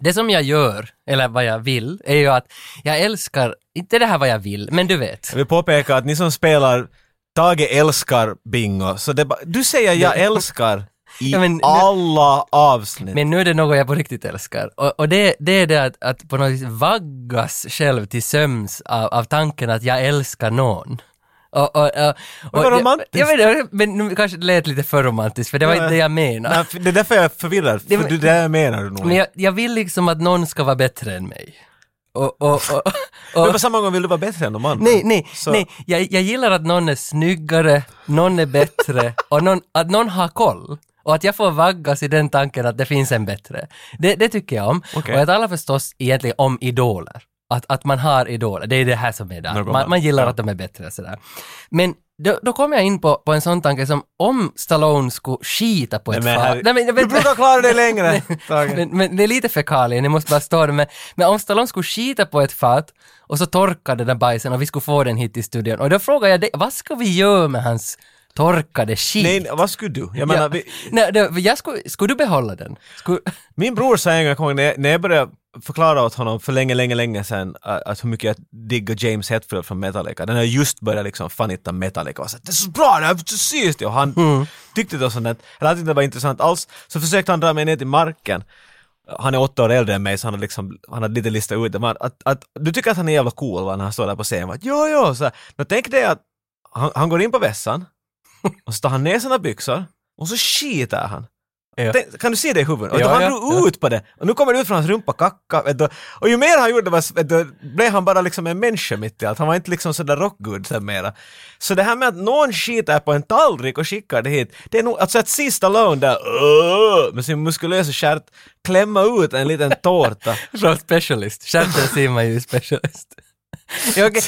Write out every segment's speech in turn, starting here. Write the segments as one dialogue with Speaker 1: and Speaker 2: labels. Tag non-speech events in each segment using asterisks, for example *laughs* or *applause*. Speaker 1: Det som jag gör, eller vad jag vill, är ju att jag älskar, inte det här vad jag vill, men du vet.
Speaker 2: Jag vill påpeka att ni som spelar Tage älskar bingo, så det ba- du säger jag älskar i
Speaker 1: Ja, men nu-
Speaker 2: alla avsnitt.
Speaker 1: Men nu är det något jag på riktigt älskar. Och, och det, det är det att, att på något vis vaggas själv till sömns av, av tanken att jag älskar någon. Och, och, och, och,
Speaker 2: vad romantiskt.
Speaker 1: Jag, jag vet, men nu kanske det lät lite för romantiskt, för det var
Speaker 2: Ja.
Speaker 1: inte det jag menade.
Speaker 2: Nej, för- det är därför jag är förvirrad, för
Speaker 1: Det var-
Speaker 2: du, det här menar du nog.
Speaker 1: Men
Speaker 2: Men
Speaker 1: jag, jag vill liksom att någon ska vara bättre än mig. Och, och, och, och,
Speaker 2: på samma gång vill du vara bättre än de andra.
Speaker 1: nej, nej,
Speaker 2: Liksom. Så-
Speaker 1: nej. Jag, jag gillar att någon är snyggare, någon är
Speaker 2: *laughs*
Speaker 1: bättre och någon, att någon har koll. Och att jag får vaggas i den tanken att det finns en bättre. Det, det tycker jag om.
Speaker 2: Okej.
Speaker 1: Och jag talar förstås egentligen om idoler. Att, att man har idoler, det är det här som är där.
Speaker 2: Något
Speaker 1: Man, man gillar
Speaker 2: annat,
Speaker 1: att de är bättre och sådär. Men då, då kommer jag in på, på en sån tanke som om Stallone skulle skita på
Speaker 2: Nej,
Speaker 1: ett
Speaker 2: men
Speaker 1: fall.
Speaker 2: herre-
Speaker 1: Nej, men jag
Speaker 2: Du
Speaker 1: vet-
Speaker 2: brukar klara dig längre. Tage.
Speaker 1: men, men det är lite fekalier, ni måste bara stå det. Men, men om Stallone skulle skita på ett fat och så torkade den där bajsen och vi skulle få den hit till studion. Och då frågar jag dig, vad ska vi göra med hans torkade skit?
Speaker 2: Nej, nej, vad skulle du? Jag menar,
Speaker 1: Ja.
Speaker 2: vi,
Speaker 1: Nej, det, jag skulle, skulle du behålla den? Skulle,
Speaker 2: Min bror sa en gång, jag kommer ihåg, när jag- när jag började förklara åt honom för länge, länge, länge sedan att, att hur mycket jag diggar James Hetfield från Metallica. Den har just börjat liksom fanitta Metallica och sa det är så bra, det är precis det! Och han
Speaker 1: Mm.
Speaker 2: Mm. tyckte det var sånt, där- eller han tyckte det var intressant alls. Så försökte han dra mig ner till marken. Han är åtta år äldre än mig så han har liksom, han har lite listat ut det. Men att, att, du tycker att han är jävla cool va, när han står där på scen. Va? Jo, jo, så här. Men tänk dig att han, han går in på vässan och så tar han ner sina byxor och så skiter han.
Speaker 1: Ja.
Speaker 2: Tänk- Kan du se det i huvudet? Och
Speaker 1: Ja,
Speaker 2: han
Speaker 1: ja,
Speaker 2: drog
Speaker 1: ja.
Speaker 2: ut på det. Och nu kommer det ut från hans rumpa, kacka. Vet du. Och ju mer han gjorde, var- vet du, blev han bara liksom en människa mitt i allt. Han var inte liksom sådär rockgud sen mera. Så det här med att någon skiter på en tallrik och skickar det hit, det är nog, alltså att se Stallone där, "Åh", med sin muskulösa stjärt, klämma ut en liten tårta.
Speaker 1: *laughs* från specialist. Stjärten ser man ju i
Speaker 2: *laughs*
Speaker 1: specialist. Ja, okej.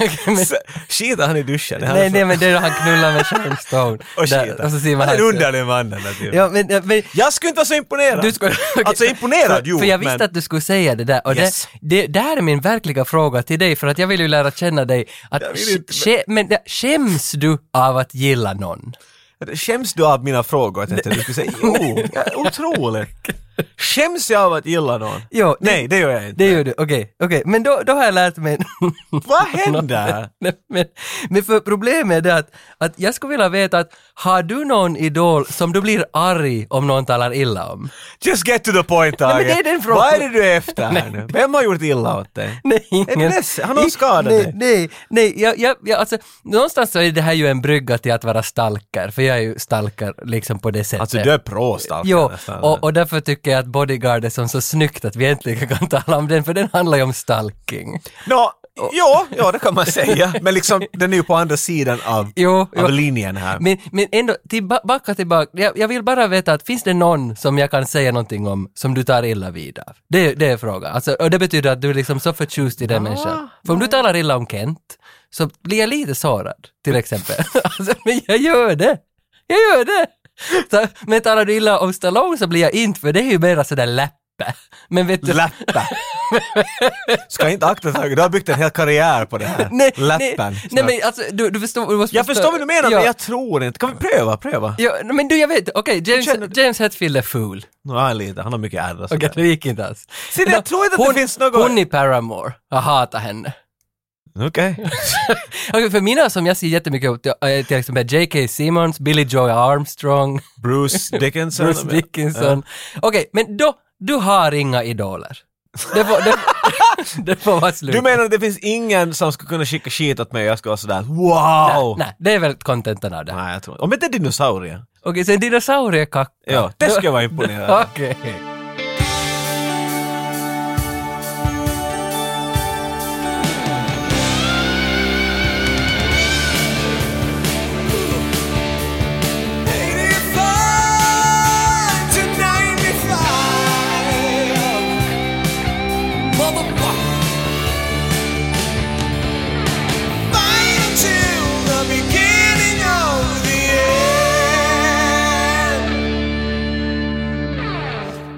Speaker 1: Okej, *laughs* men-
Speaker 2: Så Skiter han i duschen? Det här är
Speaker 1: Nej,
Speaker 2: så-
Speaker 1: nej, men det är då han knullar med Sharon Stone.
Speaker 2: *laughs* Och
Speaker 1: Där,
Speaker 2: skiter.
Speaker 1: och så ser man
Speaker 2: han är en
Speaker 1: hans-
Speaker 2: underlig man den där typen.
Speaker 1: Ja, men, ja, men,
Speaker 2: Jag skulle inte vara så imponerad.
Speaker 1: Du skulle- *laughs* okej.
Speaker 2: Alltså imponerad,
Speaker 1: för,
Speaker 2: jo.
Speaker 1: För jag visste
Speaker 2: men...
Speaker 1: att du skulle säga det där. Och
Speaker 2: Yes.
Speaker 1: det, det, det här är min verkliga fråga till dig, för att jag vill ju lära känna dig. Att,
Speaker 2: Jag vill
Speaker 1: sk-
Speaker 2: inte,
Speaker 1: ske- men det- skäms du av att gilla någon?
Speaker 2: Skäms du av mina frågor? Tänkte jag du skulle säga. Jo, ja, otroligt. Skäms jag av att gilla någon?
Speaker 1: Jo, det-
Speaker 2: Nej, det gör jag inte.
Speaker 1: Det gör du, okej. okej. Men då, då har jag lärt mig... *laughs*
Speaker 2: Vad händer?
Speaker 1: Nej, men, men för problemet är det att, att jag skulle vilja veta att har du någon idol som du blir arg om någon talar illa om?
Speaker 2: Just get to the point, Tage.
Speaker 1: men det är den frågan.
Speaker 2: Vad är det du är efter här nu? Vem har gjort illa åt dig?
Speaker 1: Nej,
Speaker 2: Är du
Speaker 1: ingen.
Speaker 2: ledsen? Har någon skadat
Speaker 1: nej,
Speaker 2: dig?
Speaker 1: Nej, nej, jag, jag, jag, alltså, någonstans så är det här ju en brygga till att vara stalker, för jag är ju stalker liksom på det sättet.
Speaker 2: Alltså du är pro-stalker
Speaker 1: Jo,
Speaker 2: nästan.
Speaker 1: och, och därför tycker jag att Bodyguard är som så snyggt att vi äntligen kan tala om den, för den handlar ju om stalking.
Speaker 2: Nå, ja, ja, det kan man säga. Men liksom, den är ju på andra sidan av,
Speaker 1: Jo, jo.
Speaker 2: av linjen här.
Speaker 1: Men, men ändå, tillba- backa tillbaka, jag, jag vill bara veta att finns det någon som jag kan säga någonting om som du tar illa vid av? Det, det är frågan. Alltså, och det betyder att du är liksom så förtjust i den människan. För om du talar illa om Kent, så blir jag lite sårad, till exempel. *laughs* alltså, men jag gör det! Jag gör det! Så, men talar du illa om Stallone så blir jag inte, för det är ju mera sådär läppe. Men vet du...
Speaker 2: Läppen. Ska inte akta Tage, du har byggt en hel karriär på det här.
Speaker 1: nej,
Speaker 2: Läppen.
Speaker 1: Nej, nej, men alltså, du, du förstår... Du måste
Speaker 2: jag förstår vad du menar,
Speaker 1: Ja.
Speaker 2: men jag tror inte. Kan vi pröva, pröva?
Speaker 1: Ja, men du, jag vet, okej, James,
Speaker 2: känner du-
Speaker 1: James Hetfield är ful.
Speaker 2: Nu har han lite, han har mycket ärr och
Speaker 1: Okej,
Speaker 2: sådär.
Speaker 1: det gick inte alls.
Speaker 2: Se, jag tror inte att det
Speaker 1: hon,
Speaker 2: finns något-
Speaker 1: Hon i Paramore, jag hatar henne.
Speaker 2: Okej.
Speaker 1: *laughs* Okej, för mina som jag ser jättemycket upp till, äh, till exempel J.K. Simmons, Billy Joy Armstrong,
Speaker 2: Bruce Dickinson.
Speaker 1: Bruce Dickinson. Okej, men då, du har inga idoler. Det får, det, det *laughs* får vara slut.
Speaker 2: Du menar att det finns ingen som skulle kunna skicka skit åt mig och jag skulle vara sådär wow?
Speaker 1: Nej, det är väl kontentan av det. Okej,
Speaker 2: Nej, jag tror inte. Om inte dinosaurier.
Speaker 1: sen dinosauriekacka.
Speaker 2: Ja, det skulle jag vara imponerad av.
Speaker 1: *laughs* Okej.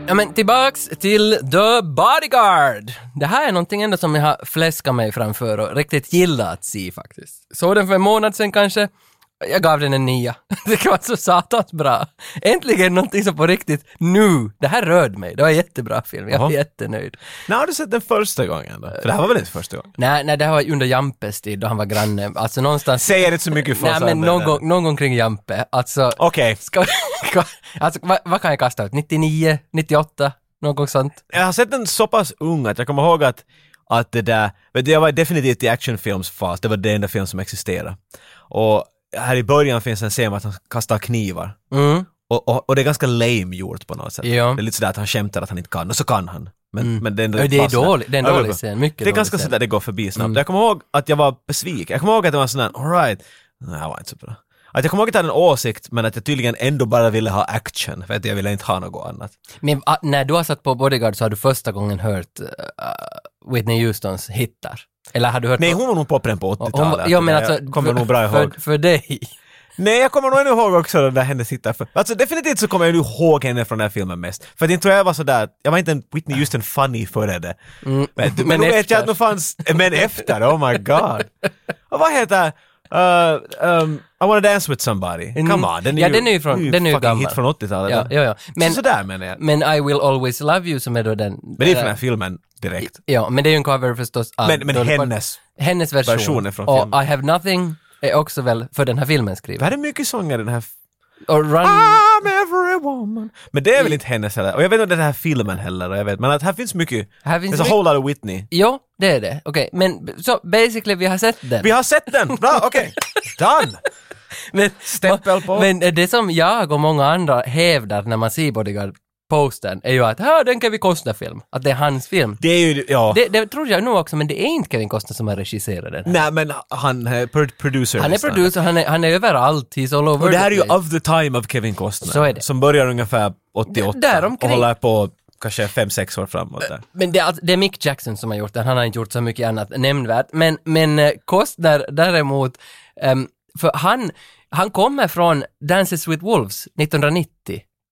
Speaker 1: Ja, men tillbaks till The Bodyguard. Det här är någonting ändå som jag har fläskat mig framför och riktigt gillat att se faktiskt. Såg den för en månad sedan kanske Jag gav den en nia. *laughs* Det var så satans bra. Äntligen någonting som på riktigt, nu, det här rörde mig. Det var en jättebra film, jag är
Speaker 2: Jaha.
Speaker 1: jättenöjd.
Speaker 2: När har du sett den första gången då? För det här var väl inte första gången?
Speaker 1: Nej, nej, det här var under Jampes tid då han var granne. Alltså
Speaker 2: *laughs*
Speaker 1: någonstans...
Speaker 2: Säger inte så mycket för
Speaker 1: Nej
Speaker 2: oss
Speaker 1: men
Speaker 2: andra.
Speaker 1: någon gång, någon gång kring Jampe. Alltså,
Speaker 2: Okej,
Speaker 1: ska, *laughs* ska, alltså vad, vad kan jag kasta ut? 99, 98, något sånt?
Speaker 2: jag har sett den så pass ung att jag kommer ihåg att, att det där, vet du, jag var definitivt i actionfilmsfas, det var den enda film som existerade. Och här i början finns en scen med att han kastar knivar.
Speaker 1: Mm.
Speaker 2: Och, och, och det är ganska lame gjort på något sätt.
Speaker 1: Ja. Mm.
Speaker 2: Det är lite sådär att han skämtar att han inte kan, och så kan han. Men, men det är ändå
Speaker 1: Ja, det är
Speaker 2: fastnar.
Speaker 1: dålig, det är en
Speaker 2: Ja,
Speaker 1: dålig
Speaker 2: bra.
Speaker 1: scen, mycket
Speaker 2: Det är
Speaker 1: dålig
Speaker 2: ganska
Speaker 1: scen.
Speaker 2: sådär det går förbi snabbt.
Speaker 1: Mm.
Speaker 2: Jag kommer ihåg att jag var besviken. Jag kommer ihåg att det var sån där, alright, det här var inte så bra. Att jag kommer ihåg att jag hade en åsikt men att jag tydligen ändå bara ville ha action för att jag ville inte ha något annat.
Speaker 1: Men ah, när du har satt på Bodyguard så har du första gången hört eh, Whitney Houstons hittar? Eller har du hört...
Speaker 2: *laughs* Nej, hon var nog poppen på
Speaker 1: Hon- hon-
Speaker 2: 80-talet.
Speaker 1: ja, men alltså,
Speaker 2: jag kommer
Speaker 1: för,
Speaker 2: nog bra ihåg.
Speaker 1: För, för dig.
Speaker 2: Nej, jag kommer nog ännu ihåg också den där hennes hitta. för- Alltså definitivt så kommer jag nu ihåg henne från den här filmen mest. För att inte tror jag var sådär, jag var inte en Whitney Houston funny före det. Men, men,
Speaker 1: Mm, men
Speaker 2: nu vet
Speaker 1: efter.
Speaker 2: jag att nu fanns, men efter, oh my god. Och vad heter, uh, um, I wanna dance with somebody. Come on,
Speaker 1: Mm.
Speaker 2: den är
Speaker 1: ja,
Speaker 2: ju,
Speaker 1: den är ju från- den är ju
Speaker 2: fucking
Speaker 1: gammal.
Speaker 2: hit från 80-talet.
Speaker 1: Ja, ja, ja. Men-
Speaker 2: så sådär menar jag. Men
Speaker 1: Men I will always love you som är då den...
Speaker 2: det är ju från den här filmen direkt.
Speaker 1: Ja, men det är ju en cover förstås. av
Speaker 2: Men- men
Speaker 1: Dolly Parton.
Speaker 2: hennes-
Speaker 1: Hennes version.
Speaker 2: versionen från
Speaker 1: och
Speaker 2: filmen.
Speaker 1: I have nothing är också väl för den här filmen
Speaker 2: Det
Speaker 1: skriven.
Speaker 2: här är mycket sånger i den här f-
Speaker 1: Och Run...
Speaker 2: I'm every woman. Men det är väl inte hennes heller. Och jag vet inte om det är den här filmen heller. och Jag vet, men att här finns mycket.
Speaker 1: Här finns
Speaker 2: there's a
Speaker 1: mycket-
Speaker 2: whole lot of Whitney.
Speaker 1: Jo, det är det. Okej, men b- så basically vi har sett den.
Speaker 2: Vi har sett den!
Speaker 1: *laughs*
Speaker 2: Bra, okej. Done!
Speaker 1: men,
Speaker 2: stämpel på.
Speaker 1: Men det som jag och många andra hävdar när man ser Bodyguard-postern är ju att här, den Kevin Costner-film. Att det är hans film.
Speaker 2: Det är ju, ja.
Speaker 1: Det, det trodde jag nog också, men det är inte Kevin Costner som har regisserat den. här.
Speaker 2: Nej men han är pro- producer.
Speaker 1: Han är
Speaker 2: nästan.
Speaker 1: producer, han är, han är överallt, he's all over
Speaker 2: Och det här är
Speaker 1: the
Speaker 2: ju
Speaker 1: place.
Speaker 2: of the time of Kevin Costner.
Speaker 1: Så är det.
Speaker 2: Som börjar ungefär 88.
Speaker 1: D- däromkring.
Speaker 2: Och håller på kanske 5-6 år framåt där.
Speaker 1: Men det, är alltså- det är Mick Jackson som har gjort den, han har inte gjort så mycket annat nämnvärt. Men, men eh, Costner däremot, ehm, för han, han kommer från Dances with Wolves 1990.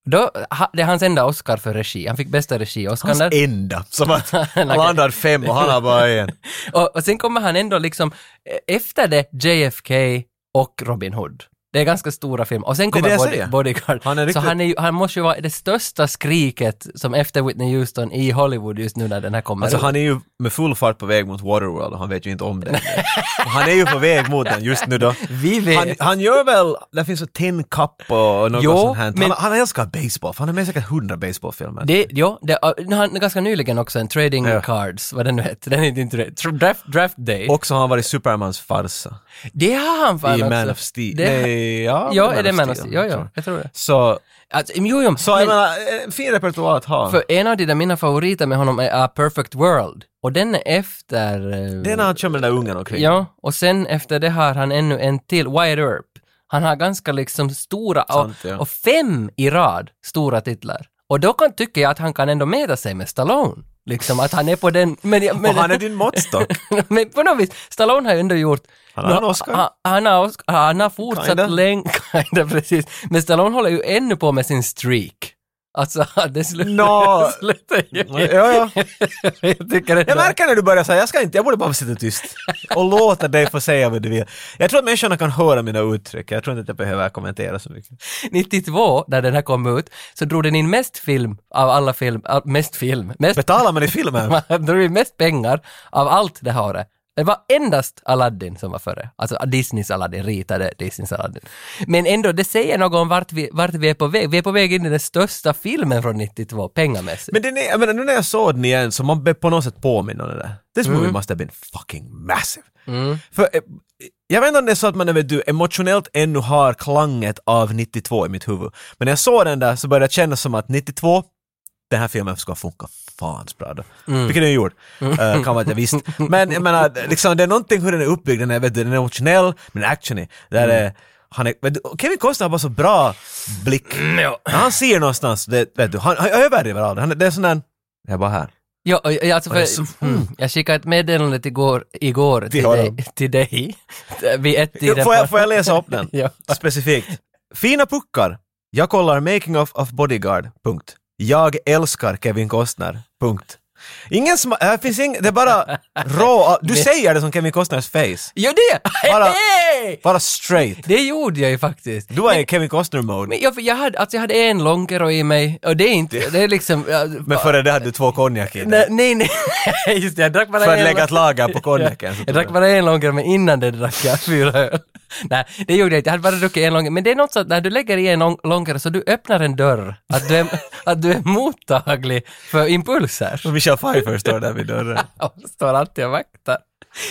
Speaker 1: Då, ha, det är hans enda Oscar för regi, han fick bästa regi-Oscar
Speaker 2: Hans
Speaker 1: där.
Speaker 2: enda.
Speaker 1: *laughs*
Speaker 2: Som att alla andra har fem och han har bara en.
Speaker 1: Och, och sen kommer han ändå liksom, eh, efter det, JFK och Robin Hood. Det är ganska stora filmer. Och sen
Speaker 2: Det är det
Speaker 1: kommer
Speaker 2: jag
Speaker 1: Body,
Speaker 2: säger.
Speaker 1: Bodyguard.
Speaker 2: Han är
Speaker 1: så
Speaker 2: riktigt-
Speaker 1: han, är, ju- han måste ju vara det största skriket som efter Whitney Houston i Hollywood just nu när den här kommer
Speaker 2: Alltså
Speaker 1: ut.
Speaker 2: han är ju med full fart på väg mot Waterworld och han vet ju inte om det. Och han är ju på väg mot den just nu då.
Speaker 1: Vi vet.
Speaker 2: Han, han gör väl, det finns så Tin Cup och något
Speaker 1: Jo,
Speaker 2: sånt här.
Speaker 1: men-
Speaker 2: Han, han älskar baseball, för han är med i säkert hundra baseballfilmer.
Speaker 1: Det, ja, det, han har ganska nyligen också en trading
Speaker 2: Ja.
Speaker 1: cards, vad den nu heter, den heter inte det. Tr- draft, draft day.
Speaker 2: Och så har han varit Supermans farsa
Speaker 1: det har han fan
Speaker 2: i
Speaker 1: också.
Speaker 2: Man of Steel.
Speaker 1: Det,
Speaker 2: Nej, ja,
Speaker 1: ja, är det Man of Steel? Ja, ja,
Speaker 2: tror jag.
Speaker 1: jag tror det.
Speaker 2: Så,
Speaker 1: Alltså, jo, jo,
Speaker 2: så jag menar, en fin repertoar att ha.
Speaker 1: för en av de där mina favoriter med honom är A Perfect World, och den är efter... eh,
Speaker 2: det är när han kör med den där ungen omkring.
Speaker 1: Ja, och sen efter det har han ännu en till, Wide Earp. Han har ganska liksom stora, och,
Speaker 2: Sant, ja.
Speaker 1: och fem i rad stora titlar. Och då kan, tycker jag att han kan ändå mäta sig med Stallone. Liksom att han är på den... Men, jag- men,
Speaker 2: och han är
Speaker 1: *laughs*
Speaker 2: din måttstock.
Speaker 1: men på något vis, Stallone har ju ändå gjort...
Speaker 2: Han har en Oscar.
Speaker 1: Han, han, har, Oscar- han har fortsatt
Speaker 2: Kinda.
Speaker 1: länge... *laughs* Kinda, precis. Men Stallone håller ju ännu på med sin streak. Alltså, *laughs* det slutar,
Speaker 2: Nå.
Speaker 1: det *laughs* slutar ju...
Speaker 2: ja, ja.
Speaker 1: *laughs* jag tycker ändå...
Speaker 2: Jag märker när du börjar säga jag ska inte, jag borde bara sitta tyst *laughs* och låta dig få säga vad du vill. Jag tror att människorna kan höra mina uttryck, jag tror inte att jag behöver kommentera så mycket.
Speaker 1: 92, när den här kom ut, så drog den in mest film av alla film... all- Mest film? Mest...
Speaker 2: Betalar man i *laughs* filmen?
Speaker 1: *laughs* Man drog in mest pengar av allt det här året. Det var endast Aladdin som var före. Alltså Disneys Aladdin, ritade Disneys Aladdin. Men ändå, det säger något om vart vi, vart vi är på väg. Vi är på väg in i den största filmen från 92, pengamässigt.
Speaker 2: Men den är, jag menar, nu när jag såg den igen så man blev på något sätt påminn om det där. This movie must have been fucking massive.
Speaker 1: Mm.
Speaker 2: För eh, jag vet inte om det är så att man vet du, emotionellt ännu har klanget av 92 i mitt huvud. Men när jag såg den där så började det kännas som att 92, den här filmen ska funka fans bra då. Vilket den gjort. Eh, kan vara att jag visst. Men jag menar, liksom, det är någonting hur den är uppbyggd, den är, vet du, den är emotionell, men actionig. Där är, han är, vet du, Kevin Costner har bara så bra blick. När han ser någonstans, det, vet du, han, han överdriver aldrig. Han, det är sån där, jag är bara här.
Speaker 1: Ja, och- och alltså
Speaker 2: Och det är
Speaker 1: för,
Speaker 2: så-
Speaker 1: mm, jag skickade ett meddelande igår, igår till, dig,
Speaker 2: honom.
Speaker 1: *laughs* till dig. Vid ett tiden
Speaker 2: Får jag,
Speaker 1: på-
Speaker 2: får jag läsa upp den?
Speaker 1: Ja.
Speaker 2: Specifikt. Fina puckar. Jag kollar Making of, of Bodyguard. Punkt. Jag älskar Kevin Costner. Punkt. Ingen sma- här finns ing- det
Speaker 1: *laughs*
Speaker 2: är bara rå... Du säger det som Kevin Costners face.
Speaker 1: Jo, det! *laughs*
Speaker 2: Bara-
Speaker 1: Hej!
Speaker 2: Bara straight.
Speaker 1: Det gjorde jag ju faktiskt.
Speaker 2: Du är i Kevin Costner-mode.
Speaker 1: Men jag, jag, hade, alltså jag hade en longero i mig och det är inte, det är liksom... ja,
Speaker 2: Men före det hade du två konjak i
Speaker 1: nej,
Speaker 2: dig.
Speaker 1: nej, nej, *laughs* just det, jag drack bara
Speaker 2: För att
Speaker 1: en
Speaker 2: lägga ett
Speaker 1: longero.
Speaker 2: lager på konjaken. så
Speaker 1: Jag
Speaker 2: tror
Speaker 1: drack
Speaker 2: jag.
Speaker 1: bara en longero, men innan det drack jag fyra öl. *laughs* Nej, det gjorde jag inte. Jag hade bara druckit en longero. Men det är något så att när du lägger i en lång- longero så du öppnar en dörr. Att du är, *laughs* att du är mottaglig för impulser.
Speaker 2: Och Michelle Pfeiffer står där vid dörren.
Speaker 1: Och står alltid och vaktar.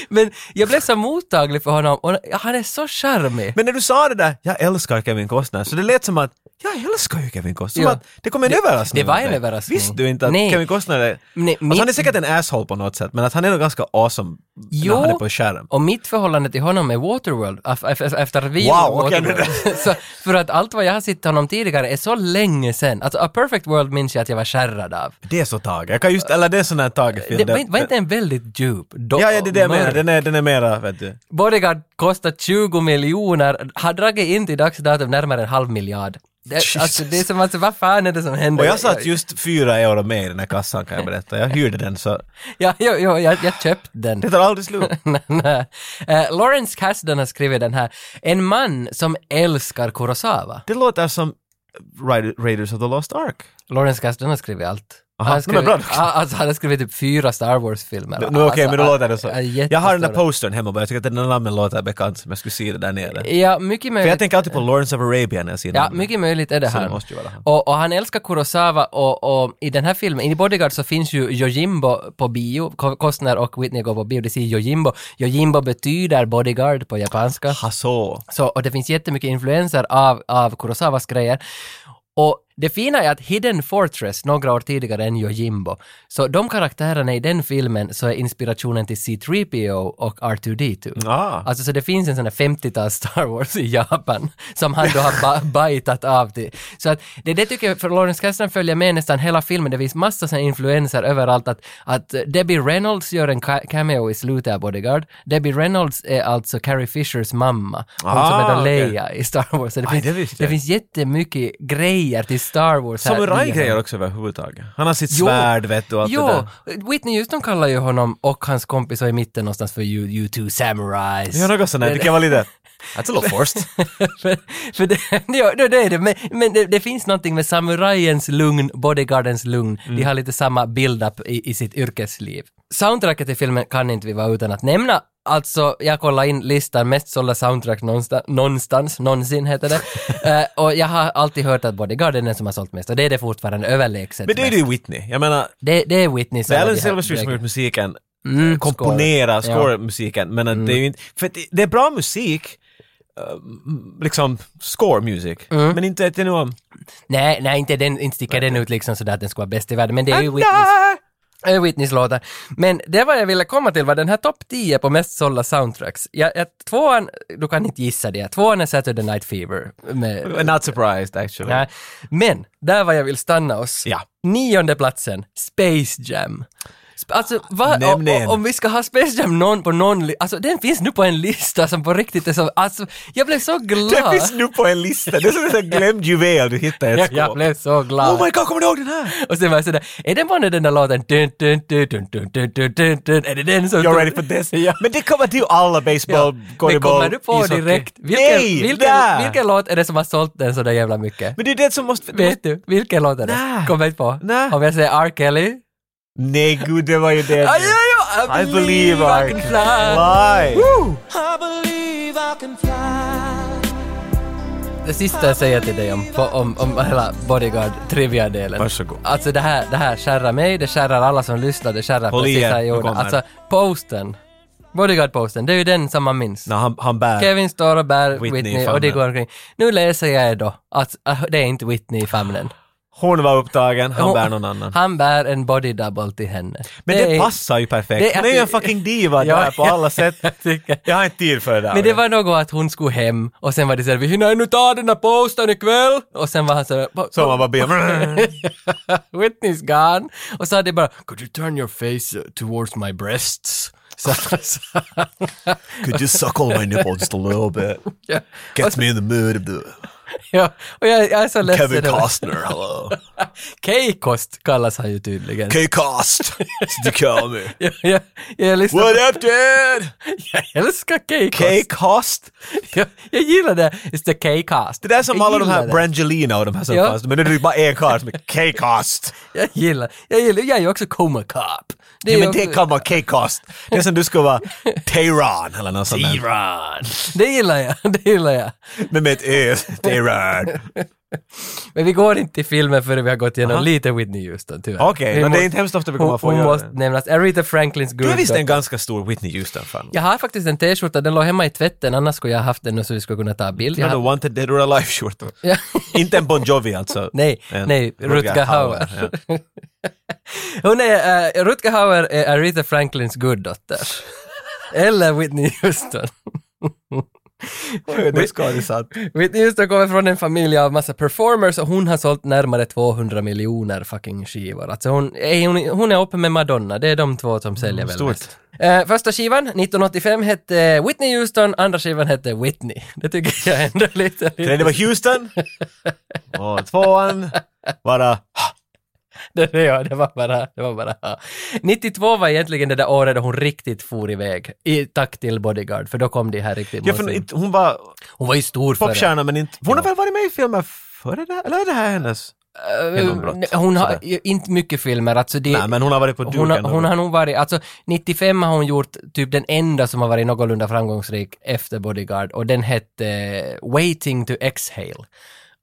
Speaker 1: Men jag blev så mottaglig för honom och han är så charmig.
Speaker 2: Men när du sa det där, jag älskar Kevin Costner, så det lät som att jag älskar ju Kevin Costner. Som
Speaker 1: Ja.
Speaker 2: att det kom en överraskning.
Speaker 1: det var
Speaker 2: åt
Speaker 1: en
Speaker 2: dig.
Speaker 1: överraskning.
Speaker 2: Visste du inte att
Speaker 1: Nej.
Speaker 2: Kevin Costner är...
Speaker 1: Nej,
Speaker 2: Alltså han är
Speaker 1: mitt-
Speaker 2: säkert en asshole på något sätt, men att han är nog ganska awesome
Speaker 1: Jo.
Speaker 2: när han är på skärm.
Speaker 1: Och mitt förhållande till honom är Waterworld, af- af- af- efter vi
Speaker 2: Wow,
Speaker 1: var
Speaker 2: okej,
Speaker 1: Waterworld.
Speaker 2: *laughs*
Speaker 1: så, för att allt vad jag har sett honom tidigare är så länge sen. Alltså A Perfect World minns jag att jag var skärrad av.
Speaker 2: Det är så Tage. Jag kan just, eller det är sån här Tage-film.
Speaker 1: Det,
Speaker 2: där-
Speaker 1: var, inte- var inte en väldigt djup? Do-
Speaker 2: Ja, ja, det är det jag menar.
Speaker 1: mörk-
Speaker 2: Den är, den är mera, vet du.
Speaker 1: Bodyguard kostar 20 miljoner, har dragit in till dags datum närmare en halv miljard. Det, alltså, det är som alltså, vad fan är det som händer?
Speaker 2: Och jag satt just fyra euro med i den här kassan kan jag berätta. Jag hyrde den så
Speaker 1: Ja, jo, jo, jag, jag köpte den. *laughs*
Speaker 2: det tar aldrig slut.
Speaker 1: Nej, nej. Eh, Lawrence Kasdan har skrivit den här. En man som älskar Kurosawa.
Speaker 2: Det låter som Raid- Raiders of the Lost Ark.
Speaker 1: Lawrence Kasdan har skrivit allt.
Speaker 2: Aha,
Speaker 1: Han har
Speaker 2: men
Speaker 1: skrivit,
Speaker 2: bra.
Speaker 1: Ja, alltså, han har skrivit typ fyra Star Wars-filmer.
Speaker 2: Nu Okej, men då
Speaker 1: Alltså,
Speaker 2: låter det så.
Speaker 1: ja,
Speaker 2: Jag har den där
Speaker 1: jättestora.
Speaker 2: postern hemma bara, jag tycker att den där namnen låter bekant som jag skulle se det där nere.
Speaker 1: Ja, mycket
Speaker 2: För jag
Speaker 1: möjligt.
Speaker 2: tänker alltid på Lawrence of Arabia när jag ser
Speaker 1: Ja,
Speaker 2: namnen.
Speaker 1: mycket möjligt är det
Speaker 2: Så det
Speaker 1: han.
Speaker 2: måste ju vara han.
Speaker 1: Och, och han älskar Kurosawa och, och i den här filmen, i Bodyguard så finns ju Yojimbo på bio, Ko- Costner och Whitney går på bio, det säger Yojimbo. Yojimbo betyder bodyguard på japanska.
Speaker 2: Ha, så.
Speaker 1: Så, och det finns jättemycket influenser av, av Kurosawas grejer. Och det fina är att Hidden Fortress, några år tidigare än Yojimbo, så de karaktärerna i den filmen så är inspirationen till C3PO och R2D2.
Speaker 2: Ah.
Speaker 1: Alltså så det finns en sån här 50-tals Star Wars i Japan som han då har
Speaker 2: *laughs*
Speaker 1: ba- bajtat av till. Så att det, det tycker jag, för Lawrence Kasdan följer med nästan hela filmen, det finns massa såna influenser överallt att, att Debbie Reynolds gör en ca- cameo i slutet av Bodyguard. Debbie Reynolds är alltså Carrie Fishers mamma, hon som är
Speaker 2: Ah,
Speaker 1: då
Speaker 2: okej.
Speaker 1: Leia i Star Wars. Så det,
Speaker 2: Aj,
Speaker 1: finns,
Speaker 2: det visste
Speaker 1: det
Speaker 2: jag.
Speaker 1: finns jättemycket grejer till Star Wars. här.
Speaker 2: Samurajgrejer också överhuvudtaget. Han har sitt
Speaker 1: Jo.
Speaker 2: svärd, vet du, och allt det
Speaker 1: Jo,
Speaker 2: där.
Speaker 1: Whitney Houston kallar ju honom och hans kompisar i mitten någonstans för you, you two samurais.
Speaker 2: Ja, något sånt där. Det kan
Speaker 1: *laughs*
Speaker 2: vara lite... That's a little forced.
Speaker 1: för, för det, *laughs* ja, det det är det, men, men det, det finns någonting med samurajens lugn, bodyguardens lugn.
Speaker 2: Mm.
Speaker 1: De har lite samma build-up i, i sitt yrkesliv. Soundtracket i filmen kan inte vi vara utan att nämna. Alltså, jag kollade in listan, mest sålda soundtrack någonstans, någonstans någonsin heter
Speaker 2: *laughs*
Speaker 1: det. Eh, och jag har alltid hört att Bodyguard är den som har sålt mest och det är det fortfarande överlägset.
Speaker 2: *laughs* Men det är
Speaker 1: mest.
Speaker 2: ju Whitney. Jag menar,
Speaker 1: det, det är Whitney
Speaker 2: det
Speaker 1: som
Speaker 2: är
Speaker 1: har
Speaker 2: Alan
Speaker 1: de här-
Speaker 2: Silverstreet som har gjort musiken, Eh,
Speaker 1: Mm,
Speaker 2: komponerar,
Speaker 1: score.
Speaker 2: scorar musiken, men att det är ju inte... För att det, det är bra musik, eh, liksom score music,
Speaker 1: Mm.
Speaker 2: men inte att det är någon...
Speaker 1: Nej, nej, inte, den, inte sticker den ut liksom sådär att den skulle vara bäst i världen, men det är ju Whitney
Speaker 2: Ah!
Speaker 1: Äh, Whitneys låtar. Men det var jag ville komma till var den här topp 10 på mest sålda soundtracks. Jag, jag, tvåan, du kan inte gissa det, tvåan är Saturday Night Fever. Med,
Speaker 2: Not surprised actually.
Speaker 1: Nej. men där var jag vill stanna oss.
Speaker 2: *laughs* Ja.
Speaker 1: Nionde platsen, Space Jam. Sp- Alltså, va,
Speaker 2: Nämn
Speaker 1: o- o-
Speaker 2: en.
Speaker 1: om vi ska ha Space Jam någon på någon li- alltså den finns nu på en lista som på riktigt är så, alltså jag blev så
Speaker 2: Det
Speaker 1: glad.
Speaker 2: finns nu på en lista, det är som
Speaker 1: *laughs*
Speaker 2: en sån glömd juvel du hittar i ett
Speaker 1: jag, jag
Speaker 2: skåp.
Speaker 1: blev så glad.
Speaker 2: Oh my god, kommer du ihåg den här?
Speaker 1: Och sen var jag sådär, är det bara den där låten, dun, dun, dun, dun, dun, dun, dun, dun, dun, är det den som...
Speaker 2: You're ready for
Speaker 1: *laughs*
Speaker 2: this?
Speaker 1: Ja.
Speaker 2: Men det kommer till alla baseball,
Speaker 1: Men
Speaker 2: korriboll,
Speaker 1: kommer du på
Speaker 2: ishockey.
Speaker 1: direkt? Vilken,
Speaker 2: Nej!
Speaker 1: vilken,
Speaker 2: där!
Speaker 1: vilken låt är det som har sålt den så där jävla mycket?
Speaker 2: Men det är det som måste...
Speaker 1: Vet du, vilken låt är det?
Speaker 2: Nej.
Speaker 1: Kommer inte på?
Speaker 2: Nej.
Speaker 1: Om jag säger R. Kelly?
Speaker 2: Nej gud, det var ju det.
Speaker 1: Aj, aj, aj,
Speaker 2: I believe I can fly.
Speaker 3: I believe I can fly.
Speaker 1: Det sista jag säger till dig om, på- om, om hela Bodyguard-trivia-delen.
Speaker 2: Varsågod.
Speaker 1: Alltså det här, det här kärrar mig, det kärrar alla som lyssnar, det kärrar
Speaker 2: Håll i
Speaker 1: precis
Speaker 2: er,
Speaker 1: här
Speaker 2: nu
Speaker 1: Jordan.
Speaker 2: kommer.
Speaker 1: Alltså posten, Bodyguard-posten, det är ju den som man minns.
Speaker 2: Nej, han, han bär.
Speaker 1: Kevin står och bär Whitney,
Speaker 2: Whitney i
Speaker 1: och det
Speaker 2: famnen.
Speaker 1: går omkring. Nu läser jag då att äh, det är inte Whitney i famnen.
Speaker 2: Hon var upptagen, han
Speaker 1: Hon-
Speaker 2: bär någon annan.
Speaker 1: Han bär en body double till henne.
Speaker 2: Men det,
Speaker 1: är-
Speaker 2: passar ju
Speaker 1: det är-
Speaker 2: perfekt. Hon är ju en fucking diva
Speaker 1: Ja,
Speaker 2: där på
Speaker 1: ja,
Speaker 2: alla sätt.
Speaker 1: *laughs* jag tycker-
Speaker 2: Jag har inte tid för det där.
Speaker 1: Men det var något att hon skulle hem och sen var det så här, vi hinner ännu ta den här posten ikväll! Och sen var han så här, "Po-
Speaker 2: Så man bara ber...
Speaker 1: *laughs* Whitney's gone! Och så hade det bara, could you turn your face uh, towards my breasts? *laughs* Så, så,
Speaker 2: Could you suckle my nipples a little bit?
Speaker 1: ja.
Speaker 2: Gets me in the mood of the
Speaker 1: ja, och jag, jag är så ledsen.
Speaker 2: Kevin
Speaker 1: över-
Speaker 2: Costner, hello.
Speaker 1: Keikost kallas han ju tydligen.
Speaker 2: K-Cost! Did you call me?
Speaker 1: jag, jag, jag, lyssnar,
Speaker 2: What up, dad?
Speaker 1: jag älskar Keikost.
Speaker 2: K-Cost?
Speaker 1: Jag, jag gillar det. It's the Keikost.
Speaker 2: Det där är som
Speaker 1: jag
Speaker 2: alla de
Speaker 1: gillar
Speaker 2: här
Speaker 1: det.
Speaker 2: Brangelina och de här som
Speaker 1: Ja.
Speaker 2: fanns, men nu är det bara en karl som är *laughs* K-Cost.
Speaker 1: Jag gillar, jag gillar, jag är ju också Coma Cop. Det
Speaker 2: Ja, men
Speaker 1: också-
Speaker 2: det kan vara K-Cost. Det är som du ska vara uh, Tehran eller något sånt där.
Speaker 1: Iran. Det gillar jag, *laughs* det gillar jag.
Speaker 2: Men med ett Ö, Tehran.
Speaker 1: Men vi går inte till filmen förrän vi har gått igenom
Speaker 2: Aha.
Speaker 1: lite Whitney Houston tyvärr.
Speaker 2: Okej,
Speaker 1: Vi
Speaker 2: men det är
Speaker 1: måste-
Speaker 2: inte hemskt ofta vi kommer
Speaker 1: Hon,
Speaker 2: att få
Speaker 1: hon
Speaker 2: göra
Speaker 1: måste
Speaker 2: det.
Speaker 1: nämnas. Aretha Franklins
Speaker 2: Du är
Speaker 1: guld.
Speaker 2: visst en ganska stor Whitney Houston-fan?
Speaker 1: Jag har faktiskt en t-skjorta, den låg hemma i tvätten, annars skulle jag ha haft den nu så vi skulle kunna ta bild. Jag
Speaker 2: Men en
Speaker 1: har...
Speaker 2: Wanted Dead or Alive-skjorta.
Speaker 1: *laughs* ja,
Speaker 2: *laughs* Inte en Bon Jovi alltså.
Speaker 1: nej,
Speaker 2: En
Speaker 1: nej, Rutger Hauer.
Speaker 2: Ja.
Speaker 1: Hon är, uh, Rutger Hauer är Aretha Franklins guddotter. *laughs* Eller Whitney Houston.
Speaker 2: Oj, Det ska
Speaker 1: *laughs*
Speaker 2: det sant.
Speaker 1: Whitney Houston kommer från en familj av massa performers och hon har sålt närmare 200 miljoner fucking skivor. Alltså hon, är- hon, hon är uppe med Madonna, det är de två som säljer väl
Speaker 2: Mm, stort.
Speaker 1: mest. Eh, första skivan, 1985, hette Whitney Houston, andra skivan hette Whitney. Det tycker jag ändå är lite...
Speaker 2: Tredje var Houston. Och tvåan bara...
Speaker 1: *laughs* Det, det, ja, det var bara... Det var bara ja. 92 var egentligen det där året då hon riktigt for iväg. I takt till Bodyguard, för då kom det här riktigt
Speaker 2: Ja, för
Speaker 1: monstrum.
Speaker 2: inte- hon var
Speaker 1: Hon var ju stor för det.
Speaker 2: popstjärna men inte... Hon har väl varit med i filmer före det? Eller är det här hennes? genombrott,
Speaker 1: Eh, Hon har
Speaker 2: sådär.
Speaker 1: ju inte mycket filmer, alltså det...
Speaker 2: Nej men hon har varit på duken.
Speaker 1: Hon har, hon
Speaker 2: och-
Speaker 1: har nog varit, alltså 95 har hon gjort typ den enda som har varit någorlunda framgångsrik efter Bodyguard och den hette eh, Waiting to Exhale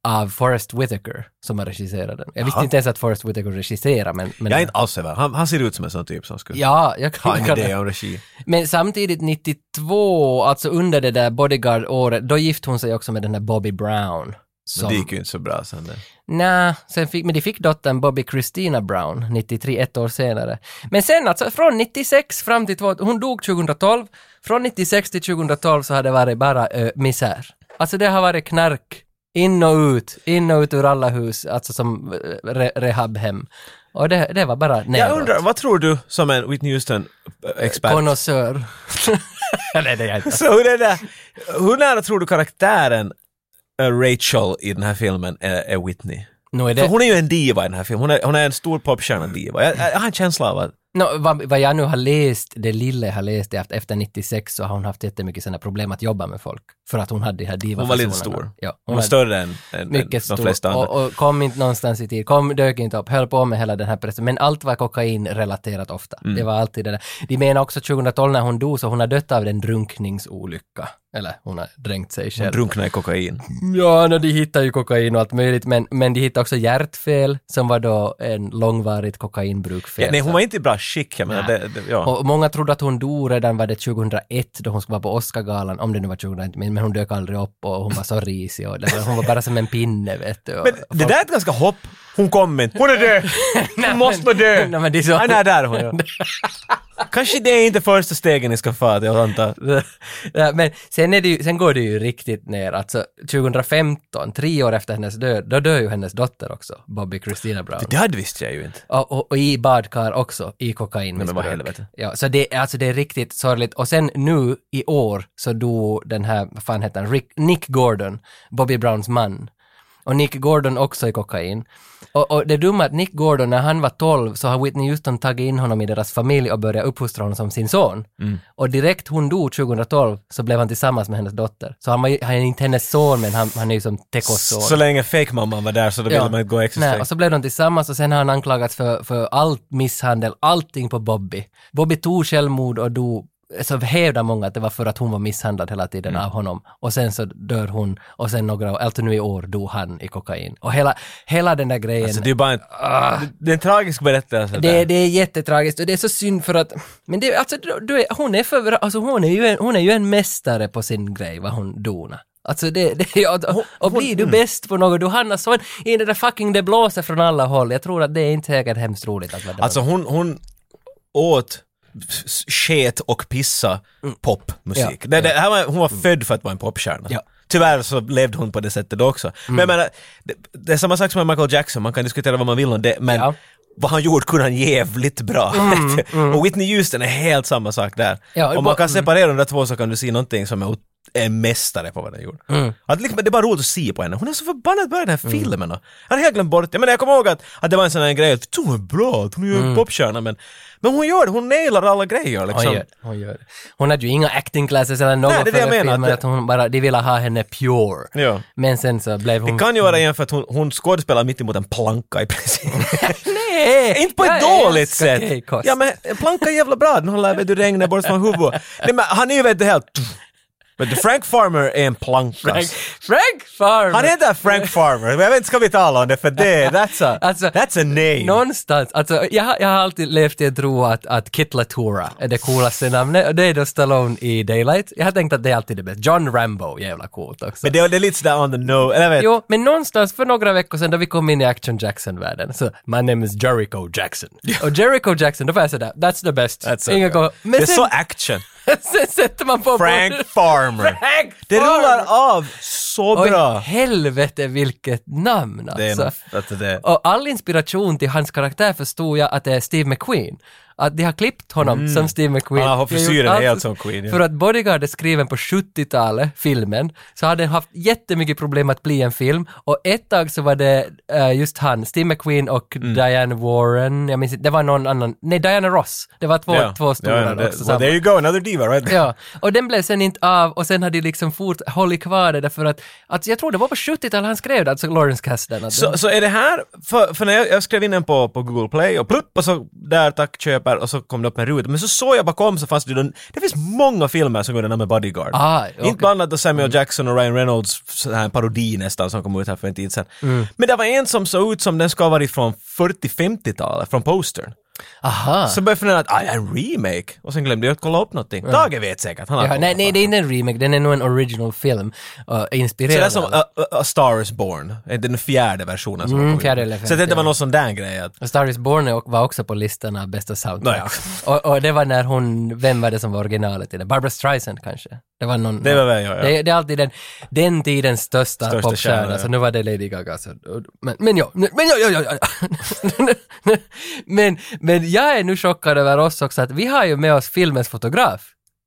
Speaker 1: av Forrest Whitaker som har regisserat den. Jag visste
Speaker 2: Jaha.
Speaker 1: inte ens att Forrest Whitaker regisserar men... men
Speaker 2: Jag är inte alls över. Han, han ser ut som en sån typ som skulle
Speaker 1: Ja, jag kan,
Speaker 2: ha en
Speaker 1: kan
Speaker 2: idé om regi.
Speaker 1: Men samtidigt 92, alltså under det där Bodyguard-året, då gifte hon sig också med den där Bobby Brown.
Speaker 2: Men
Speaker 1: Som,
Speaker 2: det gick ju inte så bra sen. det.
Speaker 1: Nä, sen fick, men de fick dottern Bobby Christina Brown 93, ett år senare. Men sen alltså från 96 fram till 2000, hon dog 2012, från 96 till 2012 så har det varit bara ö, misär. Alltså det har varit knark, in och ut, in och ut ur alla hus, alltså som eh, re, rehabhem. Och det, det var bara
Speaker 2: Jag
Speaker 1: neråt.
Speaker 2: undrar, vad tror du som en Whitney Houston-expert?
Speaker 1: Konnässör. *laughs* Nej, det är jag inte.
Speaker 2: Så hur, är det, hur nära tror du karaktären eh, Rachel i den här filmen är, är Whitney?
Speaker 1: Nå, är
Speaker 2: För
Speaker 1: det,
Speaker 2: hon är ju en diva i den här filmen, hon är, hon är en stor popstjärna-diva. Jag, jag har en känsla av att...
Speaker 1: Nå, vad, vad jag nu har läst, det lilla jag har läst är att efter 96 så har hon haft jättemycket sådana problem att jobba med folk. För att hon hade de här diva
Speaker 2: Hon var lite
Speaker 1: fasonerna.
Speaker 2: stor.
Speaker 1: Ja,
Speaker 2: Hon är
Speaker 1: hade
Speaker 2: större än, än, än
Speaker 1: mycket
Speaker 2: de
Speaker 1: stor.
Speaker 2: flesta andra.
Speaker 1: Och, och kom inte någonstans i tid, kom, dök inte upp, höll på med hela den här pressen. Men allt var kokainrelaterat ofta.
Speaker 2: Mm.
Speaker 1: Det var alltid det där. De menar också 2012 när hon dog så hon har dött av en drunkningsolycka. Eller hon har dränkt sig
Speaker 2: Hon
Speaker 1: själv.
Speaker 2: drunknar i kokain.
Speaker 1: Ja, no, de hittar ju kokain och allt möjligt, men, men de hittar också hjärtfel som var då en långvarigt kokainbrukfel.
Speaker 2: Ja, nej, hon var inte i bra skick. Jag menar,
Speaker 1: Nej.
Speaker 2: det, det, ja.
Speaker 1: Och många trodde att hon dog redan var det 2001 då hon skulle vara på Oscargalan, om det nu var 2001, men men hon dök aldrig upp och hon var så risig och det var, hon var bara som en pinne vet du. Och
Speaker 2: Men det där är ett ganska hopp. Hon kommer inte. Hon är
Speaker 1: *laughs*
Speaker 2: död! Hon måste vara död!
Speaker 1: Nej, men det är så-
Speaker 2: Ah, nej, där är hon. Ja.
Speaker 1: *laughs*
Speaker 2: Kanske det är inte första stegen ni ska få till, jag antar.
Speaker 1: *laughs* Ja, men sen, är det ju, sen går det ju riktigt ner, alltså 2015, tre år efter hennes död, då dör ju hennes dotter också, Bobby Christina Brown.
Speaker 2: Det hade visste jag ju inte.
Speaker 1: Och, och, och i badkar också, i
Speaker 2: Nej, men
Speaker 1: kokainmissbruk.
Speaker 2: vad helvete.
Speaker 1: Ja, så det, är- alltså det är riktigt sorgligt. Och sen nu i år så dog den här, vad fan heter han, Rick, Nick Gordon, Bobby Browns man. Och Nick Gordon också i kokain. Och, och det dumma är att Nick Gordon, när han var 12 så har Whitney Houston tagit in honom i deras familj och börjat uppfostra honom som sin son.
Speaker 2: Mm.
Speaker 1: Och direkt hon dog 2012 så blev han tillsammans med hennes dotter. Så han, var, ju- han är inte hennes son men han, han är ju som Tekos son.
Speaker 2: Så länge fake-mamman var där så då ville
Speaker 1: Ja.
Speaker 2: man inte gå extra
Speaker 1: Nej,
Speaker 2: steg.
Speaker 1: och så blev de tillsammans och sen har han anklagats för, för all misshandel, allting på Bobby. Bobby tog självmord och dog så hävdar många att det var för att hon var misshandlad hela tiden
Speaker 2: Mm.
Speaker 1: av honom. Och sen så dör hon och sen några år, alltså nu i år, dog han i kokain. Och hela, hela den där grejen.
Speaker 2: Alltså det är bara en, det, det är en tragisk berättelse.
Speaker 1: Ah. Det,
Speaker 2: där.
Speaker 1: det är jättetragiskt och det är så synd för att, men det, alltså, du, du är, hon, är för, alltså, hon, är ju en, hon är ju en mästare på sin grej, vad hon donar. Alltså det, det ja, och, och blir
Speaker 2: mm.
Speaker 1: du bäst på något, du hamnar så i det där fucking det blåser från alla håll. Jag tror att det är inte säkert hemskt roligt att vara där.
Speaker 2: Alltså hon, hon åt s- sket och pissa popmusik.
Speaker 1: Mm. Ja, Mm.
Speaker 2: Det, det, här var, hon var född för att vara en popstjärna.
Speaker 1: Ja. Mm.
Speaker 2: Tyvärr så levde hon på det sättet också. Men jag menar, det, det är samma sak som med Michael Jackson, man kan diskutera vad man vill om det, men
Speaker 1: Ja. Mm,
Speaker 2: vad han gjort kunde han jävligt bra. *laughs* och Whitney Houston är helt samma sak där.
Speaker 1: Ja,
Speaker 2: Om
Speaker 1: bara-
Speaker 2: man kan separera de där två så kan du se någonting som är en mästare på vad den gjorde.
Speaker 1: Mm.
Speaker 2: Att liksom, det är bara roligt att se på henne. Hon är så förbannat bra i den här filmen. och Jag hade helt glömt bort det. Men jag kommer ihåg att, att det var en sån här grej att hon är bra, att hon är ju
Speaker 1: Mm.
Speaker 2: en popstjärna men, men hon gör det, hon nailar alla grejer
Speaker 1: Hon
Speaker 2: liksom.
Speaker 1: gör, hon gör det. Hon hade ju inga acting classes eller något
Speaker 2: Nej, det är det jag
Speaker 1: före
Speaker 2: menar,
Speaker 1: filmen,
Speaker 2: att
Speaker 1: att hon bara, de ville ha henne pure.
Speaker 2: Ja.
Speaker 1: Men sen så blev hon...
Speaker 2: Det kan ju vara igen för att hon, hon skådespelar mitt emot en planka i princip.
Speaker 1: *laughs* Nej!
Speaker 2: Inte på
Speaker 1: jag
Speaker 2: ett dåligt
Speaker 1: älskar Kate
Speaker 2: sätt!
Speaker 1: Cost.
Speaker 2: Ja men en planka är jävla bra, den håller vet du regna bort från huvudet. Nej men han är ju vet du helt... Vet du, Frank Farmer är en planka.
Speaker 1: Frank, Frank Farmer!
Speaker 2: Han heter Frank Farmer, men jag vet inte ska vi tala om det för det, that's a,
Speaker 1: Alltså,
Speaker 2: that's a name.
Speaker 1: Någonstans, alltså jag, har- jag har alltid levt i en tro att, att Kit Latura är det coolaste namnet och det är då Stallone i Daylight. Jag har tänkt att det är alltid det bästa. John Rambo, jävla coolt också.
Speaker 2: Men det, det är lite sådär on the nose, eller jag vet.
Speaker 1: Jo, men någonstans för några veckor sedan då vi kom in i Action Jackson-världen, så my name is Jericho Jackson. Och Jericho Jackson, då var jag sådär, that's the best.
Speaker 2: That's
Speaker 1: Inga
Speaker 2: a,
Speaker 1: go- men
Speaker 2: det är
Speaker 1: sen,
Speaker 2: så action.
Speaker 1: *laughs* sen sätter man på
Speaker 2: Frank Farmer.
Speaker 1: Frank
Speaker 2: Det rullar
Speaker 1: Farmer.
Speaker 2: av så
Speaker 1: Oj,
Speaker 2: bra.
Speaker 1: helvete vilket namn
Speaker 2: Det är
Speaker 1: alltså.
Speaker 2: nog, alltså det.
Speaker 1: Och all inspiration till hans karaktär förstod jag att det är Steve McQueen. Att de har klippt honom som Steve McQueen.
Speaker 2: Mm. Han har
Speaker 1: De gjort
Speaker 2: frisyren
Speaker 1: allt-
Speaker 2: helt som Queen, ja.
Speaker 1: För att Bodyguard är skriven på 70-talet, filmen, så hade den haft jättemycket problem att bli en film. Och ett tag så var det eh, just han, Steve McQueen och
Speaker 2: Mm.
Speaker 1: Diane Warren, jag minns inte, det var någon annan, nej Diana Ross. Det var två, två stora
Speaker 2: ja, det,
Speaker 1: också.
Speaker 2: well,
Speaker 1: samma.
Speaker 2: there you go, another diva right
Speaker 1: Ja, och den blev sen inte av och sen hade de liksom fort hållit kvar det därför att, alltså jag tror det var på 70-talet han skrev det, alltså Lawrence Kasdan. att den-
Speaker 2: Så, så är det här, för, för när jag, jag skrev in den på, på Google Play och plupp och så där tack köper och så kom det upp en ruta. Men så såg jag bakom så fanns det ju den, det finns många filmer som går under namnet Bodyguard.
Speaker 1: Ah, okej. Mm.
Speaker 2: Inte bland annat då Samuel Jackson och Ryan Reynolds sån här parodi nästan som kom ut här för en tid sedan.
Speaker 1: Mm.
Speaker 2: Men det var en som såg ut som den ska ha varit från 40-50-talet, från postern.
Speaker 1: Aha.
Speaker 2: Så började jag fundera att ah, en remake och sen glömde jag att kolla upp någonting. Tage vet säkert, han har
Speaker 1: Ja,
Speaker 2: koll
Speaker 1: nej,
Speaker 2: på
Speaker 1: nej, det är inte en remake, den är nog en original film. Uh,
Speaker 2: Så det är
Speaker 1: inspirerad
Speaker 2: som
Speaker 1: av-
Speaker 2: A, A, A Star Is Born, den fjärde versionen som
Speaker 1: Mm,
Speaker 2: kom ut.
Speaker 1: fjärde eller
Speaker 2: Så det
Speaker 1: femte,
Speaker 2: inte var
Speaker 1: ja.
Speaker 2: någon sån där grej att
Speaker 1: A Star is Born är- var också på listan av bästa soundtrack. och, och det var när hon, vem var det som var originalet till det? Barbara Streisand kanske? Det var någon...
Speaker 2: det var väl jag. Ja.
Speaker 1: det, det är alltid den, den tidens största,
Speaker 2: Största
Speaker 1: popstjärna,
Speaker 2: stjärna, ja.
Speaker 1: så nu var det Lady Gaga. Så, och- men, men ja, men ja, ja, ja, ja. *laughs* men, men jag är nu chockad över oss också att vi har ju med oss filmens fotograf.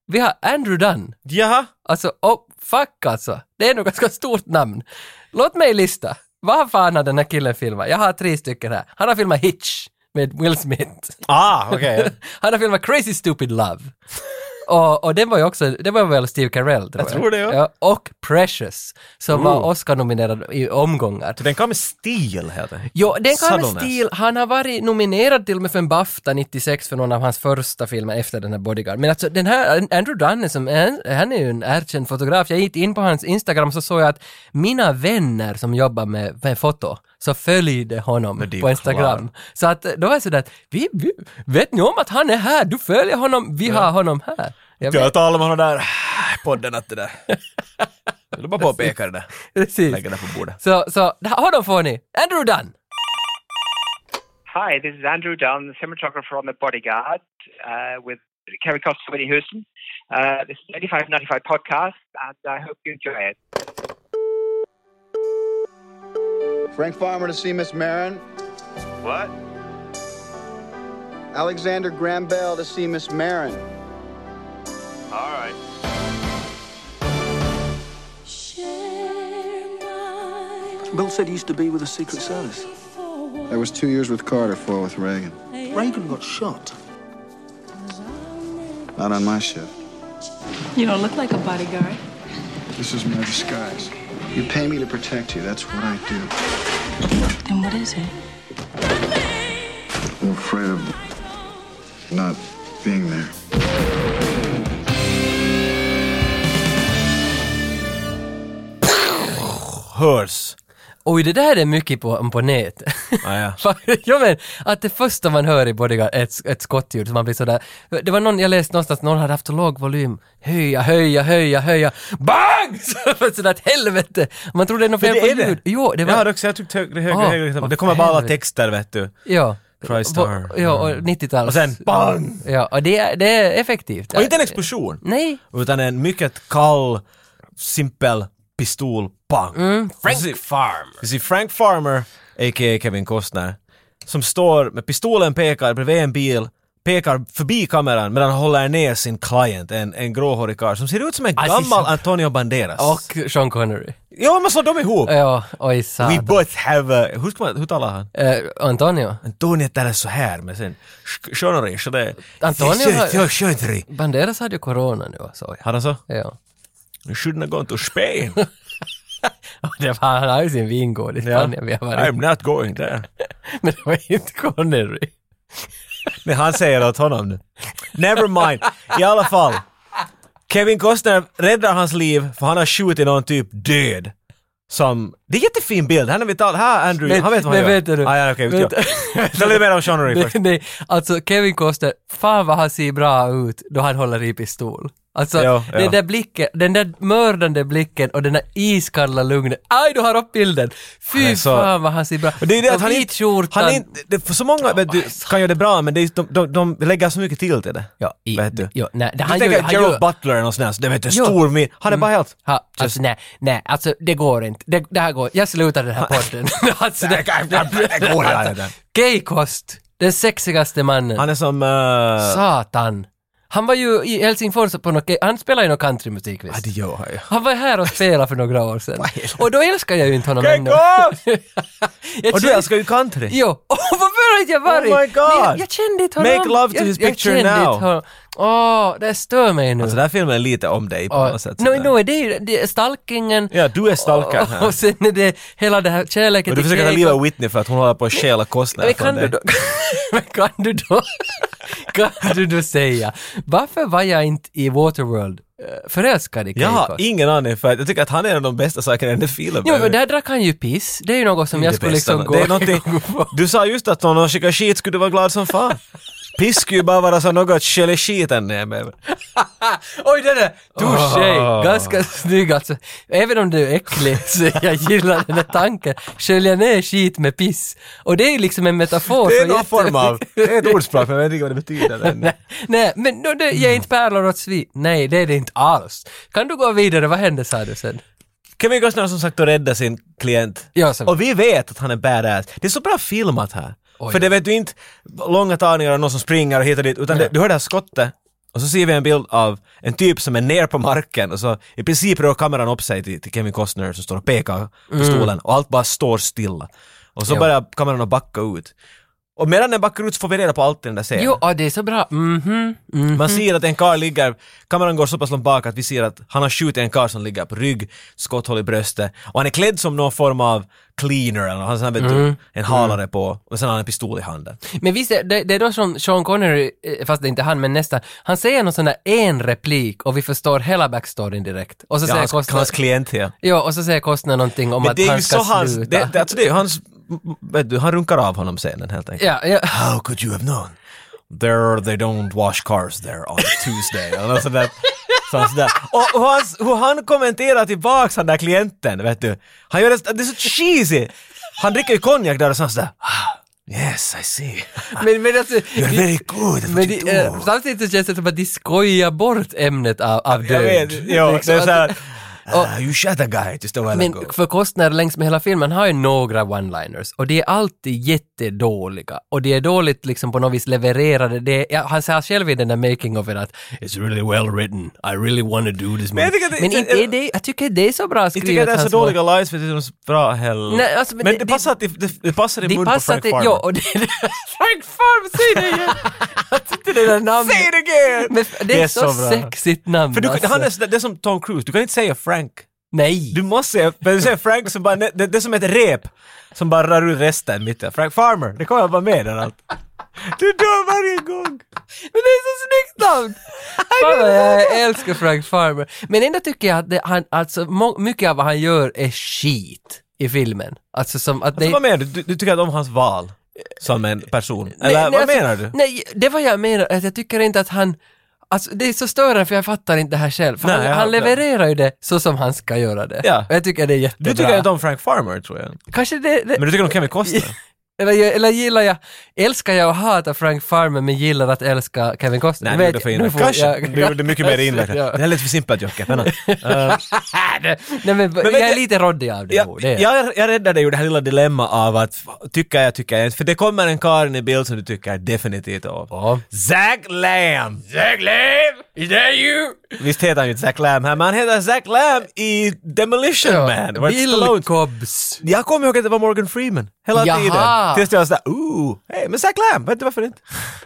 Speaker 1: Vi har Andrew Dunn.
Speaker 2: Jaha.
Speaker 1: Alltså, oh, fuck alltså. Det är nog ganska stort namn. Låt mig lista. Vad fan har den här killen filmat? Jag har tre stycken här. Han har filmat Hitch med Will Smith.
Speaker 2: Ah, okej.
Speaker 1: *laughs*
Speaker 2: *laughs*
Speaker 1: Han har filmat Crazy Stupid Love. Och, och det var ju också, det var väl Steve Carell tror jag.
Speaker 2: tror det, ja.
Speaker 1: Och Precious, som var Oscar-nominerad i omgångar.
Speaker 2: Så den kan med stil helt enkelt.
Speaker 1: Jo, den kan
Speaker 2: Suttle-ness.
Speaker 1: stil. Han har varit nominerad till och med för en Bafta 96 för någon av hans första filmer efter den här Bodyguard. Men alltså den här Andrew Dunn, är som, han- han är ju en erkänd fotograf. Jag gick in på hans Instagram så såg jag att mina vänner som jobbar med, med foto så följde honom
Speaker 2: det är ju
Speaker 1: på Instagram. Så att eh, då var jag sådär, att, vi, vi, vet ni om att han är här? Du följer honom, vi har honom här. Jag vet,
Speaker 2: Jag talar med honom där Ah, i podden att det där. *laughs* Jag vill bara påpeka det där.
Speaker 1: precis.
Speaker 2: Lägga det på bordet.
Speaker 1: Så, så, honom får ni. Andrew Dunn!
Speaker 4: Hi, this is Andrew Dunn, the cinematographer on The Bodyguard uh, with Kerry Costa and Whitney Houston. Uh, this is 8595 podcast, and I hope you enjoy it.
Speaker 5: Frank Farmer to see Miss Marin.
Speaker 4: What?
Speaker 5: Alexander Graham Bell to see Miss Marin.
Speaker 4: All right.
Speaker 6: Bill said he used to be with the Secret Service.
Speaker 5: I was two years with Carter, four with Reagan.
Speaker 6: Reagan got shot.
Speaker 5: Not on my shift.
Speaker 7: You don't look like a bodyguard.
Speaker 5: This is my disguise. You pay me to protect you. That's what I do.
Speaker 7: Then what is it?
Speaker 5: I'm afraid of not being there.
Speaker 2: Hörs.
Speaker 1: Oj, det där är mycket på, på nätet.
Speaker 2: Ah, ja.
Speaker 1: *laughs* jo men, att det första man hör i Bodyguard är ett, ett skottljud, så man blir sådär... Det var någon, jag läste någonstans, någon hade haft så låg volym. Höja, höja, höja, höja. BANG! *laughs* Så- Sådär att helvete! Man tror det är något fel på
Speaker 2: det är det.
Speaker 1: ljud. Jo, det
Speaker 2: Jag
Speaker 1: var...
Speaker 2: hade också, jag tyckte högre, högre,
Speaker 1: Ah,
Speaker 2: högre. Det
Speaker 1: vad
Speaker 2: kommer bara alla
Speaker 1: helvete.
Speaker 2: texter vet du.
Speaker 1: Ja.
Speaker 2: Tristar.
Speaker 1: På- Ja, och 90-tals.
Speaker 2: Mm. Och sen bang!
Speaker 1: Ja, och det är, det är effektivt.
Speaker 2: Och inte en explosion.
Speaker 1: Nej.
Speaker 2: Utan en mycket kall, simpel pistol. Bang! Mm, Frank Farmer. Vi ser Frank Farmer, a.k.a. Kevin Costner, som står med pistolen pekad bredvid en bil pekar förbi kameran medan han håller ner sin client, en, en gråhårig karl som ser ut som en
Speaker 1: Ah,
Speaker 2: gammal
Speaker 1: så-
Speaker 2: Antonio Banderas.
Speaker 1: Och Sean Connery.
Speaker 2: Ja, man slår dem ihop!
Speaker 1: Ja, oj
Speaker 2: We
Speaker 1: satan.
Speaker 2: both have... Uh, hur, ska man, hur talar han?
Speaker 1: Eh, Antonio?
Speaker 2: Antonio talar så här, men sen... Shonori, så det...
Speaker 1: Antonio har-
Speaker 2: har... Shonori.
Speaker 1: Banderas hade ju corona nu såg jag.
Speaker 2: Har han så?
Speaker 1: Ja. *laughs*
Speaker 2: You shouldn't have gone to *laughs* Spain.
Speaker 1: Det var, han har ju sin vingård i Spanien vi har varit.
Speaker 2: I'm not going there.
Speaker 1: *laughs* Men det var inte Connery.
Speaker 2: Men han säger åt honom nu. Never mind. I alla fall. Kevin Costner räddar hans liv för han har skjutit någon typ död. Som, det är en jättefin bild. Här när vi talar, här Andrew, han vet vad han
Speaker 1: men
Speaker 2: gör.
Speaker 1: vet du?
Speaker 2: Ah, ja, okej,
Speaker 1: Vet-
Speaker 2: okay, Tala lite mer om Sean först.
Speaker 1: Nej, nej, alltså Kevin Costner, fan vad han ser bra ut då han håller i pistol. Alltså
Speaker 2: Ja,
Speaker 1: den
Speaker 2: ja.
Speaker 1: där blicken, den där mördande blicken och den där iskalla lugnet. Aj, du har upp bilden! Fy
Speaker 2: är så-
Speaker 1: fan vad han ser bra
Speaker 2: Och det är det
Speaker 1: Och
Speaker 2: att han
Speaker 1: vit
Speaker 2: inte,
Speaker 1: skjortan-
Speaker 2: han är inte, det, för så många vet
Speaker 1: Oh,
Speaker 2: du, kan göra det bra men det är, de, de, de lägger så mycket till till det.
Speaker 1: Ja, i,
Speaker 2: vet du.
Speaker 1: Ja, nej, det,
Speaker 2: Du
Speaker 1: han gör,
Speaker 2: tänker
Speaker 1: han gör,
Speaker 2: Gerald Butler eller något sånt där, så det vet du,
Speaker 1: Jo.
Speaker 2: stor min, han är bara helt...
Speaker 1: ha, alltså, nej, nej, alltså det går inte. Det, det här går Jag slutar
Speaker 2: *laughs*
Speaker 1: den här podden. *laughs* alltså, det,
Speaker 2: Det går inte, det där.
Speaker 1: Gaykost, den sexigaste mannen.
Speaker 2: Han är som... Uh,
Speaker 1: Satan. Han var ju i Helsingfors på något, han spelade ju någon countrymusik visst?
Speaker 2: ja, det gör han ju.
Speaker 1: Han var här och spelade för några år sedan. Och då älskar jag ju inte honom ännu. *laughs* Jag
Speaker 2: Och du
Speaker 1: kände-
Speaker 2: älskar ju country.
Speaker 1: Jo, *laughs* oh, varför har inte jag varit?
Speaker 2: Oh my God.
Speaker 1: Men Jag, jag kände inte honom.
Speaker 2: Make love to
Speaker 1: jag,
Speaker 2: his
Speaker 1: jag
Speaker 2: picture
Speaker 1: kände
Speaker 2: now.
Speaker 1: inte honom. Åh, det stör mig nu.
Speaker 2: Alltså den här filmen är lite om dig på
Speaker 1: Ja.
Speaker 2: något sätt.
Speaker 1: No, no, det är ju det är stalkingen.
Speaker 2: Ja, du är stalkaren
Speaker 1: Och,
Speaker 2: *laughs* här.
Speaker 1: och sen är det hela det här kärleken
Speaker 2: Och du
Speaker 1: till
Speaker 2: försöker ta
Speaker 1: Kate
Speaker 2: livet
Speaker 1: och-
Speaker 2: av Whitney för att hon håller på att stjäla kostnader
Speaker 1: Men kan
Speaker 2: från
Speaker 1: du
Speaker 2: dig.
Speaker 1: då, *laughs* men kan du då, *laughs* kan du då säga, varför var jag inte i Waterworld eh, förälskad i
Speaker 2: Jag har
Speaker 1: Keiko?
Speaker 2: ingen aning för att jag tycker att han är en av de bästa sakerna i den filmen.
Speaker 1: Jo, men där drack han ju piss. Det är ju något som
Speaker 2: Det är
Speaker 1: jag
Speaker 2: det
Speaker 1: skulle
Speaker 2: bästa.
Speaker 1: liksom gå...
Speaker 2: Det
Speaker 1: *laughs*
Speaker 2: är någonting, du sa just att om någon skickar skit skulle du vara glad som fan. Piss skulle ju bara vara så något att skölja skiten ner med.
Speaker 1: Oj, det där! Touché!
Speaker 2: Ah.
Speaker 1: Ganska snygg alltså. Även om du är äcklig *laughs* så jag gillar den här tanken. Skölja ner skit med piss. Och det är ju liksom en metafor
Speaker 2: Det är
Speaker 1: för
Speaker 2: någon
Speaker 1: jätte-
Speaker 2: form av, det är *laughs* ett ordspråk men jag vet inte vad det betyder. än.
Speaker 1: *laughs* Nej, men no, det, ge inte pärlor åt svin. Nej, det är det inte alls. Kan du gå vidare? Vad hände sa du sen?
Speaker 2: Kevin Costner har som sagt att rädda sin klient.
Speaker 1: Ja, så-
Speaker 2: Och vi vet att han är badass. Det är så bra filmat här.
Speaker 1: Oj.
Speaker 2: För det vet du inte långa tagningar och någon som springer och hit och dit, utan det, du hör det här skottet och så ser vi en bild av en typ som är ner på marken och så i princip rör kameran upp sig till, till Kevin Costner som står och pekar på
Speaker 1: Mm.
Speaker 2: stolen och allt bara står stilla. Och så börjar kameran att backa ut. Och medan den backar ut så får vi reda på allt i den där scenen.
Speaker 1: Jo, ah, det är så bra. Mhm. Mm.
Speaker 2: Man ser att en karl ligger, kameran går så pass långt bak att vi ser att han har skjutit en karl som ligger på rygg, skotthål i bröstet och han är klädd som någon form av cleaner eller något, han har sån här, vet
Speaker 1: Mm-hmm.
Speaker 2: du, en halare på och sen har han en pistol i handen.
Speaker 1: Men visst, är- det, det är då som Sean Connery, eh, fast det är inte han, men nästan, han säger någon sån där en replik och vi förstår hela backstoryn direkt. Och så
Speaker 2: Ja,
Speaker 1: säger
Speaker 2: hans,
Speaker 1: Costner,
Speaker 2: hans klient här.
Speaker 1: ja, och så säger Costner någonting om
Speaker 2: Men
Speaker 1: att
Speaker 2: det är
Speaker 1: han
Speaker 2: ju
Speaker 1: ska
Speaker 2: så hans,
Speaker 1: sluta.
Speaker 2: det, det, alltså det är ju hans, vet du, han runkar av honom scenen helt enkelt.
Speaker 1: Ja, ja. *laughs*
Speaker 2: How could you have known? There they don't wash cars there on Tuesday. Eller något sånt där. Sånt sådär. Och hur han, hur han kommenterar tillbaks den där klienten, vet du. Han gör det, det är så cheesy. Han dricker ju konjak där och sånt sådär. "Ah, Yes, I *laughs* see.
Speaker 1: Men, men alltså,
Speaker 2: You're very good at
Speaker 1: men
Speaker 2: what you
Speaker 1: det,
Speaker 2: do.
Speaker 1: eh, samtidigt så känns det som att de skojar bort ämnet av, av
Speaker 2: Jag
Speaker 1: död.
Speaker 2: vet, jo, det
Speaker 1: Liksom
Speaker 2: är
Speaker 1: att-
Speaker 2: såhär. "Ah, you shot a guy just a while
Speaker 1: Men
Speaker 2: ago.
Speaker 1: för Costner längs med hela filmen har ju några one-liners och de är alltid jättedåliga och de är dåligt liksom på något vis levererade. Det är, jag, han sa själv i den där making of it att “It's really well written, I really want to do this
Speaker 2: Men jag
Speaker 1: movie”.
Speaker 2: tycker att det-
Speaker 1: Men inte är det, jag tycker det är så bra
Speaker 2: Jag
Speaker 1: skrivet.
Speaker 2: tycker det är så
Speaker 1: hans mål.
Speaker 2: dåliga lines för det är så bra heller.
Speaker 1: Nej, alltså, men
Speaker 2: men
Speaker 1: det-
Speaker 2: det,
Speaker 1: det-
Speaker 2: passar, det, det, det passar i
Speaker 1: Det
Speaker 2: mun på
Speaker 1: passar
Speaker 2: Frank
Speaker 1: till...
Speaker 2: Farmer.
Speaker 1: Ja, och det, *laughs* Frank Farmer, säg det
Speaker 2: *laughs*
Speaker 1: igen! Jag tyckte det där namnet...
Speaker 2: Say it again!
Speaker 1: Men f- det är,
Speaker 2: Det är
Speaker 1: så,
Speaker 2: så bra.
Speaker 1: sexigt namn
Speaker 2: För du,
Speaker 1: alltså.
Speaker 2: han är, sådär- det är som Tom Cruise, du kan inte säga Frank.
Speaker 1: Nej!
Speaker 2: Du måste säga, när du säger Frank så bara, det, det är som ett rep som bara rör ur resten mitt där. Frank Farmer, det kommer bara med där allt. Du dör varje gång!
Speaker 1: Men det är så snyggt *laughs* namn! Fan, jag älskar Frank Farmer. Men ändå tycker jag att det, han, alltså, må, mycket av vad han gör är skit i filmen. Alltså som att det...
Speaker 2: Alltså, vad menar du? du? Du tycker inte om hans val som en person?
Speaker 1: Nej,
Speaker 2: Eller
Speaker 1: nej,
Speaker 2: vad
Speaker 1: alltså,
Speaker 2: menar du?
Speaker 1: Nej, det var jag menar, att jag tycker inte att han... Alltså det är så störande för jag fattar inte det här själv. För
Speaker 2: Nej,
Speaker 1: han,
Speaker 2: jag-
Speaker 1: han levererar ju det så som han ska göra det.
Speaker 2: Ja.
Speaker 1: Och jag tycker det är jättebra.
Speaker 2: Du tycker inte om Frank Farmer tror jag.
Speaker 1: Kanske det... det *laughs*
Speaker 2: Men du tycker om Kevin Costner?
Speaker 1: Eller, eller gillar jag, älskar jag och hatar Frank Farmer men gillar att älska Kevin Costner?
Speaker 2: Nej, du
Speaker 1: Vet
Speaker 2: gjorde
Speaker 1: jag-
Speaker 2: för
Speaker 1: nu
Speaker 2: inverkan.
Speaker 1: får
Speaker 2: Kanske.
Speaker 1: jag-
Speaker 2: Du gjorde mycket mer
Speaker 1: kanske,
Speaker 2: inverkan.
Speaker 1: ja.
Speaker 2: Det här lät för simpelt Jocke. Vänta. Eh,
Speaker 1: *laughs* Nej, men,
Speaker 2: vet
Speaker 1: jag är
Speaker 2: jag-
Speaker 1: lite råddig av det, jo,
Speaker 2: jag,
Speaker 1: det är.
Speaker 2: jag, är- jag räddade ju det här lilla dilemma av att f- tycker jag, tycker jag inte. För det kommer en karl in i bild som du tycker definitivt om.
Speaker 1: Ja.
Speaker 2: Zack Lamb!
Speaker 1: Zack Lamb, is that you?
Speaker 2: Visst heter han ju inte Zack Lamb här, men han heter Zack Lamb i Demolition Man. Det var ett
Speaker 1: Bill
Speaker 2: Stallone-
Speaker 1: Cobbs.
Speaker 2: Jag kommer ihåg att det var Morgan Freeman hela
Speaker 1: Jaha.
Speaker 2: tiden. Tills jag var sådär, ooh, hej, men Zack Lamb, vet du varför inte?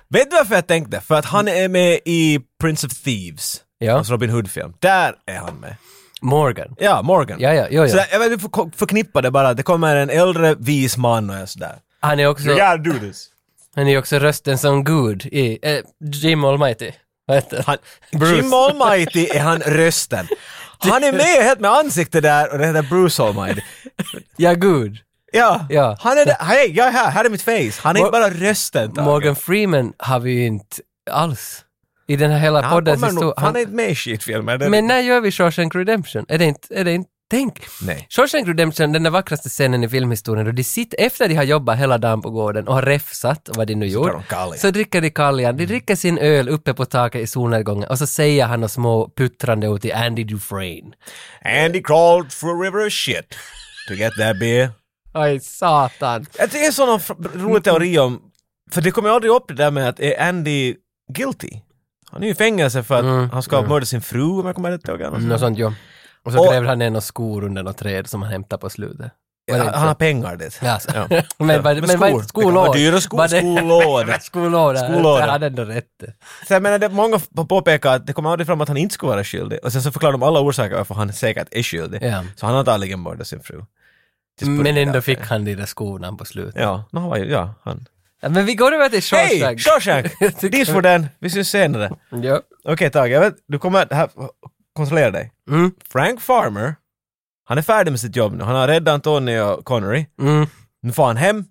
Speaker 2: vet du varför jag tänkte? För att han är med i Prince of Thieves,
Speaker 1: Ja.
Speaker 2: hans Robin Hood-film. Där är han med.
Speaker 1: Morgan.
Speaker 2: Ja, Morgan.
Speaker 1: Ja, ja, jo,
Speaker 2: Så
Speaker 1: ja.
Speaker 2: jag vet, du får- förknippar det bara, det kommer en äldre vis man och jag är sådär.
Speaker 1: Han är också,
Speaker 2: You gotta do this.
Speaker 1: han är också rösten som Gud i eh, Jim Almighty. Vad heter
Speaker 2: Han,
Speaker 1: Bruce.
Speaker 2: Jim Almighty är han rösten. Han är med helt med ansikte där och det heter Bruce Almighty.
Speaker 1: Ja, Gud.
Speaker 2: Ja,
Speaker 1: Ja.
Speaker 2: han är där. Hej, jag är här, här är mitt face. Han är inte bara rösten. Tage.
Speaker 1: Morgan Freeman har vi ju inte alls i den här hela
Speaker 2: han,
Speaker 1: poddens
Speaker 2: kommer nog-
Speaker 1: historia.
Speaker 2: han är inte med i skitfilmer. det är-
Speaker 1: Men när gör vi Shawshank Redemption? Är det inte, är det inte Tänk!
Speaker 2: Nej.
Speaker 1: Shawshank Redemption, den där vackraste scenen i filmhistorien, då de sitter, efter de har jobbat hela dagen på gården och har refsat och vad de nu
Speaker 2: tar
Speaker 1: gjorde,
Speaker 2: de kaljan.
Speaker 1: så dricker de kaljan,
Speaker 2: Mm.
Speaker 1: de dricker sin öl uppe på taket i solnedgången och så säger han och små puttrande ut till Andy Dufresne.
Speaker 2: Andy crawled through a river of shit to get that beer.
Speaker 1: Aj, satan!
Speaker 2: Jag tycker det är en sån fr- rolig teori om, för det kommer ju aldrig upp det där med att är Andy guilty? Han är ju i fängelse för att han ska ha mördat sin fru om jag kommer rätt ihåg. annars.
Speaker 1: Något sånt, ja. Mm. Och så
Speaker 2: Mm. Och-
Speaker 1: grävde han ner några skor under något träd som han hämtade på slutet. Var det
Speaker 2: Han
Speaker 1: inte
Speaker 2: han
Speaker 1: så?
Speaker 2: har pengar det.
Speaker 1: Ja, alltså.
Speaker 2: Ja.
Speaker 1: *laughs* men, var- men var
Speaker 2: skor.
Speaker 1: inte
Speaker 2: Det kan
Speaker 1: skolår?
Speaker 2: vara dyra skor.
Speaker 1: Var det- *laughs*
Speaker 2: Skolår.
Speaker 1: Skolåda.
Speaker 2: Skolåda.
Speaker 1: Jag hade ändå rätt.
Speaker 2: Så jag menar, det, många på- påpekar att det kommer aldrig fram att han inte skulle vara skyldig. Och sen så förklarar de alla orsaker varför han säkert är skyldig.
Speaker 1: Ja.
Speaker 2: Så han har antagligen mördat sin fru. Just på
Speaker 1: Men
Speaker 2: det
Speaker 1: ändå
Speaker 2: där.
Speaker 1: fick han de där skorna på slutet.
Speaker 2: Ja, no, han var ju, ja, han.
Speaker 1: Ja, men vi går över till Shawshank.
Speaker 2: Hej! Shawshank!
Speaker 1: *laughs* Jag tycker-
Speaker 2: Dis för den, vi syns senare.
Speaker 1: Ja.
Speaker 2: Okej Tage, jag vet, du kommer här, kontrollera dig.
Speaker 1: Mm.
Speaker 2: Frank Farmer, han är färdig med sitt jobb nu. Han har räddat Antonio och Connery.
Speaker 1: Mm.
Speaker 2: Nu får han hem.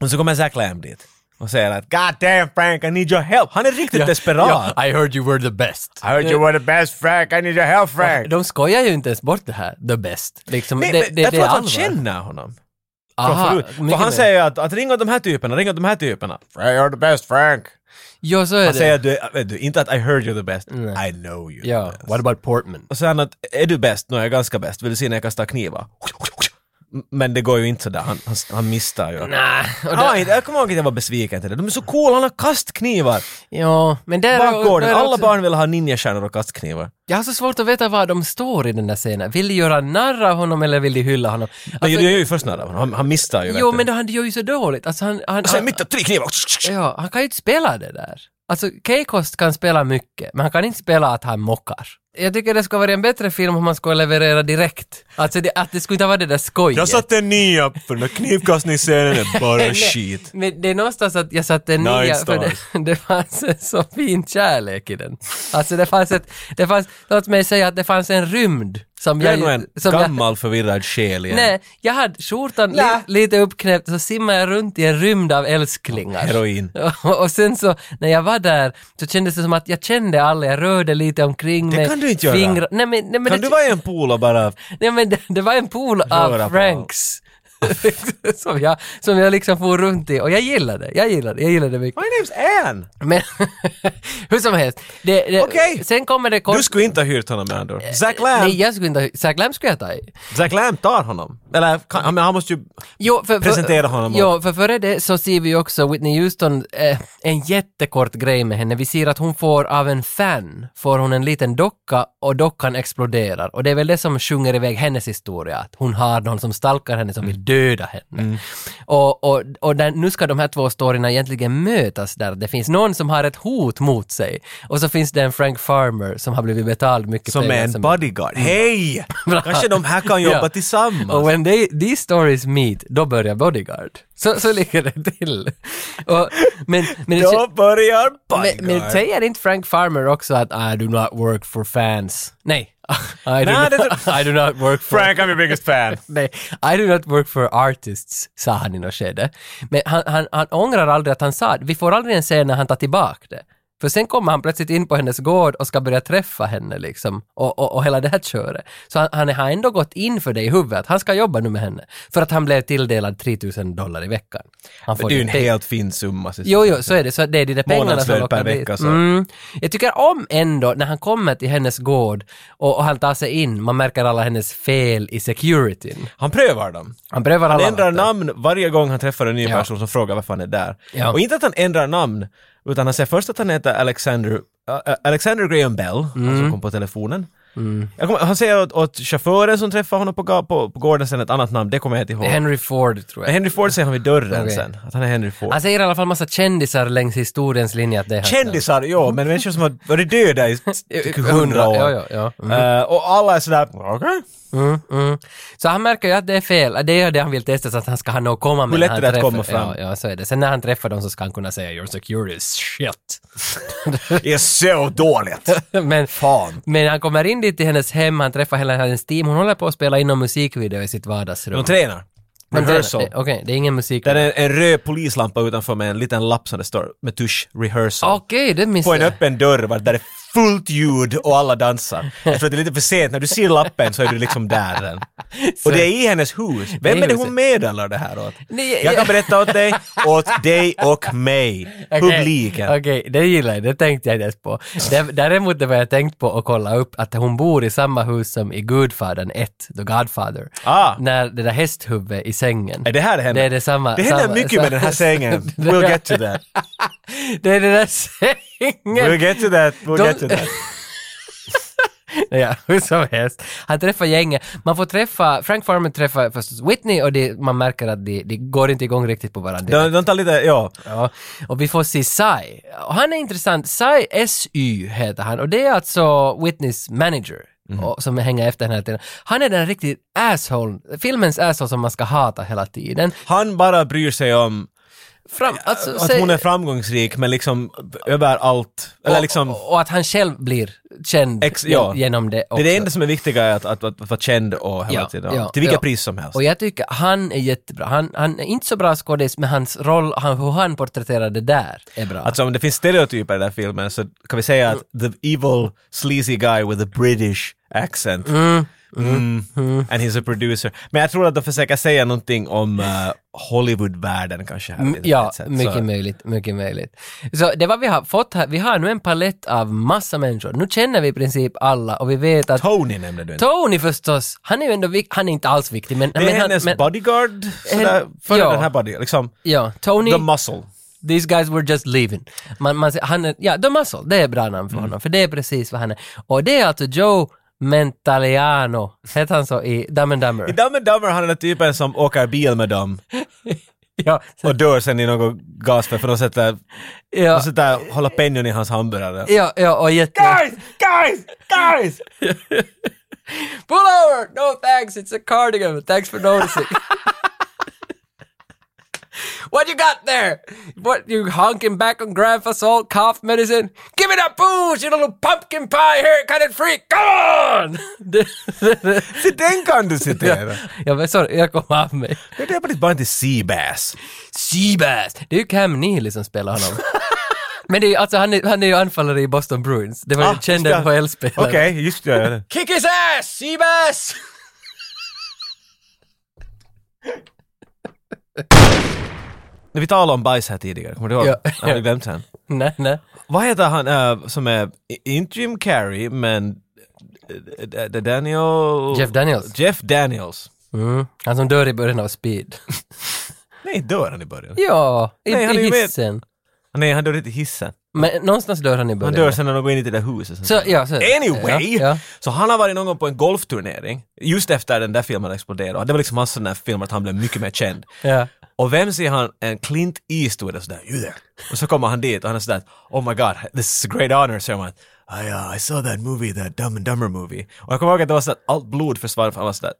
Speaker 2: Och så kommer Zack Lamb dit. Och säger att God damn Frank, I need your help. Han är riktigt desperat.
Speaker 1: I heard you were the best.
Speaker 2: I heard you were the best Frank, I need your help Frank.
Speaker 1: De skojar ju inte ens bort det här, the best. Liksom,
Speaker 2: Nej,
Speaker 1: det,
Speaker 2: men
Speaker 1: det,
Speaker 2: jag
Speaker 1: det
Speaker 2: tror
Speaker 1: är
Speaker 2: att han
Speaker 1: allvar.
Speaker 2: känner honom.
Speaker 1: Aha,
Speaker 2: Från förut.
Speaker 1: mycket
Speaker 2: För han
Speaker 1: mer.
Speaker 2: säger att, att ring åt de här typerna, ring åt de här typerna. Frank, you're the best Frank.
Speaker 1: Ja, så är
Speaker 2: Han
Speaker 1: det.
Speaker 2: säger att du, är- vet du, inte att I heard you're the best, I know you're
Speaker 1: ja.
Speaker 2: the best.
Speaker 1: What about Portman?
Speaker 2: Och så han att, är du bäst? Nå, jag är ganska bäst. Vill du se när jag kastar knivar? Men det går ju inte sådär. Han, han, han misstar ju.
Speaker 1: Nej.
Speaker 2: Han var inte- Jag kommer ihåg att jag var besviken till det. De är så coola, han har kastknivar!
Speaker 1: Ja, men där...
Speaker 2: Bakgården,
Speaker 1: där är
Speaker 2: alla
Speaker 1: också-
Speaker 2: barn vill ha ninjastjärnor och kastknivar.
Speaker 1: Jag har så svårt att veta var de står i den där scenen. Vill de göra narr av honom eller vill de hylla honom?
Speaker 2: Men
Speaker 1: Alltså,
Speaker 2: det gör ju först när han, han misstar ju. vet
Speaker 1: jo,
Speaker 2: du.
Speaker 1: men han gör ju så dåligt. Alltså, han, han,
Speaker 2: Och sen mitt av tre knivar!
Speaker 1: Ja, han kan ju inte spela det där. Alltså, Keikost kan spela mycket, men han kan inte spela att han mockar. Jag tycker det skulle vara en bättre film om man skulle leverera direkt. Alltså, det, att det skulle inte vara det där skojet.
Speaker 2: en nia för den där knivkastningsscenen är bara
Speaker 1: Men det är någonstans att jag satte en
Speaker 2: Nine
Speaker 1: nia, för
Speaker 2: stars.
Speaker 1: det, *laughs* det fanns en så fin kärlek i den. Alltså, det fanns ett... Det fanns, låt mig säga att det fanns en rymd som
Speaker 2: Jag är
Speaker 1: jag...
Speaker 2: nog en
Speaker 1: som jag-
Speaker 2: gammal förvirrad själ igen.
Speaker 1: Nej, jag hade skjortan li,
Speaker 2: Nä.
Speaker 1: lite uppknäppt så simmade jag runt i en rymd av älsklingar.
Speaker 2: Heroin.
Speaker 1: *laughs* Och, och sen så, när jag var där, så kändes det som att jag kände alla, jag rörde lite omkring
Speaker 2: Det
Speaker 1: mig.
Speaker 2: kan du inte göra.
Speaker 1: fingrar- Nej men, nej, men,
Speaker 2: Kan
Speaker 1: det,
Speaker 2: du vara i en pool och bara...
Speaker 1: nej, men det, det var en pool
Speaker 2: Röra
Speaker 1: av
Speaker 2: på
Speaker 1: Franks. *laughs* som, jag, som jag liksom for runt i och jag gillade det, jag gillade det, jag gillade det mycket.
Speaker 2: My name's Ann!
Speaker 1: Men *laughs* hur som helst, det, det,
Speaker 2: Okej.
Speaker 1: sen kommer det kort...
Speaker 2: Du skulle inte ha hyrt honom med andra ord. Zack Lamb!
Speaker 1: Nej, jag skulle inte, Zack Lamb skulle jag ta i.
Speaker 2: Zack Lamb tar honom. Eller kan, han, men han måste ju...
Speaker 1: Jo, för, för,
Speaker 2: Presentera honom och-
Speaker 1: Ja, för före det så ser vi ju också Whitney Houston, eh, en jättekort grej med henne. Vi ser att hon får av en fan, får hon en liten docka och dockan exploderar. Och det är väl det som sjunger iväg hennes historia, att hon har någon som stalkar henne som
Speaker 2: Mm.
Speaker 1: vill döda henne. Och, och, och där, nu ska de här två storyna egentligen mötas där det finns någon som har ett hot mot sig. Och så finns det en Frank Farmer som har blivit betald mycket
Speaker 2: Som
Speaker 1: pengar
Speaker 2: är en bodyguard. Hej! Kanske de här kan
Speaker 1: Mm. *laughs*
Speaker 2: jobba
Speaker 1: Ja. Och
Speaker 2: tillsammans.
Speaker 1: when they, these stories meet, då börjar Bodyguard. Så, så ligger det till. Och, men, men,
Speaker 2: Då börjar bodyguard.
Speaker 1: men, men säger inte Frank Farmer också att I do not work for fans? Nej. *laughs* I do,
Speaker 2: Nej, det
Speaker 1: not, *laughs* I do not work for...
Speaker 2: Frank, I'm your
Speaker 1: *laughs*
Speaker 2: biggest fan.
Speaker 1: Nej, I do not work for artists, sa han i något skede. Men han, han, han ångrar aldrig att han sa det. Vi får aldrig en scen när han tar tillbaka det. För sen kommer han plötsligt in på hennes gård och ska börja träffa henne liksom och, och, och hela det här köret. Så han, han har ändå gått in för det i huvudet, att han ska jobba nu med henne. För att han blev tilldelad 3000 dollar i veckan. Han
Speaker 2: Det är ju en
Speaker 1: inte-
Speaker 2: helt fin summa.
Speaker 1: Jo, jo, så är det. Så det är de där pengarna som
Speaker 2: Månadslön
Speaker 1: lockar
Speaker 2: per
Speaker 1: dit.
Speaker 2: vecka, så.
Speaker 1: Mm. Jag tycker om ändå när han kommer till hennes gård och, och han tar sig in, man märker alla hennes fel i securityn.
Speaker 2: Han prövar dem.
Speaker 1: Han prövar alla
Speaker 2: Han ändrar
Speaker 1: vatten.
Speaker 2: namn varje gång han träffar en ny
Speaker 1: Ja.
Speaker 2: person som frågar varför han är där.
Speaker 1: Ja.
Speaker 2: Och inte att han ändrar namn, utan han säger först att han heter Alexander, Ä- Ä- Alexander Graham Bell, han
Speaker 1: Mm.
Speaker 2: som kom på telefonen. Jag kommer, han säger åt, åt chauffören som träffar honom på, ga- på, på gården sen ett annat namn, det kommer jag inte ihåg.
Speaker 1: Henry Ford tror
Speaker 2: Men
Speaker 1: jag.
Speaker 2: Henry Ford säger han vid dörren
Speaker 1: Okej.
Speaker 2: sen, att han är Henry Ford.
Speaker 1: Han säger i alla fall massa kändisar längs historiens linje att det är hans namn.
Speaker 2: Kändisar, ja, men människor som har varit döda *laughs* i typ hundra år.
Speaker 1: Ja, ja, ja. Mm.
Speaker 2: Eh, och alla är sådär, okej.
Speaker 1: Mm, mm. Så han märker ju att det är fel, det är det han vill testa så att han ska ha något att komma med.
Speaker 2: Hur lätt
Speaker 1: när han
Speaker 2: är det att
Speaker 1: träffar-
Speaker 2: komma fram?
Speaker 1: Ja, ja, så är det. Sen när han träffar dem så ska han kunna säga “You're secure as shit”. *laughs*
Speaker 2: Det är så dåligt.
Speaker 1: Men,
Speaker 2: *laughs* Fan.
Speaker 1: men han kommer in dit till hennes hem, han träffar hela hennes team, hon håller på att spela in någon musikvideo i sitt vardagsrum.
Speaker 2: De tränar.
Speaker 1: Men det-
Speaker 2: Rehearsal.
Speaker 1: det- Okej, det är ingen musik.
Speaker 2: Där är en röd polislampa utanför med en liten lapp som det står med tusch rehearsal.
Speaker 1: Okej, det
Speaker 2: På
Speaker 1: missade
Speaker 2: en
Speaker 1: jag.
Speaker 2: öppen dörr var- där det är fullt ljud och alla dansar. Jag tror att det är lite för sent, när du ser lappen så är du liksom där *laughs* redan. Och det är i hennes hus. Vem
Speaker 1: i
Speaker 2: är det
Speaker 1: huset.
Speaker 2: hon meddelar det här åt?
Speaker 1: Nej,
Speaker 2: Jag
Speaker 1: ja.
Speaker 2: kan berätta åt dig, åt dig och mig.
Speaker 1: Okej.
Speaker 2: Publiken.
Speaker 1: Okej, det gillar jag, det tänkte jag inte ens på. Dä- Däremot det var jag tänkt på att kolla upp att hon bor i samma hus som i Gudfadern 1, The Godfather.
Speaker 2: Ah.
Speaker 1: När det där hästhuvudet i sängen.
Speaker 2: Är det här det händer?
Speaker 1: Det är det samma.
Speaker 2: Det
Speaker 1: *laughs*
Speaker 2: händer
Speaker 1: samma-
Speaker 2: mycket med den här sängen. We'll get to
Speaker 1: *laughs*
Speaker 2: that.
Speaker 1: Det är den där sängen.
Speaker 2: We'll get to that. We'll
Speaker 1: De-
Speaker 2: get to that.
Speaker 1: Ja, hur som helst. Han träffar gänget. Man får träffa, Frank Farmer träffar förstås Whitney och det, man märker att de, de går inte igång riktigt på varandra.
Speaker 2: De, de tar lite, ja.
Speaker 1: Ja, och vi får se Sai. Och han är intressant. Sai SY heter han och det är alltså Whitneys manager.
Speaker 2: Mhm.
Speaker 1: Och, som hänger efter henne hela tiden. Han är den riktigt asshole, filmens asshole som man ska hata hela tiden.
Speaker 2: Han bara bryr sig om
Speaker 1: Fram, alltså,
Speaker 2: att
Speaker 1: säg-
Speaker 2: hon är framgångsrik men liksom överallt. Eller
Speaker 1: och,
Speaker 2: liksom,
Speaker 1: och, och att han själv blir känd
Speaker 2: Ex- ja.
Speaker 1: genom det
Speaker 2: det
Speaker 1: också.
Speaker 2: är det enda som är viktiga är att, att, att, vara känd och hela
Speaker 1: Ja,
Speaker 2: tiden.
Speaker 1: ja,
Speaker 2: till vilka
Speaker 1: ja.
Speaker 2: pris som helst.
Speaker 1: Och jag tycker han är jättebra. Han, han är inte så bra skådis, men hans roll, han, hur han porträtterar det där är bra.
Speaker 2: Alltså om det finns stereotyper i den här filmen så kan vi säga att the evil sleazy guy with a British accent. Mm. And he's a producer. Men jag tror att de försöker säga någonting om eh, Hollywood-världen kanske. Här,
Speaker 1: Mm,
Speaker 2: lite på
Speaker 1: Ja,
Speaker 2: ett sätt.
Speaker 1: mycket
Speaker 2: så,
Speaker 1: möjligt, mycket möjligt. Så det var vi har fått här, vi har nu en palett av massa människor. Nu känner vi i princip alla och vi vet att
Speaker 2: Tony nämnde du inte.
Speaker 1: Tony förstås, han är ju ändå vik- han är inte alls viktig men...
Speaker 2: Det är
Speaker 1: men han,
Speaker 2: hennes
Speaker 1: men,
Speaker 2: bodyguard, sådär, före
Speaker 1: ja.
Speaker 2: den här body, liksom.
Speaker 1: Ja, Tony,
Speaker 2: The muscle.
Speaker 1: these guys were just leaving. Man, man, ser- han är, ja, The Muscle, det är bra
Speaker 2: Mm.
Speaker 1: namn för honom, för det är precis vad han är. Och det är alltså Joe Mentaliano, heter han så i Dumb and Dumber?
Speaker 2: I Dumb and Dumber han är den typen som åker bil med dem
Speaker 1: ja,
Speaker 2: och dör sen i någon gasfäll för de sätter,
Speaker 1: ja,
Speaker 2: de sätter jalapenon i hans hamburgare.
Speaker 1: ja, ja, och jätte...
Speaker 2: guys, guys!
Speaker 1: *laughs* Pull over! No thanks, it's a cardigan. Thanks for noticing. *laughs* what you got there? What, you honking back on grandpa's old cough medicine? Give me that booze, you little pumpkin pie haircutted freak! Come on!
Speaker 2: *laughs* Se, den kan du citera!
Speaker 1: ja, men sorry, jag kom av mig.
Speaker 2: Det är bara ditt band till Seabass.
Speaker 1: Seabass! Det är ju Cam Neely som spelar
Speaker 2: *laughs*
Speaker 1: honom. Men det är, ju- alltså, han, är, han är ju anfallare i Boston Bruins. Det var ju en känd
Speaker 2: just det.
Speaker 1: NHL-spelare.
Speaker 2: Ah, Okej, just det.
Speaker 1: Kick his ass, Seabass!
Speaker 2: När vi talade om bajs här tidigare, kommer du ihåg?
Speaker 1: Ja.
Speaker 2: Jag hade glömt sen.
Speaker 1: *laughs* nej, nej.
Speaker 2: Vad heter han eh, som är, i- inte Jim Carrey, men eh, D- D- Daniel...
Speaker 1: Jeff Daniels.
Speaker 2: Jeff Daniels.
Speaker 1: Mm. Han som dör i början av Speed. *laughs*
Speaker 2: Nej, dör han i början?
Speaker 1: Ja, i,
Speaker 2: Nej, han är
Speaker 1: i
Speaker 2: ju med.
Speaker 1: hissen.
Speaker 2: Nej, han dör inte i hissen.
Speaker 1: Men någonstans dör han i
Speaker 2: Han
Speaker 1: början.
Speaker 2: dör sen när de går in i det där huset.
Speaker 1: Så, ja, så.
Speaker 2: Anyway!
Speaker 1: Ja, ja.
Speaker 2: Så han har varit någon gång på en golfturnering, just efter den där filmen exploderade. Och Det var liksom hans sån där film att han blev mycket mer känd.
Speaker 1: Ja.
Speaker 2: Och vem ser han? En Clint Eastwood och sådär, you there. Och så kommer han dit och han är sådär, oh my god, this is a great honor, säger man. I, uh, I saw that movie, that Dumb and Dumber movie. Och jag kommer ihåg att det var sådär, allt blod försvann för han var sådär,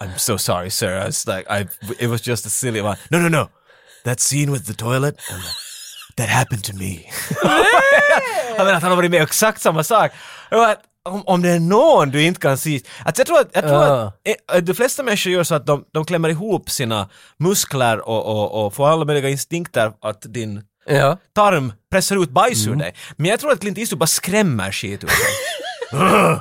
Speaker 2: I'm so sorry sir, I was like, I, it was just a silly one. No, no, no, that scene with the toilet, I'm like, that happened to me. *laughs* han menar att han har varit med om exakt samma sak. Jag bara, om, om det är någon du inte kan se... Att jag tror att, jag tror
Speaker 1: Ja.
Speaker 2: att Eh, De flesta människor gör så att de, de klämmer ihop sina muskler och, och, och får alla möjliga instinkter att din
Speaker 1: Ja.
Speaker 2: tarm pressar ut bajs
Speaker 1: Mm.
Speaker 2: ur dig. Men jag tror att Clint Eastwood bara skrämmer skit
Speaker 1: *laughs*
Speaker 2: ur dig.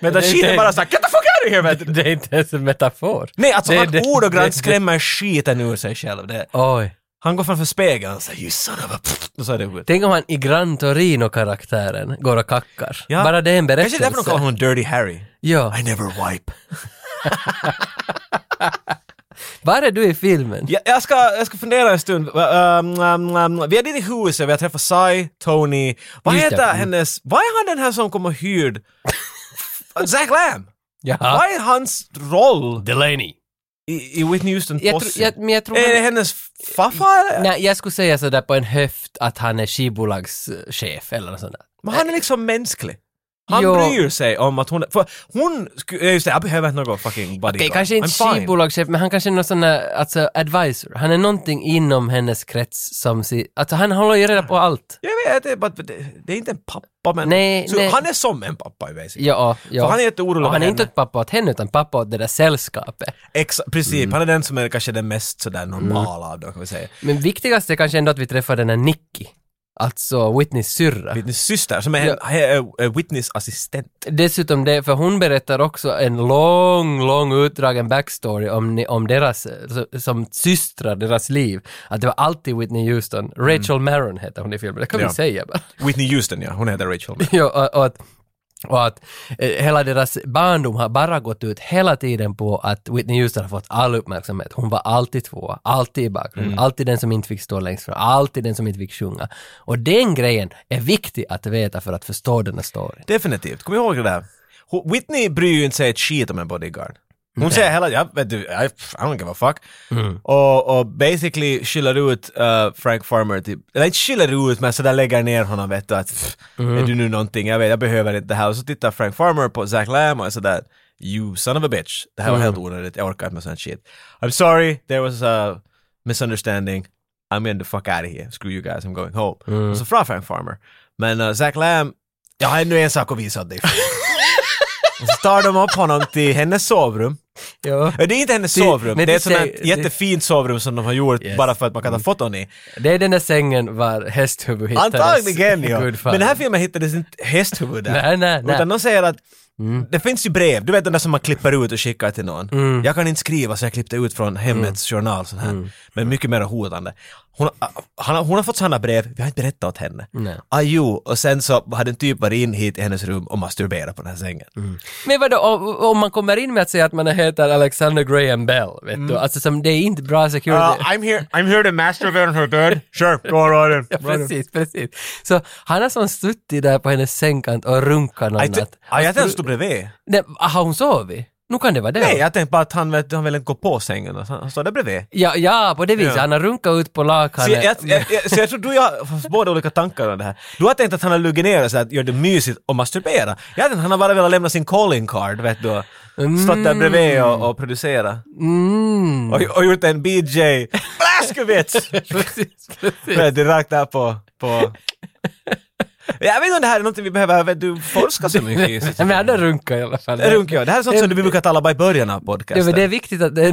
Speaker 2: Medan
Speaker 1: Det är
Speaker 2: skiten
Speaker 1: inte-
Speaker 2: bara såhär “Get the fuck out of here!” vet du.
Speaker 1: Det är inte ens en metafor.
Speaker 2: Nej, alltså
Speaker 1: Det-
Speaker 2: han
Speaker 1: det-
Speaker 2: ordagrant
Speaker 1: det-
Speaker 2: skrämmer skiten ur sig själv. Det,
Speaker 1: Oj.
Speaker 2: han går framför spegeln och säger “You son of a...” Och så är det ut.
Speaker 1: Tänk om han i Gran Torino-karaktären går och kackar.
Speaker 2: Ja.
Speaker 1: Bara det är en
Speaker 2: Kanske
Speaker 1: berättelse.
Speaker 2: därför de kallar honom Dirty Harry.
Speaker 1: Ja.
Speaker 2: I never wipe.
Speaker 1: Var är du i filmen?
Speaker 2: Ja, jag, ska, jag ska fundera en stund. Um, um, um, vi är inne i huset, vi har träffat Sai, Tony. Vad
Speaker 1: Just det,
Speaker 2: heter
Speaker 1: mm.
Speaker 2: hennes... Vad är han den här som
Speaker 1: *laughs*
Speaker 2: kommer hyrd? Zach Lamb!
Speaker 1: Jaha.
Speaker 2: Vad är hans roll
Speaker 1: Delaney.
Speaker 2: i, i Whitney Houston
Speaker 1: Jag, tro,
Speaker 2: Posse?
Speaker 1: jag, men jag tror...
Speaker 2: Är det hennes farfar eller?
Speaker 1: Nej, jag skulle säga sådär på en höft att han är skivbolagschef eller något sånt där.
Speaker 2: Men han är liksom mänsklig. Han
Speaker 1: Jo.
Speaker 2: bryr sig om att hon... För hon... sku- ja, Just det, jag behöver inte någon fucking bodyguard.
Speaker 1: Okej, kanske inte
Speaker 2: I'm fine.
Speaker 1: skivbolagschef, men han kanske är någon sån där, alltså advisor. Han är någonting inom hennes krets som si, Alltså han håller ju reda på allt.
Speaker 2: Jag vet, det, är bara- det, det är inte en pappa men...
Speaker 1: Nej,
Speaker 2: så
Speaker 1: nej.
Speaker 2: Han är som en pappa i basic.
Speaker 1: Ja, ja.
Speaker 2: För han är jätteorolig
Speaker 1: Och han är
Speaker 2: över
Speaker 1: inte
Speaker 2: henne.
Speaker 1: åt pappa åt henne, utan pappa åt det där sällskapet.
Speaker 2: Exa- precis,
Speaker 1: Mm.
Speaker 2: han är den som är kanske den mest sådär normala av dem kan vi säga.
Speaker 1: Men viktigast är kanske ändå att vi träffar den här Nicky. Alltså Whitneys syrra.
Speaker 2: Whitneys syster som är, en, är, är Whitneys assistent.
Speaker 1: Dessutom det, för hon berättar också en lång, lång utdragen backstory om, ni- om deras, eh, so- som systrar, deras liv. Att det var alltid Whitney Houston, Rachel Maron heter hon i filmen, det kan
Speaker 2: Mm. Ja.
Speaker 1: vi säga bara.
Speaker 2: Whitney Houston ja, hon heter Rachel.
Speaker 1: *laughs* ja, och, och att, och att eh, hela deras barndom har bara gått ut hela tiden på att Whitney Houston har fått all uppmärksamhet. Hon var alltid tvåa, alltid i bakgrunden,
Speaker 2: Mm.
Speaker 1: alltid den som inte fick stå längst fram, alltid den som inte fick sjunga. Och den grejen är viktig att veta för att förstå den här storyn.
Speaker 2: Definitivt, kom ihåg det där. Ho- Whitney bryr ju inte sig ett skit om en bodyguard. Hon säger hela ja, vet du, I, I don't give a fuck. Och, och basically skyller ut eh, Frank Farmer, till, eller inte skyller ut men sådär lägger ner honom vet du att pff, är du nu någonting, jag vet jag behöver inte det här. Och så tittar Frank Farmer på Zach Lamb och är sådär You son of a bitch. Det här var helt onödigt, jag orkar inte med sånt shit. I'm sorry, there was a misunderstanding. I'm getting the fuck out of here. Screw you guys, I'm going home. Och så från Frank Farmer. Men eh, Zach Lamb jag har ännu en sak att visa åt dig. Och så tar de upp honom till hennes sovrum.
Speaker 1: Ja.
Speaker 2: Eh, Det är inte hennes
Speaker 1: Det-
Speaker 2: sovrum,
Speaker 1: men
Speaker 2: det är
Speaker 1: det
Speaker 2: ett sånt här
Speaker 1: säger- det-
Speaker 2: jättefint sovrum som de har gjort
Speaker 1: Yes. Mm.
Speaker 2: bara för att man kan ta foton i.
Speaker 1: Det är den där sängen var hästhuvud hittades. *laughs*
Speaker 2: Antagligen ja. Men
Speaker 1: Gudfadern.
Speaker 2: den här filmen hittades inte hästhuvud där.
Speaker 1: Nej, nej, Mm. nej.
Speaker 2: Utan de säger att Det finns ju brev, du vet den där som man klipper ut och skickar till någon.
Speaker 1: Mm.
Speaker 2: Jag kan inte skriva så jag klippte ut från hemmets journal sån här. Men mycket mer hotande. Hon, har- han, har- hon har fått sådana brev, vi har inte berättat åt henne.
Speaker 1: Nej.
Speaker 2: Ah, jo, och sen så hade en typ varit in hit i hennes rum och masturberat på den här sängen.
Speaker 1: Men vadå, om, om man kommer in med att säga att man heter Alexander Graham Bell, vet
Speaker 2: Mm.
Speaker 1: du, alltså som det är inte bra security.
Speaker 2: Uh, I'm here. I'm here to masturbate on her bed. *laughs* Sure, go right in.
Speaker 1: Ja, *laughs* precis, precis. Så han har som suttit där på hennes sängkant och runkat någon
Speaker 2: I t-
Speaker 1: natt.
Speaker 2: ja, jag tänkte stå bredvid.
Speaker 1: Nej, Har hon sovit? Nu kan det vara det.
Speaker 2: Nej, jag tänkte bara att han, vet, han ville inte gå på sängen. och så- Han står där bredvid.
Speaker 1: ja, ja, på det viset.
Speaker 2: Ja.
Speaker 1: Han har runkat ut på
Speaker 2: Så jag,
Speaker 1: lakanet.
Speaker 2: jag, jag, jag, så jag tror du och jag har haft båda olika tankar om det här. Du har tänkt att han har luggit ner och så att gör det mysigt och masturbera. Jag tänkte att han har bara velat lämna sin calling card, vet du. och Stått där bredvid och, och producera.
Speaker 1: Mm.
Speaker 2: Och, och gjort en BJ *laughs*
Speaker 1: *laughs*
Speaker 2: Blaskovits!
Speaker 1: precis, precis.
Speaker 2: Vet du, rakt där på... *laughs* på. Jag vet inte om det här är något vi behöver vet du, forska så mycket i.
Speaker 1: Men han har runkat i alla fall.
Speaker 2: Det runkar jag. Det här är sånt som vi brukar tala om i början av
Speaker 1: Ja,
Speaker 2: podcasten.
Speaker 1: men det är viktigt att det är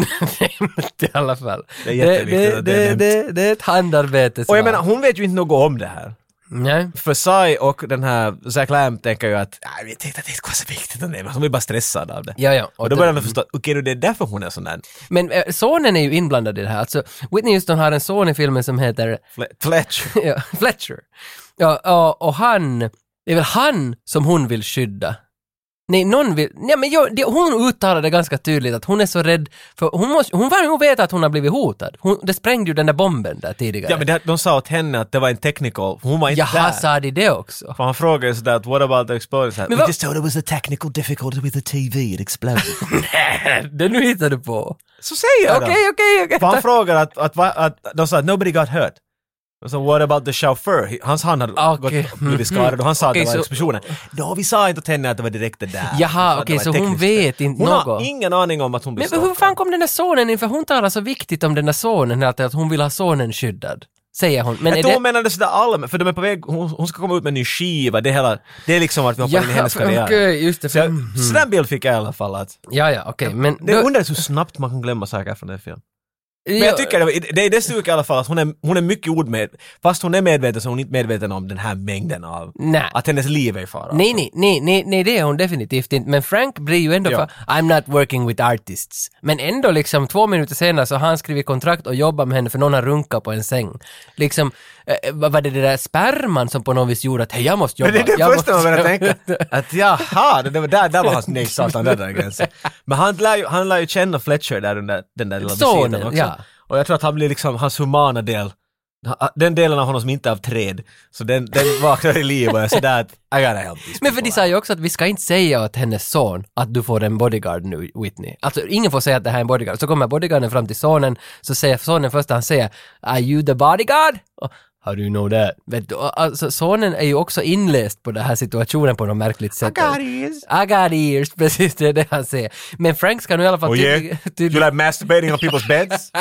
Speaker 1: nämnt i alla fall.
Speaker 2: Det är jätteviktigt
Speaker 1: det,
Speaker 2: att det är
Speaker 1: det, det, det är ett handarbete. som
Speaker 2: och jag
Speaker 1: har-
Speaker 2: menar, hon vet ju inte något om det här.
Speaker 1: Nej.
Speaker 2: För Sai och den här Zack Lamb tänker ju att "Nej, vi tänkte att det inte var så viktigt, nej, men hon blir bara stressad av det.
Speaker 1: Ja, ja.
Speaker 2: Och då börjar de förstå, okej okay, det är därför hon är sån där
Speaker 1: Men eh, sonen är ju inblandad i det här. Alltså, Whitney Houston har en son i filmen som heter
Speaker 2: Fle- *laughs* Fletch.
Speaker 1: *laughs* ja, Fletcher. Ja, ja, och han, det är väl han som hon vill skydda. Nej, någon vill, nej men jag, det, hon uttalade ganska tydligt att hon är så rädd, för hon, måste, hon var nog veta att hon har blivit hotad. Hon, det sprängde ju den där bomben där tidigare.
Speaker 2: Ja men det, de sa åt henne att det var en technical, hon var inte
Speaker 1: Jaha,
Speaker 2: där.
Speaker 1: sa de det
Speaker 2: *laughs*
Speaker 1: också?
Speaker 2: För han frågade ju sådär, what about the explosion? Så här,
Speaker 1: Men
Speaker 2: We
Speaker 1: vad-
Speaker 2: just told it was a technical difficulty with the TV, it exploded.
Speaker 1: Det nu hittar du på.
Speaker 2: *laughs* så säger de!
Speaker 1: Okej, okej, okej.
Speaker 2: För han frågade att, att, va- att, de sa att nobody got hurt. Och så what about the chauffeur? He- Hans hand hade
Speaker 1: Okej. Mm.
Speaker 2: gått, blivit skadad och han sa
Speaker 1: Okej,
Speaker 2: att det
Speaker 1: så-
Speaker 2: var explosionen. Då vi sa inte åt henne att det var direkt det där.
Speaker 1: Jaha,
Speaker 2: Så att det
Speaker 1: okej,
Speaker 2: var
Speaker 1: så hon
Speaker 2: tekniskt
Speaker 1: vet
Speaker 2: fel.
Speaker 1: inte
Speaker 2: hon
Speaker 1: något.
Speaker 2: har ingen aning om att hon blev
Speaker 1: Men hur
Speaker 2: stalkad.
Speaker 1: fan kom den där sonen in? För hon talar så viktigt om den där sonen, att att hon vill ha sonen skyddad. Säger hon. Men
Speaker 2: Jag
Speaker 1: är
Speaker 2: tror
Speaker 1: det...
Speaker 2: hon menade sådär allmänt, för de är på väg, hon, hon ska komma ut med en ny skiva, det är hela, det är liksom vart vi hoppar in i
Speaker 1: Jaha,
Speaker 2: hennes karriär.
Speaker 1: okej, just det.
Speaker 2: Så
Speaker 1: För...
Speaker 2: jag, sån där bild fick jag i alla fall att,
Speaker 1: Ja, ja, okej, men...
Speaker 2: Mm. det är
Speaker 1: då-
Speaker 2: underligt hur snabbt man kan glömma saker från den filmen. Men jag tycker det, det, det styrker i alla fall att hon är, hon är mycket ordmed, fast hon är medveten så är hon inte medveten om den här mängden av,
Speaker 1: Nej.
Speaker 2: att hennes liv är i fara.
Speaker 1: Nej, nej, nej, nej, nej, det är hon definitivt inte. Men Frank blir ju ändå
Speaker 2: alltså. Ja.
Speaker 1: för, I'm not working with artists. Men ändå liksom två minuter senare så har han skrivit kontrakt och jobbar med henne för någon har runkat på en säng. Liksom, eh, vad var det det där sperman som på något vis gjorde att hej, jag måste jobba.
Speaker 2: Men det är det
Speaker 1: jag
Speaker 2: första
Speaker 1: *laughs*
Speaker 2: man
Speaker 1: måste
Speaker 2: börjar
Speaker 1: jobba."
Speaker 2: tänka. *laughs* Att jaha, det, det var där, där var hans nej satan, där där gränsen. Men han lär, ju, han lär ju känna Fletcher där under den där lilla
Speaker 1: Sonen,
Speaker 2: visiten också.
Speaker 1: ja.
Speaker 2: Och jag tror att han blir liksom, hans humana del, ha- den delen av honom som inte är av träd, så den, den vaknar i liv och är sådär att I gotta help these
Speaker 1: Men för
Speaker 2: people
Speaker 1: de sa ju också att vi ska inte säga åt hennes son att du får en bodyguard nu, Whitney. Alltså ingen får säga att det här är en bodyguard. Så kommer bodyguarden fram till sonen, så säger sonen först han säger “Are you the bodyguard?” och, “How do you know that?” Vet du, och alltså sonen är ju också inläst på den här situationen på något märkligt sätt. I got ears. I got ears, *laughs* precis det är det han säger. Men Frank ska nu i alla fall
Speaker 2: Oh yeah?
Speaker 1: tydlig- tydlig-
Speaker 2: You like masturbating on
Speaker 1: *laughs*
Speaker 2: people's beds?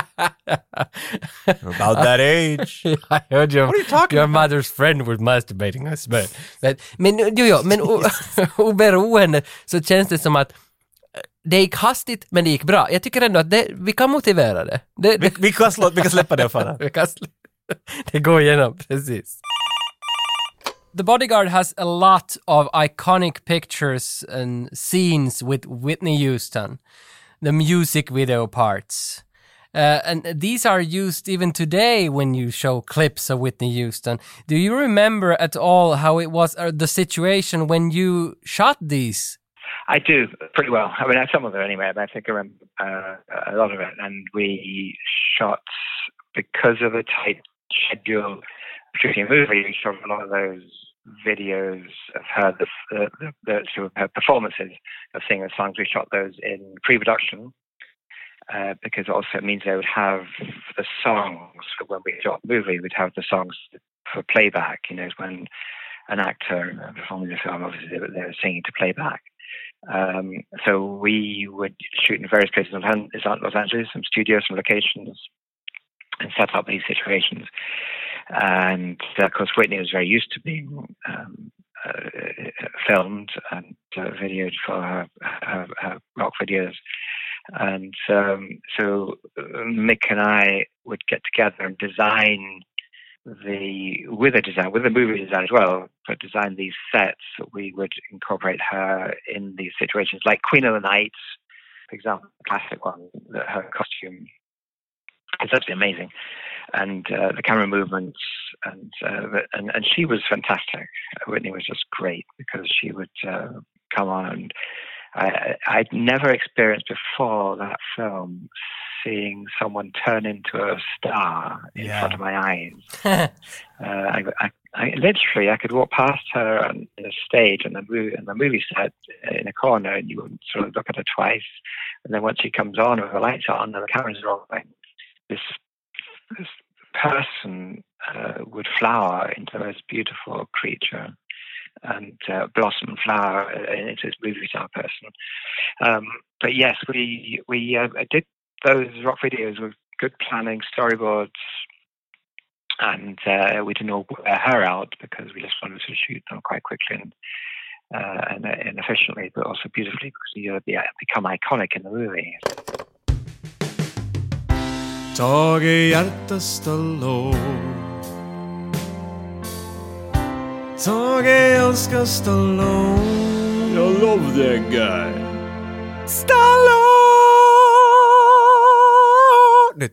Speaker 2: You're about that age.
Speaker 1: *laughs* I heard your, your mother's friend was masturbating, I swear. Men, men jo, jo, men o- *laughs* oberoende så känns det som att eh, det gick hastigt, men det gick bra. Jag tycker ändå att det, vi kan motivera det. Det,
Speaker 2: Vi,
Speaker 1: det,
Speaker 2: vi, kan slå, vi kan släppa
Speaker 1: *laughs*
Speaker 2: det för
Speaker 1: vi kan sl- det går igenom, precis. The Bodyguard has a lot of iconic pictures and scenes with Whitney Houston. The music video parts. Uh, and these are used even today when you show clips of Whitney Houston. Do you remember at all how it was uh, the situation when you shot these? *laughs*
Speaker 4: I do pretty well. I mean, some of it anyway. But I think I remember uh, a lot of it. And we shot because of the tight schedule of shooting a movie. We shot a lot of those videos of her, the, the, the, the sort of her performances of singing the songs. We shot those in pre-production. Uh, because also it means they would have the songs for when we shot the movie, we'd have the songs for playback. You know, when an actor performing the film, obviously they were, they were singing to playback. Um, so we would shoot in various places in Han- in Los Angeles, some studios, some locations, and set up these situations. And uh, of course, Whitney was very used to being um, uh, filmed and uh, videoed for her, her, her rock videos. And um, so uh, Mick and I would get together and design the with a design with a movie design as well, but design these sets that we would incorporate her in these situations, like Queen of the Night, for example, the classic one. That her costume is absolutely amazing, and uh, the camera movements, and, uh, the- and and she was fantastic. Whitney was just great because she would uh, come on. And I, I- I'd never experienced before that film seeing someone turn into a star in
Speaker 2: Yeah.
Speaker 4: front of my eyes uh, I, I, I literally I could walk past her on the stage and the movie and the movie set uh, in a corner, and you wouldn't sort of look at her twice. And then once she comes on with the lights on and the cameras are on, like, this this person uh, would flower into the most beautiful creature and uh, blossom and flower uh, into this movie star person. Um, but yes, we we uh, did those rock videos with good planning, storyboards, and uh, we didn't all wear her out because we just wanted to shoot them quite quickly and uh, and, and efficiently, but also beautifully because you be, become iconic in the movie.
Speaker 8: Tage Hjärta Stallone Tage älskar Stallone Jag love that guy
Speaker 2: det. Nytt.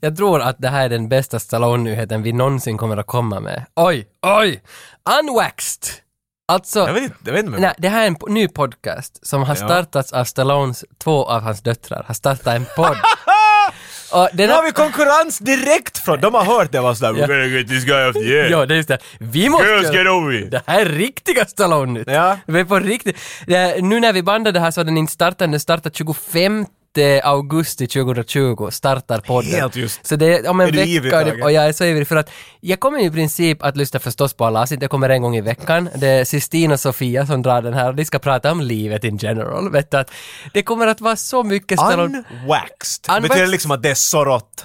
Speaker 1: Jag tror att det här är den bästa Stallone-nyheten vi någonsin kommer att komma med. Oj, oj! Unwaxed! Alltså...
Speaker 2: Jag vet inte, jag vet inte om jag-
Speaker 1: Nej, det här är en po- ny podcast som har startats av Stallones, två av hans döttrar har startat en
Speaker 2: *laughs*
Speaker 1: podd. Och den
Speaker 2: Nu har vi
Speaker 1: här,
Speaker 2: konkurrens direkt från... De har hört det var sådär “We're gonna get this guy off the air”.
Speaker 1: ja, det är just det. Vi måste...
Speaker 2: Girls get over
Speaker 1: *laughs*
Speaker 2: it.
Speaker 1: Det här är riktiga Stallone
Speaker 2: Ja.
Speaker 1: Vi är på riktigt. Det här- Nu när vi bandade det här så har den inte startat, den startar 25 augusti 2020 startar podden.
Speaker 2: Helt just.
Speaker 1: Så det är om en
Speaker 2: Är du ivrig,
Speaker 1: vecka
Speaker 2: Tage?
Speaker 1: och jag är så ivrig för att jag kommer i princip att lyssna förstås på alla avsnitt, jag kommer en gång i veckan. Det är Sistine och Sofia som drar den här, de ska prata om livet in general. Vet du, att det kommer att vara så mycket Stallone.
Speaker 2: Unwaxed.
Speaker 1: Unwaxed.
Speaker 2: Betyder liksom att det är så rått.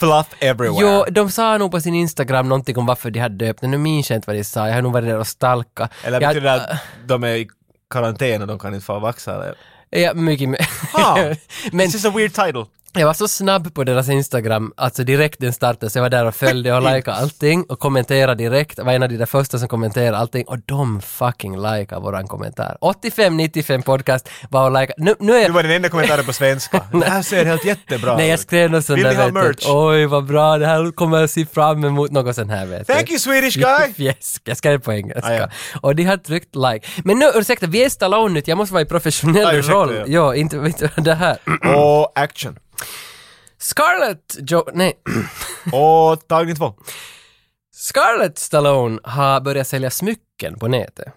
Speaker 2: Fluff everywhere.
Speaker 1: Jo, de sa nog på sin Instagram någonting om varför de hade döpt den. Nu minns jag inte vad de sa, jag har nog varit där och stalka.
Speaker 2: Eller
Speaker 1: jag,
Speaker 2: betyder det att de är i karantän och de kan inte få vaxa? eller?
Speaker 1: Ja, mycket mer.
Speaker 2: Ah,
Speaker 1: *laughs* Men,
Speaker 2: This is a weird title.
Speaker 1: Jag var så snabb på deras Instagram, alltså direkt den startade, så jag var där och följde och likade allting och kommenterade direkt. Jag var en av de där första som kommenterade allting och de fucking likade våran kommentar. 85-95 podcast var och likade. Nu, nu är
Speaker 2: Det var den enda kommentaren
Speaker 1: *laughs*
Speaker 2: på svenska. Det här ser helt jättebra
Speaker 1: Nej, jag
Speaker 2: ut.
Speaker 1: skrev något sånt
Speaker 2: Vill
Speaker 1: där
Speaker 2: ni ha
Speaker 1: vet du,
Speaker 2: merch?
Speaker 1: Oj, vad bra, det här kommer jag se fram emot, något sånt här vet
Speaker 2: Thank you Swedish guy!
Speaker 1: *laughs* Fjäsk, jag skrev på engelska.
Speaker 2: Ah, ja.
Speaker 1: Och de har tryckt like. Men nu, ursäkta, vi är Stallone nu, jag måste vara i professionell
Speaker 2: Ah, ursäkta,
Speaker 1: roll.
Speaker 2: ja.
Speaker 1: Ja, inte, inte det här.
Speaker 2: *clears throat* Och action.
Speaker 1: Scarlett jo- nej. *clears throat*
Speaker 2: Och tagning två.
Speaker 1: Scarlett Stallone har börjat sälja smycken på nätet.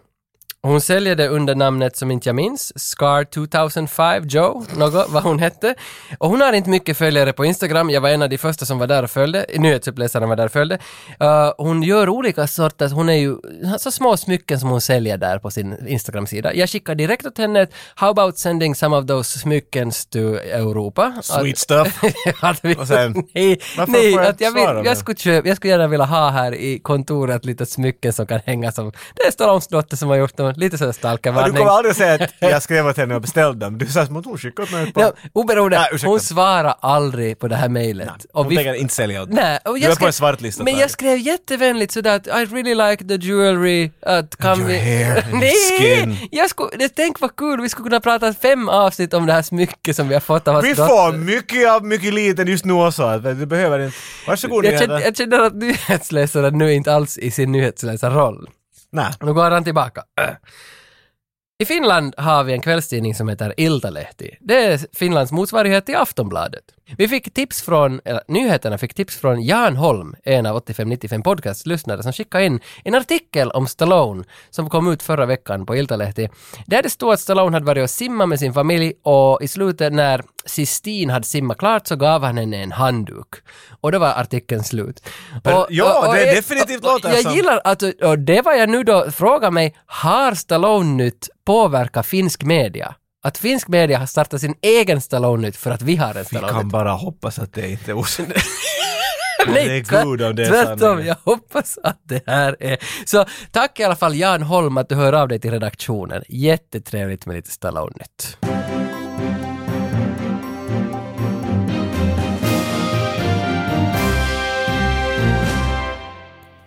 Speaker 1: Hon säljer det under namnet som inte jag minns, Scar 2005 Joe, något vad hon hette. Och hon har inte mycket följare på Instagram, jag var en av de första som var där och följde, nyhetsuppläsaren var där och följde. Eh, hon gör olika sorters, hon är ju, så små smycken som hon säljer där på sin Instagram-sida. Jag skickar direkt åt henne ett “How about sending some of those smyckens to Europa?”
Speaker 2: Sweet stuff.
Speaker 1: *laughs* att vi,
Speaker 2: Och sen,
Speaker 1: *laughs* nej,
Speaker 2: varför
Speaker 1: nej
Speaker 2: får jag
Speaker 1: att jag,
Speaker 2: inte svara
Speaker 1: vill,
Speaker 2: nu?
Speaker 1: jag, skulle köpa, jag skulle gärna vilja ha här i kontoret lite smycken som kan hänga som, det är Stallones dotter som har gjort dem, lite sån
Speaker 2: Du
Speaker 1: stalkervarning.
Speaker 2: kommer aldrig
Speaker 1: *laughs*
Speaker 2: säga att jag skrev åt henne och beställde dem. Du sa att hon skickade åt mig ett par.
Speaker 1: Ja, oberoende,
Speaker 2: Nej, ursäkta.
Speaker 1: hon svarar aldrig på det här mejlet.
Speaker 2: Hon
Speaker 1: Och vi-
Speaker 2: tänker inte sälja åt
Speaker 1: Nej, och
Speaker 2: Du är
Speaker 1: jag
Speaker 2: på en svartlista.
Speaker 1: Men jag skrev jättevänligt sådär att I really like the jewelry, att kan
Speaker 2: your
Speaker 1: vi...
Speaker 2: hair and
Speaker 1: *laughs*
Speaker 2: your
Speaker 1: Nej!
Speaker 2: skin.
Speaker 1: Jag skulle, tänk vad kul, vi skulle kunna prata fem avsnitt om det här smycket som vi har fått av hans
Speaker 2: Vi
Speaker 1: dotter.
Speaker 2: får mycket av mycket liten just nu också. Du behöver inte. Varsågod
Speaker 1: jag,
Speaker 2: Nyheter.
Speaker 1: känner, jag känner att *laughs* nyhetsläsaren nu är inte alls i sin nyhetsläsarroll.
Speaker 2: Nej.
Speaker 1: Nu går han tillbaka. *clears throat* I Finland har vi en kvällstidning som heter Iltalehti. Det är Finlands motsvarighet till Aftonbladet. Vi fick tips från, eller nyheterna fick tips från Jan Holm, en av 8595 podcastlyssnare som skickade in en artikel om Stallone som kom ut förra veckan på Iltalehti. Där det stod att Stallone hade varit och simmat med sin familj och i slutet när Sistine hade simmat klart så gav han henne en handduk. Och då var artikeln slut. Och-
Speaker 2: ja,
Speaker 1: och- och-
Speaker 2: det är
Speaker 1: och- och-
Speaker 2: definitivt
Speaker 1: och-
Speaker 2: låter
Speaker 1: Jag
Speaker 2: som-
Speaker 1: gillar att, och det var jag nu då frågar mig, har Stallone-nytt påverkat finsk media? Att finsk media har startat sin egen Stallone-nytt för att vi har en
Speaker 2: Vi kan
Speaker 1: Stallone-nytt.
Speaker 2: bara hoppas att det inte är osant.
Speaker 1: *laughs* Nej,
Speaker 2: det är god om det är
Speaker 1: tvärtom.
Speaker 2: sanningen.
Speaker 1: Jag hoppas att det här är... Så tack i alla fall Jan Holm att du hör av dig till redaktionen. Jättetrevligt med lite Stallone-nytt.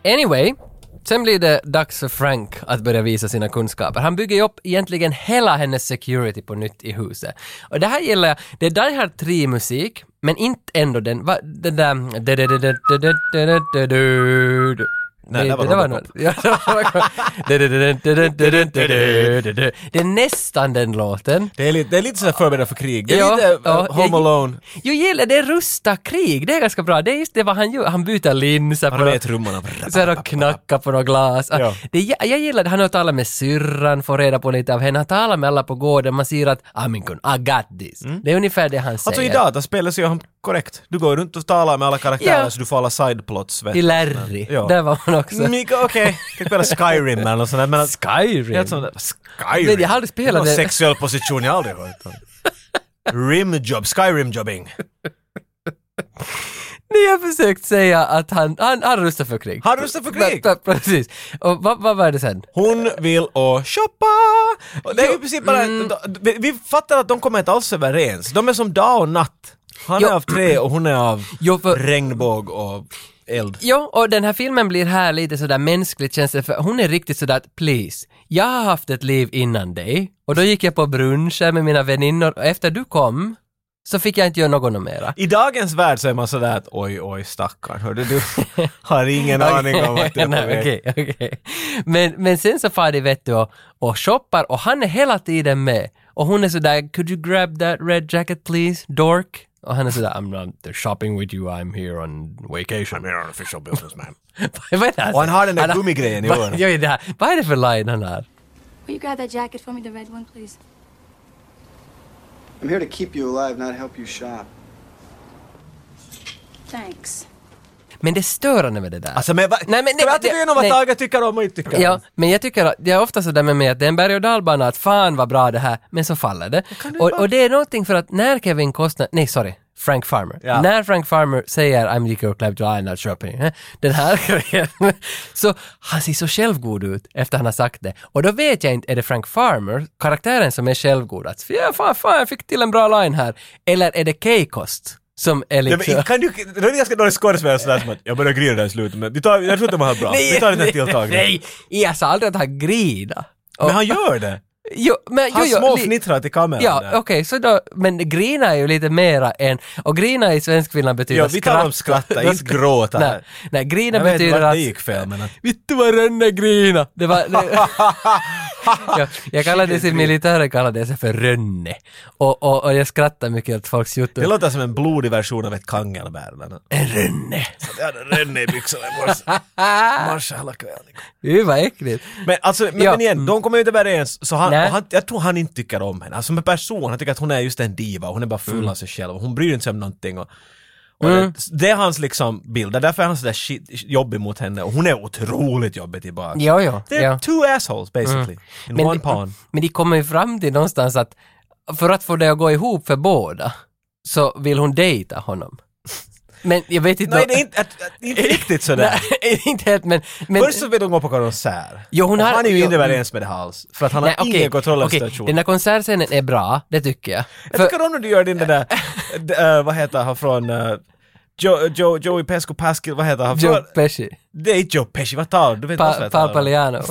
Speaker 1: Anyway, sen blir det dags för Frank att börja visa sina kunskaper. Han bygger ju upp egentligen hela hennes security på nytt i huset. Och det här gillar jag. Det är Die Hard 3-musik, men inte ändå den, va, den där...
Speaker 2: Nej, det var
Speaker 1: nog- Ja, det var- Det är nästan den låten.
Speaker 2: Det är lite, det är lite sådär förberedda för krig. Det är
Speaker 1: Ja,
Speaker 2: lite äh,
Speaker 1: ja, jag-
Speaker 2: Home Alone.
Speaker 1: Jo, gillar det är rusta krig, det är ganska bra. Det är just det vad han gör. Han byter linser
Speaker 2: Han
Speaker 1: på
Speaker 2: har med
Speaker 1: något-
Speaker 2: trummorna.
Speaker 1: så här och knacka på några glas. Ah,
Speaker 2: Ja.
Speaker 1: Det, jag, jag gillar det. Han har talat med syrran, får reda på lite av henne. Han talar med alla på gården. Man ser att "Ah, Aminkun, I got this. Det är ungefär det han säger.
Speaker 2: Mm. Alltså i dataspelet så gör han korrekt. Du går runt och talar med alla karaktärer
Speaker 1: Ja.
Speaker 2: så du får alla sideplots. vet
Speaker 1: I
Speaker 2: du.
Speaker 1: Larry.
Speaker 2: Ja.
Speaker 1: Där var man också.
Speaker 2: Mika, okej. Du kan spela Skyrim eller något sånt där. Men att,
Speaker 1: Skyrim.
Speaker 2: helt sånt där, Skyrim?
Speaker 1: Men jag har aldrig spelat
Speaker 2: någon
Speaker 1: det.
Speaker 2: sexuell position jag aldrig hört om. Rimjob, Skyrim-jobbing.
Speaker 1: Nej, jag försökt säga att han, han, han rustar för krig.
Speaker 2: Han rustar för krig.
Speaker 1: Pre- pre- Precis. Och vad, vad var det sen?
Speaker 2: Hon vill och shoppa! Och det är i princip bara,
Speaker 1: Mm.
Speaker 2: vi, vi fattar att de kommer inte alls överens. De är som dag och natt. Han
Speaker 1: Jo.
Speaker 2: är av trä och hon är av
Speaker 1: Jo, för-
Speaker 2: regnbåg och eld.
Speaker 1: Jo, och den här filmen blir här lite sådär mänskligt känns det, för hon är riktigt sådär att please, jag har haft ett liv innan dig och då gick jag på bruncher med mina väninnor och efter du kom så fick jag inte göra något mera.
Speaker 2: I dagens värld så är man sådär att oj, oj, stackarn,
Speaker 1: *laughs*
Speaker 2: hörde du? Har ingen aning om att det är på
Speaker 1: Nej,
Speaker 2: väg.
Speaker 1: okej, okej. Men, men sen så far de vet du och, och shoppar och han är hela tiden med. Och hon är sådär, could you grab that red jacket please, dork? Och han är sådär, I'm not shopping with you, I'm here on vacation. *laughs*
Speaker 2: I'm an official businessman.
Speaker 1: Vad är det här?
Speaker 2: Och han har den där gummigrejen i
Speaker 1: Vad- *laughs*
Speaker 2: öronen.
Speaker 1: jag vet det här. Vad är det för line han har?
Speaker 7: Will you grab that jacket for me, the red one, please?
Speaker 5: I'm here to keep you alive, not help you shop.
Speaker 7: Thanks.
Speaker 1: Men det är störande med det där.
Speaker 2: Alltså men, va,
Speaker 1: Nej, men
Speaker 2: ska vi
Speaker 1: det-
Speaker 2: alltid gå
Speaker 1: det-
Speaker 2: igenom vad
Speaker 1: nej.
Speaker 2: Tage tycker om och inte tycker om?
Speaker 1: Ja, men jag tycker att, det är ofta sådär med mig att det är en berg och dalbana att fan vad bra det här, men så faller det. Och, och det är någonting för att när Kevin Costner, nej sorry, Frank Farmer.
Speaker 2: Ja.
Speaker 1: När Frank Farmer säger I'm your club to Leonard Shopping, eh, den här *laughs* grejen, så han ser så självgod ut efter han har sagt det. Och då vet jag inte, är det Frank Farmer, karaktären som är självgod, att ja, fan, fan, jag fick till en bra line här, eller är det Keikost som är
Speaker 2: Ja,
Speaker 1: liksom...
Speaker 2: men, kan du, det är ganska dålig skådespelare sådär som att jag börjar grina där i slutet men vi tar, jag trodde det var bra. Vi tar det till tilltag.
Speaker 1: Nej, jag sa aldrig att han grina.
Speaker 2: Men han gör det!
Speaker 1: Jo, men,
Speaker 2: Han
Speaker 1: jo, jo, li-
Speaker 2: småfnittrar till kameran
Speaker 1: Ja,
Speaker 2: där.
Speaker 1: okej, så då, men grina är ju lite mera än, och grina i Svenskfinland betyder
Speaker 2: Ja, vi talar om skratta, inte gråta här.
Speaker 1: Nej, nej grina
Speaker 2: Jag vet
Speaker 1: betyder
Speaker 2: vart
Speaker 1: att...
Speaker 2: det gick fel men att...
Speaker 1: Vittu vad Rönne grina! Det var... Det,
Speaker 2: *laughs*
Speaker 1: ja, jag kallade sin militärer kallade jag sig för Rönne. Och, och, och jag skrattar mycket åt folks
Speaker 2: Det
Speaker 1: youtube.
Speaker 2: låter som en blodig version av ett kangelbär. men-
Speaker 1: En Rönne! *laughs*
Speaker 2: Jag hade renne i byxorna i morse. Marscha hela kvällen.
Speaker 1: Gud vad äckligt!
Speaker 2: Men alltså, men,
Speaker 1: Ja.
Speaker 2: men igen, de kommer ju inte överens. Så han,
Speaker 1: Nej.
Speaker 2: och han, jag tror han inte tycker om henne. Alltså, som en person, han tycker att hon är just en diva. Hon är bara
Speaker 1: Mm.
Speaker 2: full av sig själv. Hon bryr inte sig om någonting. Och, och det, det är hans liksom bild. Det är därför är han sådär shit, jobbig mot henne. Och hon är otroligt jobbig tillbaka.
Speaker 1: Jo, jo.
Speaker 2: They're
Speaker 1: ja. Mm.
Speaker 2: two assholes basically. In one pawn.
Speaker 1: men de kommer ju fram till någonstans att för att få det att gå ihop för båda så vill hon dejta honom. Men jag vet inte...
Speaker 2: Nej, det är inte, att, att, inte riktigt sådär.
Speaker 1: *laughs* Nej, inte helt men... men
Speaker 2: Först så vill de gå på konsert.
Speaker 1: Jo, hon
Speaker 2: och
Speaker 1: har-
Speaker 2: han är ju
Speaker 1: jo,
Speaker 2: inte
Speaker 1: mm.
Speaker 2: överens med det alls. För att han har
Speaker 1: okej,
Speaker 2: ingen kontroll över
Speaker 1: okej,
Speaker 2: situationen.
Speaker 1: Den där konsertscenen är bra, det tycker jag. För-
Speaker 2: Jag tycker om när du gör din den där, d- eh, vad heter han från, eh, Jo, jo, Joey Pesco Pascal, vad heter han?
Speaker 1: Joe
Speaker 2: från,
Speaker 1: Pesci,
Speaker 2: det är inte Joe Pesci, vad tar du? Du vet
Speaker 1: pa,
Speaker 2: vad
Speaker 1: Paul
Speaker 2: jag talar om. *laughs*
Speaker 1: Paliano.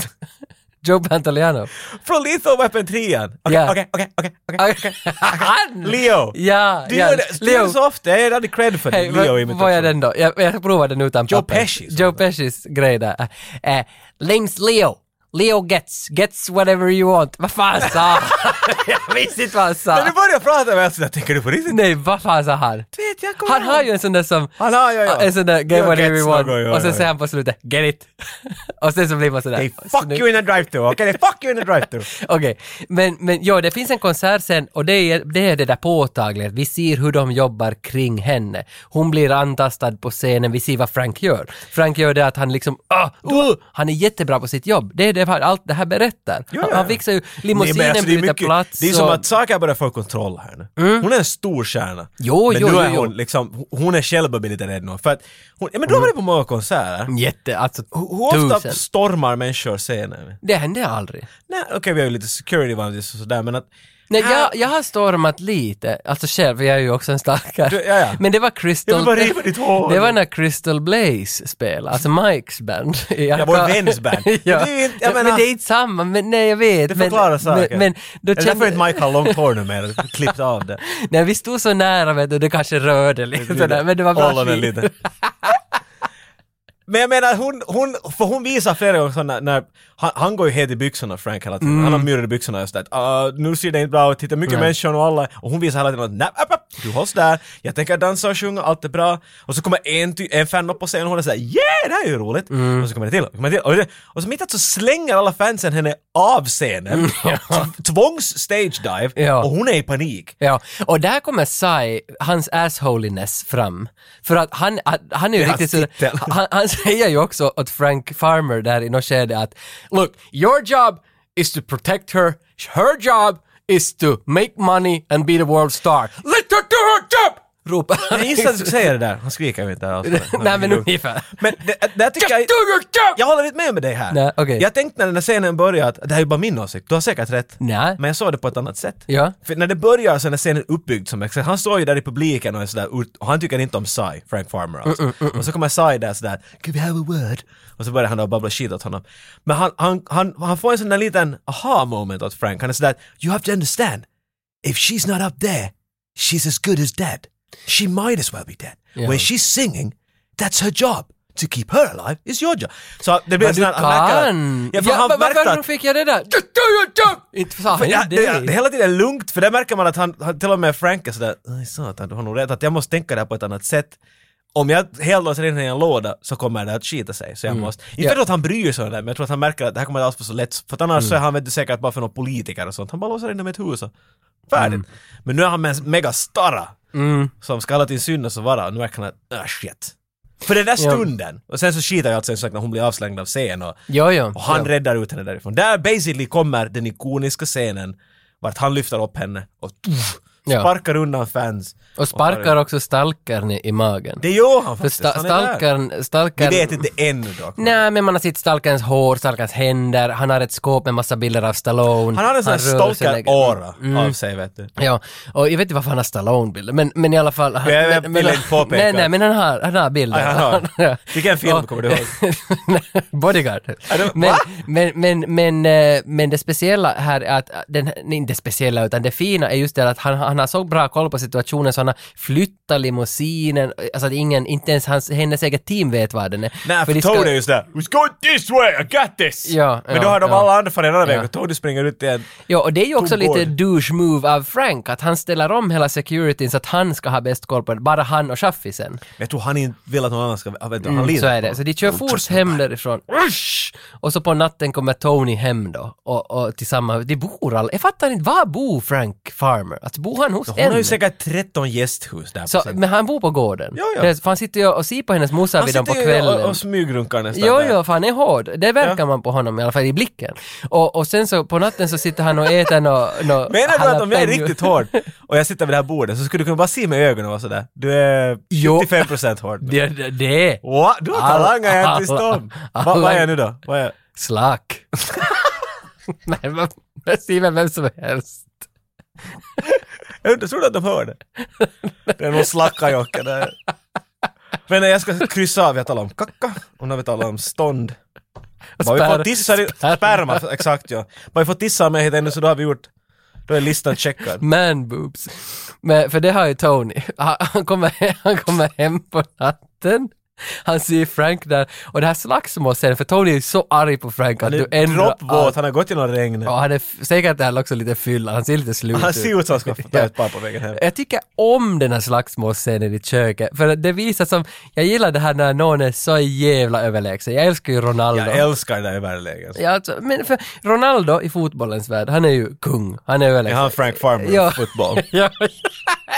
Speaker 1: Joe Pantoliano.
Speaker 2: Från Lethal Weapon 3 Okej,
Speaker 1: Ja.
Speaker 2: okej, okej, okej, okej.
Speaker 1: Han!
Speaker 2: *laughs* Leo!
Speaker 1: Ja,
Speaker 2: Du
Speaker 1: ja.
Speaker 2: gör det, du gör det så ofta, jag ger aldrig cred för
Speaker 1: Hej,
Speaker 2: din
Speaker 1: vad- vad är
Speaker 2: Leo-imitation.
Speaker 1: den då? Jag, jag provar den utan
Speaker 2: Joe
Speaker 1: papper.
Speaker 2: Pesci, sa
Speaker 1: Joe
Speaker 2: du.
Speaker 1: Pescis grej där. Eh, name's Leo. Leo gets, gets whatever you want. Vad fan sa
Speaker 2: *laughs*
Speaker 1: han? Jag visste inte vad han
Speaker 2: När
Speaker 1: sa.
Speaker 2: du börjar prata med sådär, tänker du på riktigt?
Speaker 1: Nej, vad fan sa han?
Speaker 2: Vet jag, kommer
Speaker 1: Han har
Speaker 2: ihåg.
Speaker 1: ju en sån där som...
Speaker 2: Han har, ja, ja.
Speaker 1: En sån där
Speaker 2: Leo
Speaker 1: Get whatever
Speaker 2: gets
Speaker 1: you want.
Speaker 2: något, ja,
Speaker 1: Och sen
Speaker 2: ja,
Speaker 1: säger
Speaker 2: ja.
Speaker 1: han på slutet Get it! *laughs* Och sen så blir man sådär...
Speaker 2: They fuck
Speaker 1: snygg.
Speaker 2: you in a drive-thru, okej? They fuck you in a drive-thru.
Speaker 1: Okej, men, men ja, det finns en konsert sen och det är, det är det där påtagliga, vi ser hur de jobbar kring henne. Hon blir antastad på scenen, vi ser vad Frank gör. Frank gör det att han liksom, ah, uh, han är jättebra på sitt jobb. Det är det här- allt det här berättar.
Speaker 2: Jo,
Speaker 1: han,
Speaker 2: ja.
Speaker 1: han fixar ju,
Speaker 2: Nej, men
Speaker 1: limousinen
Speaker 2: alltså, det är
Speaker 1: byter
Speaker 2: mycket-
Speaker 1: plats.
Speaker 2: Det är som
Speaker 1: och-
Speaker 2: att Saka börjar få kontroll här nu. Hon är en stor stjärna.
Speaker 1: Jo,
Speaker 2: men
Speaker 1: jo,
Speaker 2: nu
Speaker 1: jo,
Speaker 2: är
Speaker 1: jo.
Speaker 2: hon liksom, hon är själv börjat bli lite rädd nu. För att hon, ja, men du har varit på många konserter.
Speaker 1: Jätte, alltså
Speaker 2: Hur ofta
Speaker 1: tusen.
Speaker 2: stormar människor scenen?
Speaker 1: Det händer aldrig.
Speaker 2: Nej, okej vi har ju lite security vanligtvis och sådär men att...
Speaker 1: Nej,
Speaker 2: här-
Speaker 1: jag, jag har stormat lite, alltså själv, för jag är ju också en starkare.
Speaker 2: Du- ja, ja.
Speaker 1: Men det var Crystal...
Speaker 2: Jag vill bara riva ditt hår.
Speaker 1: Det var när Crystal Blaze spelade, alltså Mikes band. *laughs* Ja,
Speaker 2: vår väns band.
Speaker 1: *laughs* ja.
Speaker 2: Men det är ju inte- jag menar-
Speaker 1: men det är inte samma, men nej jag vet.
Speaker 2: Det förklarar
Speaker 1: men,
Speaker 2: saken.
Speaker 1: Men, men då
Speaker 2: det är därför inte
Speaker 1: kände...
Speaker 2: Mike har långt hår numera, klippt av det.
Speaker 1: Nej, vi stod så nära vet du, det kanske rörde lite sådär, men det var bra
Speaker 2: Ollonen
Speaker 1: skit. *laughs*
Speaker 2: lite. Men jag menar hon, hon, för hon visar flera gånger så när, när han, han går ju helt i byxorna Frank hela tiden.
Speaker 1: Mm.
Speaker 2: Han har myror i byxorna just att "Ah, nu ser det inte bra ut, titta mycket människor och alla. Och hon visar hela tiden att nej, app, app, du hålls där, jag tänker dansa och sjunga, allt är bra. Och så kommer en, ty- en fan upp på scenen och hon är såhär yeah, det här är ju roligt.
Speaker 1: Mm.
Speaker 2: Och så kommer det till, kommer det till. Och, det, och så mitt i allt så slänger alla fansen henne av scenen. *laughs* T- Tvångs stage dive
Speaker 1: Mm. Ja.
Speaker 2: och hon är i panik.
Speaker 1: Ja, och där kommer Sai, hans assholiness fram. För att han, han- han är ju
Speaker 2: Det är
Speaker 1: riktigt
Speaker 2: hans
Speaker 1: så,
Speaker 2: titel.
Speaker 1: *laughs* han, han säger ju också åt Frank Farmer där i något skede att “Look, your job is to protect her, her job is to make money and be the world star. Let her do her job!” ropar han.
Speaker 2: Jag gissar att du säger det där. Han skriker ju inte alls.
Speaker 1: *laughs* Nej men ungefär.
Speaker 2: Men det, det här tycker
Speaker 1: Just do
Speaker 2: jag...
Speaker 1: your job!
Speaker 2: Jag håller inte med med dig här.
Speaker 1: Nej, okej.
Speaker 2: Jag tänkte när den här scenen började att det här är bara min åsikt, du har säkert rätt.
Speaker 1: Nej.
Speaker 2: Men jag såg det på ett annat sätt.
Speaker 1: Ja.
Speaker 2: För när det börjar så är den här scenen uppbyggd som exakt, han står ju där i publiken och är sådär, ut- och han tycker inte om Sai, Frank Farmer alltså.
Speaker 1: Mm,
Speaker 2: Och så kommer Sai där sådär, can we have a word? Och så börjar han då babbla shit åt honom. Men han, han, han, han får en sån där liten aha moment åt Frank, han är sådär, you have to understand, if she's not up there, she's as good as dead. She might as well be dead.
Speaker 1: Ja.
Speaker 2: When she's singing, that's her job. To keep her alive is your job. Så det
Speaker 1: Men
Speaker 2: blir en sån
Speaker 1: du
Speaker 2: här, han märker att-
Speaker 1: kan!
Speaker 2: Ja, för han
Speaker 1: men
Speaker 2: märkte
Speaker 1: varför
Speaker 2: att
Speaker 1: fick jag det där? “Just do your job!” Inte sa
Speaker 2: för
Speaker 1: han
Speaker 2: ja, det,
Speaker 1: ju
Speaker 2: det är
Speaker 1: det.
Speaker 2: hela tiden lugnt, för där märker man att han, han till och med Frank är sådär, "Aj, satan, du har nog rätt, att jag måste tänka det här på ett annat sätt. Om jag hellåser in den i en låda så kommer det att skita sig, så jag måste. Inte för att han bryr sig om det, men jag tror att han märker att det här kommer inte alls vara så lätt, för att annars så är han vet du, säkert bara för någon politiker och sånt. Han bara låser in dem i ett hus och färdigt. Men nu är han med en mega starra som ska alla till synas och vara, och nu märker han att, ah shit. För den där stunden, och sen så skiter jag alltså när hon blir avslängd av scen och
Speaker 1: Jo, jo.
Speaker 2: och han
Speaker 1: jo.
Speaker 2: räddar ut henne därifrån. Där basically kommer den ikoniska scenen vart han lyfter upp henne och tuff,
Speaker 1: Ja.
Speaker 2: Sparkar undan fans.
Speaker 1: Och sparkar också stalkern i, i magen.
Speaker 2: Det gör han
Speaker 1: För
Speaker 2: faktiskt.
Speaker 1: sta,
Speaker 2: han är där.
Speaker 1: stalkern,
Speaker 2: Vi
Speaker 1: stalkern...
Speaker 2: vet inte ännu dock.
Speaker 1: Nej, men man har sett stalkerns hår, stalkerns händer, han har ett skåp med massa bilder av Stallone.
Speaker 2: Han har en sån här
Speaker 1: rör sig Mm. lägre.
Speaker 2: stalker-aura av sig vet du.
Speaker 1: Ja, och jag vet inte varför han har Stallone-bilder, men, men i alla fall... Han,
Speaker 2: Jag- jag
Speaker 1: men,
Speaker 2: vill
Speaker 1: men-
Speaker 2: inte påpeka.
Speaker 1: Nej, nej, men han har, han har bilder.
Speaker 2: Aj, han har.
Speaker 1: *laughs* Ja.
Speaker 2: Vilken film
Speaker 1: Och-
Speaker 2: kommer du ihåg?
Speaker 1: *laughs* Bodyguard.
Speaker 2: det-
Speaker 1: Men,
Speaker 2: va?
Speaker 1: men, men, men, eh, men det speciella här är att, den, nej, inte det speciella utan det fina är just det att han, han har så bra koll på situationen så han har flyttat limousinen, alltså att ingen, inte ens hans, hennes eget team vet var den är.
Speaker 2: Nej, för
Speaker 1: de
Speaker 2: Tony är just där. We're going this way, I got this!
Speaker 1: Ja,
Speaker 2: Men
Speaker 1: ja,
Speaker 2: då har de
Speaker 1: ja.
Speaker 2: alla andra farit en annan väg
Speaker 1: Ja.
Speaker 2: och Tony springer ut igen.
Speaker 1: Ja, och det är ju också
Speaker 2: Tog
Speaker 1: lite
Speaker 2: bort.
Speaker 1: douche move av Frank, att han ställer om hela securityn så att han ska ha bäst koll på det, bara han och chaffisen.
Speaker 2: Men jag tror han inte vill att någon annan ska... Jag vet inte, han
Speaker 1: Mm,
Speaker 2: lider.
Speaker 1: så är det. Så de kör fort hem därifrån. Usch! Och så på natten kommer Tony hem då. Och, och tillsammans, de bor alla, jag fattar inte, var bor Frank Farmer? Alltså bor han hos
Speaker 2: Hon har
Speaker 1: henne?
Speaker 2: ju säkert 13 gästhus där
Speaker 1: Så,
Speaker 2: på scenen.
Speaker 1: men han bor på gården.
Speaker 2: Ja, ja.
Speaker 1: Det är- för han sitter ju och ser på hennes morsa
Speaker 2: Han
Speaker 1: vid dem på
Speaker 2: sitter ju
Speaker 1: kvällen.
Speaker 2: och, och smygrunkar nästan
Speaker 1: Jo,
Speaker 2: där.
Speaker 1: jo, för han är hård. Det verkar man på honom i alla fall i blicken. Och, och sen så på natten så sitter han och äter nå nå
Speaker 2: *laughs* Menar du att om jag är
Speaker 1: jalapeno-
Speaker 2: riktigt hård och jag sitter vid det här bordet så skulle du kunna bara se mig i ögonen och vara sådär. Du är
Speaker 1: Jo.
Speaker 2: 75% hård.
Speaker 1: Det, det, det.
Speaker 2: Wow, du har
Speaker 1: Alla-
Speaker 2: talanger jag inte visste om.
Speaker 1: alla-
Speaker 2: Va- Vad är jag nu då? Vad är jag?
Speaker 1: Slack. *laughs* Nej, men men Steven, vem som helst.
Speaker 2: Jag undrar, tror du att de hör det? Det är någon slackarjocke där. Men jag ska kryssa av, vi har talat om kacka och nu har vi talat om stånd. Vad vi
Speaker 1: Spär-
Speaker 2: får tissa i...
Speaker 1: sperma.
Speaker 2: Sperma, exakt ja. Vad vi får tissa med ännu så då har vi gjort... Då är listan checkad.
Speaker 1: Man boobs. Men, för det har ju Tony. Han han kommer, han kommer hem på natten. Han ser Frank där. Och det här slagsmålscenen, för Tony är ju så arg på Frank att
Speaker 2: Han
Speaker 1: du
Speaker 2: är
Speaker 1: ändrar
Speaker 2: droppvåt, han har gått genom regnet.
Speaker 1: Ja, han är f- säkert där också lite fylla. Han ser lite slut
Speaker 2: Han ser ut som att han ska ta ett par på vägen hem.
Speaker 1: Jag tycker om den här slagsmålsscenen i köket, för det visar som, jag gillar det här när någon är så jävla överlägsen. Jag älskar ju Ronaldo.
Speaker 2: Jag älskar det där i världsläget.
Speaker 1: Ja, alltså, men för Ronaldo i fotbollens värld, han är ju kung. Han är
Speaker 2: Är
Speaker 1: överlägsen.
Speaker 2: han Frank Farmer
Speaker 1: Ja.
Speaker 2: i
Speaker 1: *laughs*
Speaker 2: fotboll? Okej,
Speaker 1: ja,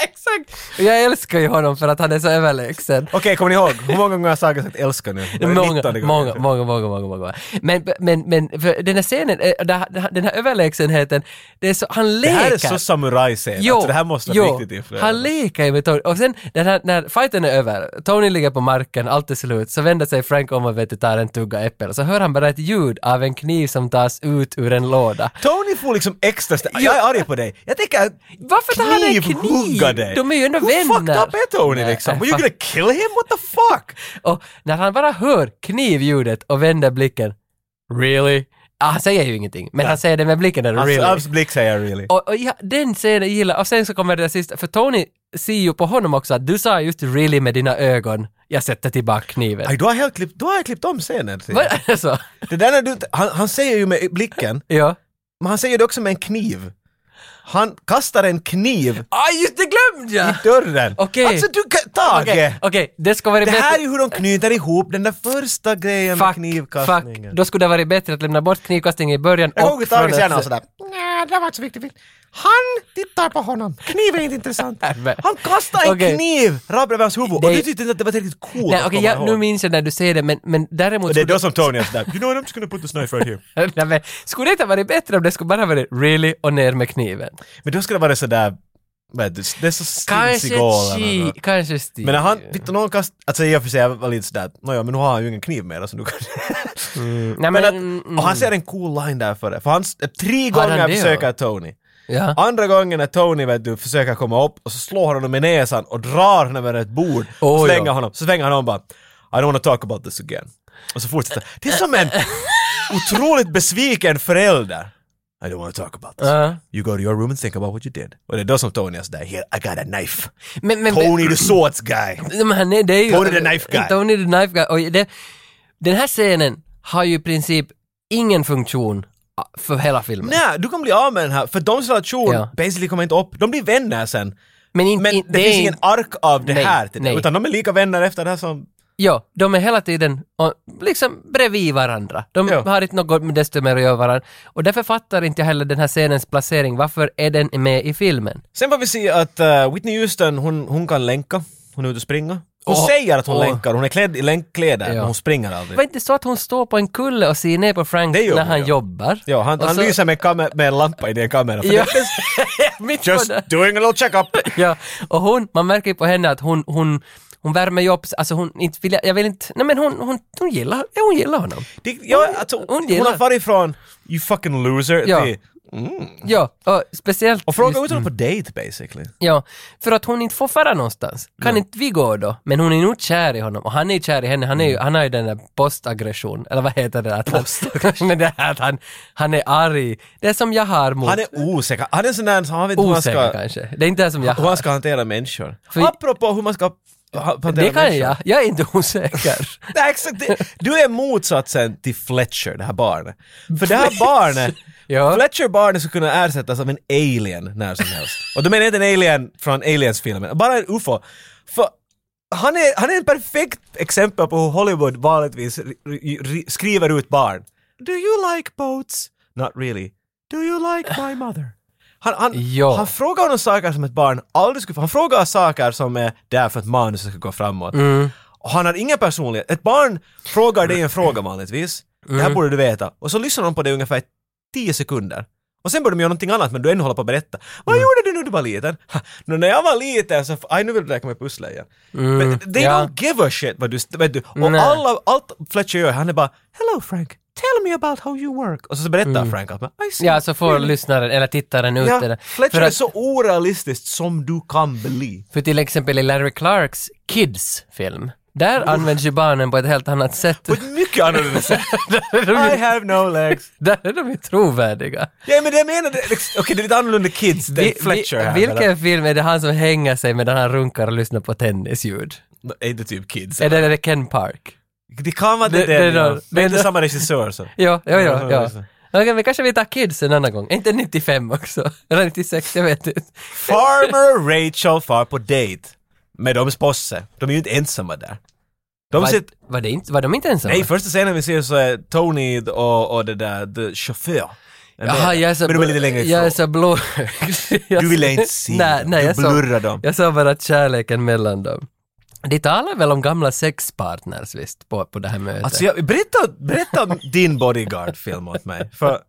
Speaker 1: exakt! Och jag älskar ju honom för att han är så överlägsen.
Speaker 2: kommer ni ihåg? Hur många gånger har Saga sagt älskar nu? Det är
Speaker 1: Många,
Speaker 2: 19 gånger.
Speaker 1: många, många, många, många, många. Men, men, men för den här scenen, eh, det här- den här överlägsenheten, det är så, han
Speaker 2: Det
Speaker 1: leker.
Speaker 2: här är så samurajscen, alltså det här måste
Speaker 1: jo,
Speaker 2: vara riktigt influerat.
Speaker 1: Han leker ju med Tony. Och sen den här, när fighten är över, Tony ligger på marken, allt är slut, så vänder sig Frank om och vet du, tar en tugga äppel. Så hör han bara ett ljud av en kniv som tas ut ur en låda.
Speaker 2: Tony får liksom extra stä- Jag är arg på dig. Jag tänker att
Speaker 1: Varför tar han en
Speaker 2: knivhugga
Speaker 1: kniv?
Speaker 2: dig.
Speaker 1: De är ju ändå
Speaker 2: Hur fucked
Speaker 1: vänner.
Speaker 2: up är Tony
Speaker 1: Nej,
Speaker 2: liksom?
Speaker 1: äh,
Speaker 2: Were you
Speaker 1: fuck.
Speaker 2: gonna kill him? What the fuck?
Speaker 1: Och när han bara hör knivljudet och vänder blicken, really? Ja, han säger ju ingenting, men han säger det med blicken, där,
Speaker 2: Hans
Speaker 1: really?
Speaker 2: hans blick säger jag really.
Speaker 1: Alltså, Och, och ja, den scenen gillar jag. Och sen så kommer det där sista, för Tony ser ju på honom också att du sa just really med dina ögon, jag sätter tillbaka kniven.
Speaker 2: Aj, du har helt klippt, du har klippt om scenen.
Speaker 1: Vad är det så?
Speaker 2: Det där när du, han, han säger ju med blicken,
Speaker 1: Ja.
Speaker 2: men han säger det också med en kniv. Han kastar en kniv
Speaker 1: Ah, just det glömde jag!
Speaker 2: i dörren.
Speaker 1: Okej.
Speaker 2: Alltså du kan, Tage!
Speaker 1: Okej, okej, det ska vara
Speaker 2: Det
Speaker 1: bättre.
Speaker 2: här är ju hur de knyter ihop den där första grejen med
Speaker 1: Fuck, fuck.
Speaker 2: knivkastningen.
Speaker 1: Då skulle det ha varit bättre att lämna bort knivkastningen i början
Speaker 2: Jag kommer ihåg Tage
Speaker 1: från-
Speaker 2: säger något sådär. Nej, det var inte så viktigt. Han tittar på honom. Kniv är
Speaker 1: *laughs*
Speaker 2: inte intressant. Han kastar en
Speaker 1: Okej.
Speaker 2: kniv rakt bredvid hans huvud. Och
Speaker 1: Det-
Speaker 2: du tyckte inte att det var tillräckligt coolt
Speaker 1: Nej,
Speaker 2: att
Speaker 1: okej,
Speaker 2: komma
Speaker 1: jag, nu
Speaker 2: ihåg.
Speaker 1: minns jag när du säger det, men, men däremot...
Speaker 2: Och det är
Speaker 1: skulle-
Speaker 2: då som Tony är sådär. You know what, I'm just gonna put this knife right here.
Speaker 1: *laughs* Nej, men, skulle det inte ha varit bättre om det skulle bara varit really och ner med kniven?
Speaker 2: Men då ska det vara sådär, vad, det det är så
Speaker 1: Kanske
Speaker 2: stintsig
Speaker 1: chi,
Speaker 2: galen.
Speaker 1: kanske Steve.
Speaker 2: Men när han, titta någon kast, alltså i och för sig jag var lite sådär, nåja men nu har han ju ingen kniv mer så nu kan...
Speaker 1: Nej,
Speaker 2: men
Speaker 1: men,
Speaker 2: att,
Speaker 1: mm,
Speaker 2: och han ser en cool line där för det, för han, s- tre
Speaker 1: Har han
Speaker 2: gånger
Speaker 1: det, ja?
Speaker 2: försöker Tony.
Speaker 1: ja.
Speaker 2: Andra gången när Tony vet du, försöker komma upp och så slår han honom i näsan och drar honom över ett bord.
Speaker 1: Oh,
Speaker 2: och slänger
Speaker 1: ja.
Speaker 2: honom. Så svänger han om och bara I don't want to talk about this again. Och så fortsätter Det är som en
Speaker 1: *laughs*
Speaker 2: otroligt besviken förälder. I don't want to talk about this.
Speaker 1: Ja.
Speaker 2: You go to your room and think about what you did. Och det är då som Tony är sådär, here I got a knife.
Speaker 1: Men, men,
Speaker 2: Tony the swords guy.
Speaker 1: Nej, men han är, det är ju,
Speaker 2: Tony the Knife Guy.
Speaker 1: Tony the Knife Guy. Och det, den här scenen har ju i princip ingen funktion ah, för hela filmen.
Speaker 2: Nej, du kan bli av med den här, för de relation
Speaker 1: Ja.
Speaker 2: basically kommer inte upp. De blir vänner sen.
Speaker 1: men in,
Speaker 2: Men
Speaker 1: in,
Speaker 2: det finns
Speaker 1: är
Speaker 2: ingen ark av det
Speaker 1: Nej,
Speaker 2: här till det,
Speaker 1: nej.
Speaker 2: utan de är lika vänner efter det här som
Speaker 1: Ja, de är hela tiden och, liksom bredvid varandra. De
Speaker 2: Ja.
Speaker 1: har inte något med desto mer att göra varandra. Och därför fattar inte jag heller den här scenens placering. Varför är den med i filmen?
Speaker 2: äh, Sen får vi se att eh, Whitney Houston, hon, hon kan länka. Hon är ute och springa. Hon
Speaker 1: Och-
Speaker 2: säger att hon
Speaker 1: och-
Speaker 2: länkar, hon är klädd i länkkläder,
Speaker 1: Ja.
Speaker 2: men hon springer
Speaker 1: Det
Speaker 2: aldrig.
Speaker 1: var inte så att hon står på en kulle och ser ner på Frank
Speaker 2: Det gör
Speaker 1: när
Speaker 2: hon,
Speaker 1: han
Speaker 2: ja.
Speaker 1: jobbar?
Speaker 2: Ja, han,
Speaker 1: Och
Speaker 2: han
Speaker 1: så-
Speaker 2: lyser med, kamer- med en lampa in i en kamera. För
Speaker 1: Ja. *laughs*
Speaker 2: det-
Speaker 1: Mitt på
Speaker 2: Just
Speaker 1: det.
Speaker 2: doing a little check-up!
Speaker 1: ja, och hon, man märker ju på henne att hon, hon, hon värmer ju upp, alltså hon inte vill, jag vill inte, nej men hon, hon, hon gillar, ja, hon gillar honom.
Speaker 2: Det, ja, alltså, hon,
Speaker 1: hon gillar-
Speaker 2: har farit från “you fucking loser”
Speaker 1: Ja.
Speaker 2: till
Speaker 1: Ja, och speciellt...
Speaker 2: och frågar
Speaker 1: just- mm.
Speaker 2: ut honom på date basically.
Speaker 1: Ja, för att hon inte får fara någonstans. Kan inte vi gå då? Men hon är nog kär i honom och han är ju kär i henne. Han, är ju,
Speaker 2: Mm.
Speaker 1: han har ju den där postaggression, eller vad heter det? Att han, *laughs* men det här att han, han är arg. Det är som jag har mot...
Speaker 2: Han är osäker, han är en sån där, han vet inte hur han
Speaker 1: osäker
Speaker 2: ska,
Speaker 1: kanske. Det är inte det som jag
Speaker 2: hur han
Speaker 1: har.
Speaker 2: ska hantera människor.
Speaker 1: För-
Speaker 2: Apropå hur man ska ha- hantera
Speaker 1: Det kan
Speaker 2: människor.
Speaker 1: jag. Jag är inte osäker.
Speaker 2: Det är exakt det. Du är motsatsen till Fletcher, det här barnet. För det här barnet,
Speaker 1: Ja.
Speaker 2: Fletcher-barnet skulle kunna ersättas av en alien när som helst. Och då menar jag inte en alien från Aliens-filmen, bara en UFO. För han är, han är en perfekt exempel på hur Hollywood vanligtvis ri- ri- ri- skriver ut barn. Do you like boats? Not really. Do you like my mother? Han, han,
Speaker 1: Ja.
Speaker 2: han frågar honom saker som ett barn aldrig skulle... Han frågar saker som är där för att manuset ska gå framåt. Och han har ingen personlighet. Ett barn frågar dig en fråga vanligtvis. Det här borde du veta. Och så lyssnar de på det ungefär 10 sekunder. Och sen börjar de göra någonting annat men du ännu håller på att berätta. Vad
Speaker 1: Mm.
Speaker 2: gjorde du när du var liten? Ha, nu när jag var liten så... Aj, nu vill du leka med pusslet igen. Men they
Speaker 1: Mm, ja.
Speaker 2: don't give a shit vad du... Vet du. Och
Speaker 1: Nej.
Speaker 2: alla, allt Fletcher gör, han är bara “Hello Frank, tell me about how you work”. Och så, så berättar Frank allt. men, "I see,
Speaker 1: *laughs* Mm. Ja, så får
Speaker 2: really."
Speaker 1: lyssnaren eller tittaren ut det
Speaker 2: Ja,
Speaker 1: där.
Speaker 2: Fletcher
Speaker 1: För
Speaker 2: är
Speaker 1: att-
Speaker 2: så orealistiskt som du kan bli.
Speaker 1: För till exempel i Larry Clarks Kids-film, där
Speaker 2: Oh.
Speaker 1: används ju barnen på ett helt annat sätt.
Speaker 2: På ett mycket annorlunda sätt.
Speaker 1: *laughs*
Speaker 2: I
Speaker 1: där
Speaker 2: have no legs.
Speaker 1: är de ju trovärdiga.
Speaker 2: Ja men det jag menar det, liksom, okej det är lite annorlunda kids, det är
Speaker 1: Vi-
Speaker 2: Fletcher här.
Speaker 1: vi- Vilken film är det han som hänger sig medan han runkar och lyssnar på tennisljud?
Speaker 2: men- Är det typ kids?
Speaker 1: Eller är det Ken Park?
Speaker 2: Det kan vara det,
Speaker 1: Det-
Speaker 2: det,
Speaker 1: det är
Speaker 2: ja.
Speaker 1: någon-
Speaker 2: Men det
Speaker 1: det-
Speaker 2: är samma regissör så.
Speaker 1: Ja, ja, ja. ja.
Speaker 2: just det.
Speaker 1: Okej, men kanske vi tar Kids en annan gång. Är Inte 95 också? Eller 96, jag vet inte.
Speaker 2: Farmer Rachel far på dejt med deras posse. De är ju inte ensamma där. De
Speaker 1: Var,
Speaker 2: sitter...
Speaker 1: var, det inte, var de inte ensamma?
Speaker 2: Nej, första scenen vi ser så är Tony och, och det där, the chaufför. är
Speaker 1: Jaha,
Speaker 2: med.
Speaker 1: jag är så,
Speaker 2: men de är lite längre
Speaker 1: jag är
Speaker 2: ifrån.
Speaker 1: så blå. *laughs* Jag-
Speaker 2: Du ville inte se
Speaker 1: nej,
Speaker 2: dem.
Speaker 1: nej,
Speaker 2: Du
Speaker 1: jag
Speaker 2: blurrar
Speaker 1: såg,
Speaker 2: dem.
Speaker 1: Jag såg bara kärleken mellan dem. De talar väl om gamla sexpartners visst, på, på det här mötet?
Speaker 2: Alltså, jag, berätta, berätta om din bodyguard-film åt mig. För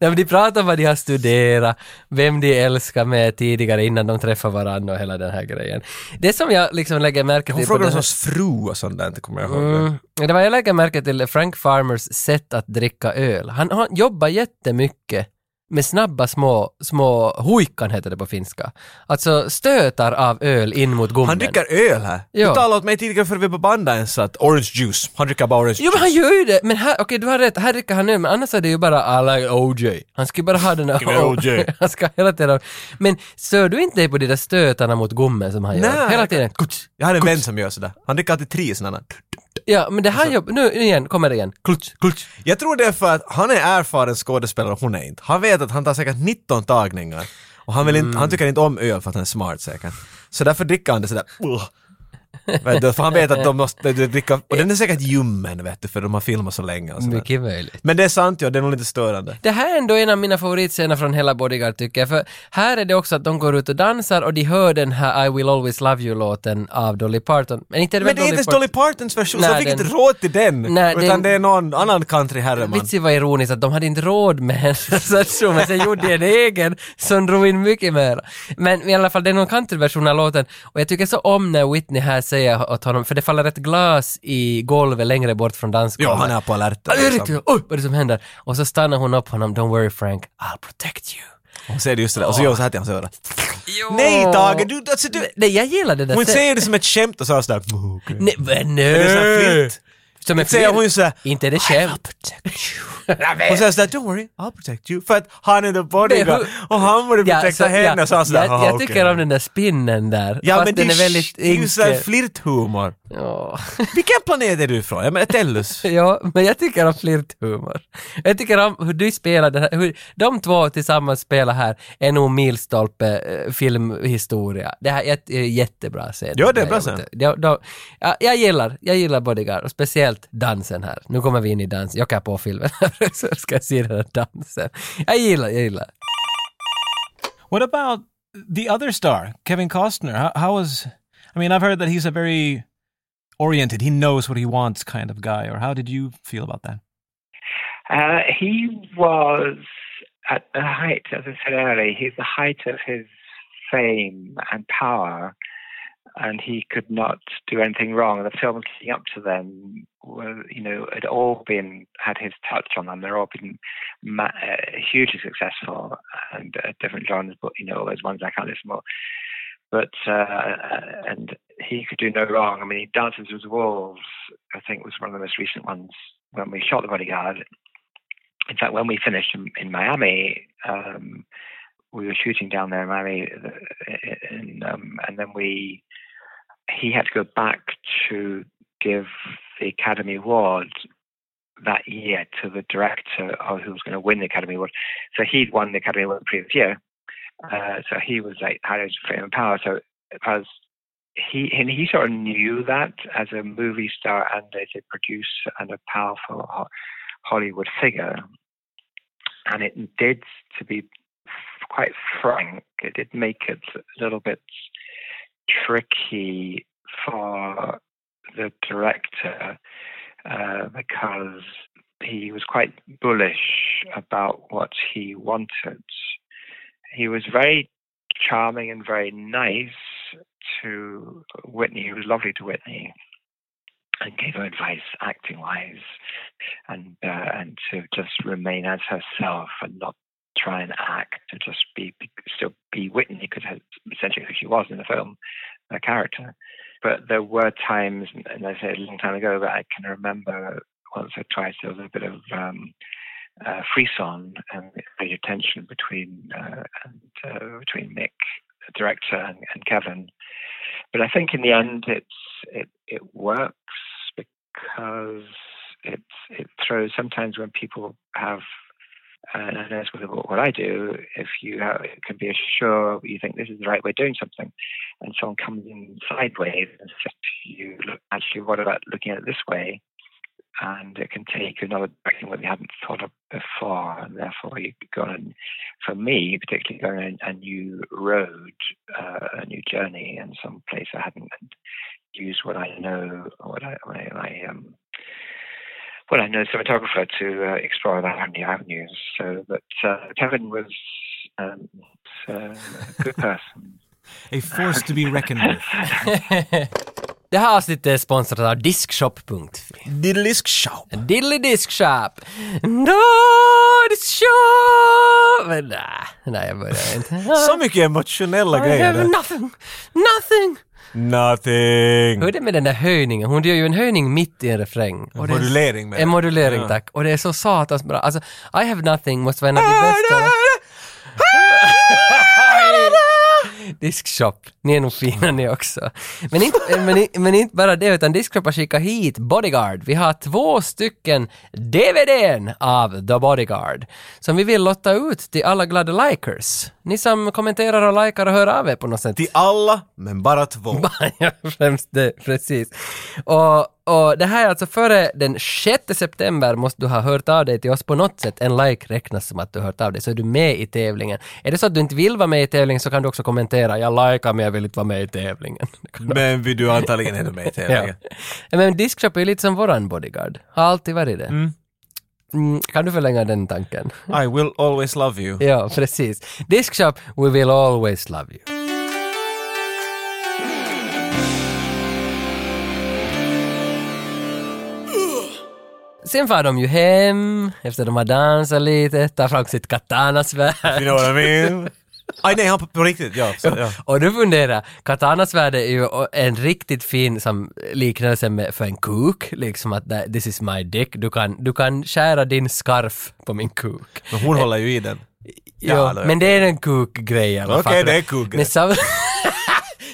Speaker 1: Nej, men de pratar om vad de har studerat, vem de älskar med tidigare innan de träffar varandra och hela den här grejen. Det som jag liksom lägger märke
Speaker 2: hon
Speaker 1: till... på
Speaker 2: frågade
Speaker 1: den
Speaker 2: om
Speaker 1: här-
Speaker 2: hans fru och sånt där, inte kommer jag ihåg. det.
Speaker 1: Mm. Det var jag lägger märke till Frank Farmers sätt att dricka öl. Han, han jobbar jättemycket med snabba små, små huikan heter det på finska. Alltså stötar av öl in mot gommen.
Speaker 2: Han dricker öl här.
Speaker 1: Ja.
Speaker 2: Du talade åt mig tidigare för vi på bandet ens att orange juice, han dricker bara orange
Speaker 1: Jo men han gör ju det! Men här, okej du har rätt, här dricker han öl men annars är det ju bara alla OJ. Han ska ju bara ha den
Speaker 2: Give me OJ.
Speaker 1: *laughs* han ska hela tiden... Men stör du inte dig på de där stötarna mot gommen som han gör?
Speaker 2: Nej.
Speaker 1: Hela tiden. Klutsch.
Speaker 2: Jag har en vän som gör sådär. Han dricker alltid tre sådana.
Speaker 1: Ja men det
Speaker 2: Alltså-
Speaker 1: här jobb... Nu nu igen, kommer det igen. Klutsch, klutsch.
Speaker 2: Jag tror det är för att han är erfaren skådespelare och hon är inte. Han vet att han tar säkert 19 tagningar. Och han, vill inte, han tycker inte om öl för att han är smart säkert. Så därför dricker han det sådär. "Ugh." Vet du, för han vet att de måste de dricka, och den är säkert ljummen vet du, för de har filmat så länge och sådär.
Speaker 1: Mycket möjligt.
Speaker 2: Men det är sant ja, det är nog lite störande.
Speaker 1: Det här är ändå en av mina favoritscener från hela Bodyguard tycker jag, för här är det också att de går ut och dansar och de hör den här I will always love you-låten av Dolly Parton. Men inte väl
Speaker 2: Men det är inte ens
Speaker 1: Parton-
Speaker 2: Dolly Partons version, så
Speaker 1: Nej,
Speaker 2: jag fick
Speaker 1: den-
Speaker 2: inte råd till den.
Speaker 1: Nej,
Speaker 2: utan
Speaker 1: den-
Speaker 2: det är någon annan countryherreman.
Speaker 1: Vitsi var ironiskt att de hade inte råd med *laughs* hennes version, men sen gjorde de en egen som drog in mycket mer. Men i alla fall, det är någon countryversion av låten och jag tycker så om när Whitney här säger åt honom, för det faller ett glas i golvet längre bort från dansgolvet.
Speaker 2: Ja, han är på alerten. liksom.
Speaker 1: Oj, riktigt, oj, vad är det som händer? Och så stannar hon upp honom, don't worry Frank, I'll protect you.
Speaker 2: Hon säger det just det där. Och så gör hon så här till hans öra. Nej
Speaker 9: Oh.
Speaker 2: Tage, du, alltså, du...
Speaker 1: Nej, jag gillar det där
Speaker 2: Hon
Speaker 1: sättet.
Speaker 2: säger det som ett skämt och så är hon sådär... "Oh, okej."
Speaker 1: Nej, men
Speaker 2: Men det är sån här
Speaker 1: nu!
Speaker 2: flirt.
Speaker 1: Som en
Speaker 2: Eh, Säger hon ju
Speaker 1: flirt?
Speaker 2: såhär...
Speaker 1: Inte är det skämt.
Speaker 2: Hon säger sådär “Don't worry, I'll protect you” för att han är the bodyguard
Speaker 1: Det är hu-
Speaker 2: och han borde
Speaker 1: Ja,
Speaker 2: protekta
Speaker 1: så-
Speaker 2: henne
Speaker 1: ja,
Speaker 2: så han sådär
Speaker 1: jag, jag tycker om den där spinnen där.
Speaker 2: Ja
Speaker 1: fast
Speaker 2: men det
Speaker 1: den är väldigt
Speaker 2: det är ju sådär
Speaker 1: enkel.
Speaker 2: flirthumor.
Speaker 1: Ja.
Speaker 2: Vilken planet är du ifrån? Jag menar
Speaker 1: *laughs*
Speaker 2: Tellus.
Speaker 1: ja, men jag tycker om flirthumor. Jag tycker om hur du spelar den här, hur de två tillsammans spelar här är nog milstolpe eh, filmhistoria. Det här är ett eh, jättebra scen.
Speaker 2: Ja, det är bra scen.
Speaker 1: Ja, de, ja, jag gillar, jag gillar Bodyguard och speciellt dansen här. Nu kommer vi in i dans. Jag kan på filmen *laughs* så ska jag se den här dansen. Jag gillar, jag gillar.
Speaker 9: *laughs*
Speaker 1: *laughs*
Speaker 9: What about the other star, Kevin Costner? How, how was? I mean, I've heard that he's a very oriented, he knows what he wants kind of guy? Or how did you feel about that?
Speaker 4: Uh, he was at the height, as I said earlier, he's the height of his fame and power, and he could not do anything wrong. The films leading up to them were, you know, had all been had his touch on them. They're all been ma- uh, hugely successful and uh, different genres, but you know, there's ones I can't listen more. But uh, and he could do no wrong. I mean, Dances with Wolves, I think, was one of the most recent ones when we shot The Bodyguard in fact, when we finished in, in Miami, um, we were shooting down there in Miami, uh, in, um, and then we he had to go back to give the Academy Award that year to the director of who was going to win the Academy Award. So he'd won the Academy Award the previous year, uh, so he was like had his fame and power. So as he and he sort of knew that as a movie star and as a producer and a powerful Ho- Hollywood figure, and it did, to be quite frank, it did make it a little bit tricky for the director uh, because he was quite bullish about what he wanted. He was very charming and very nice to Whitney. He was lovely to Whitney and gave her advice acting wise and uh, and to just remain as herself and not try and act to just be still be Whitney because that's essentially who she was in the film, her character. But there were times, and I say a long time ago, that I can remember once or twice there was a bit of um, uh, frisson and major tension between uh, and, uh, between Mick, the director, and, and Kevin. But I think in the end, it's it it works because it it throws sometimes when people have uh, and I know it's what, what I do. If you have, it can be sure you think this is the right way of doing something, and someone comes in sideways and says to you, "Look, actually, what about looking at it this way?" And it can take you another direction what you hadn't thought of before, and therefore you go on. For me, particularly going on a new road, uh, a new journey, and some place I hadn't used what I know, what I, what I, I um, well, I know as a photographer to uh, explore that avenue avenues. So, but uh, Kevin was um, *laughs* uh, a good person.
Speaker 9: A force to be reckoned *laughs* with.
Speaker 1: Det här avsnittet är sponsrat av Diskshop.fi.
Speaker 2: Diddelisk shop.
Speaker 1: Diddly Disk Shop! Diskshop! Men nej, nej jag börjar
Speaker 2: *laughs*
Speaker 1: inte.
Speaker 2: Så mycket emotionella
Speaker 1: I
Speaker 2: grejer.
Speaker 1: have
Speaker 2: där.
Speaker 1: nothing! Nothing! Hur är
Speaker 2: Nothing.
Speaker 1: det med den där höjningen? Hon gör ju en höjning mitt i en refräng. Och det är-
Speaker 2: Modulering med
Speaker 1: En modulering, tack. Och det är så satans bra. Alltså, I have nothing måste vara en av de bästa. Diskshop, ni är nog fina ni också. Men inte, men, i- men inte bara det, utan Diskshop har skickat hit Bodyguard. Vi har två stycken DVDn av The Bodyguard som vi vill lotta ut till alla glada likers. Ni som kommenterar och likar och hör av er på något sätt.
Speaker 2: Till alla, men bara två.
Speaker 1: *laughs* Ja, främst det, precis. Och, och det här är alltså före den 6 september måste du ha hört av dig till oss på något sätt. En like räknas som att du har hört av dig, så är du med i tävlingen. Är det så att du inte vill vara med i tävlingen så kan du också kommentera “jag likar men jag vill inte vara med i tävlingen”.
Speaker 2: *laughs*
Speaker 1: *laughs*
Speaker 2: Men vill du antagligen ändå med i
Speaker 1: Ja.
Speaker 2: tävlingen.
Speaker 1: Men Diskshop är ju lite som våran bodyguard. Har alltid varit det. Mm, kan du förlänga den tanken?
Speaker 2: I will always love you.
Speaker 1: *laughs* Ja, precis. Diskshop, we will always love you. Sen far de ju hem efter de har dansat lite, tar fram sitt katanasvärd.
Speaker 2: You *laughs* know what I mean? Aj nej, han på, på riktigt, ja. Så, ja.
Speaker 1: Och du funderar, katanasvärd är ju en riktigt fin som liknelse med, för en kuk, liksom att det- this is my dick, du kan, du kan skära din scarf på min kuk.
Speaker 2: Men hon håller ju i den.
Speaker 1: Jo,
Speaker 2: Ja, då-
Speaker 1: men det är en kukgrej i alla fall.
Speaker 2: Okej, det är en kukgrej.
Speaker 1: Men sam- *laughs*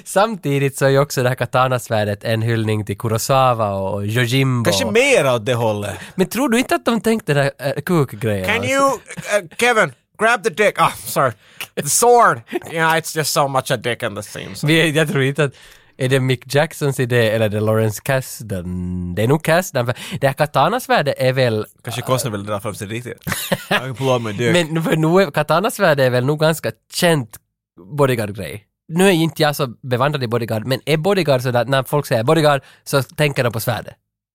Speaker 1: Samtidigt så är ju också det här katanasvärdet en hyllning till Kurosawa och Yojimbo.
Speaker 2: Kanske mer åt det hållet.
Speaker 1: Men tror du inte att de tänkte den här äh, kukgrejen?
Speaker 2: Can
Speaker 1: alltså?
Speaker 2: you, uh, Kevin, grab the dick? Ah, sorry. The sword. Yeah, it's just so much a dick in the scene. So.
Speaker 1: Vi- Jag tror inte att... Är det Mick Jacksons idé eller är det Lawrence Kasdan? Det är nog Kasdan, för det här katanasvärdet är väl...
Speaker 2: Kanske Costner vill dra fram
Speaker 1: *laughs*
Speaker 2: sig riktigt. I can pull out my dick.
Speaker 1: Men för nu, är- katanasvärdet är väl nog ganska känt bodyguard-grej? nu är ju inte jag så bevandrad i Bodyguard, men är Bodyguard sådär, när folk säger Bodyguard så tänker de på svärdet?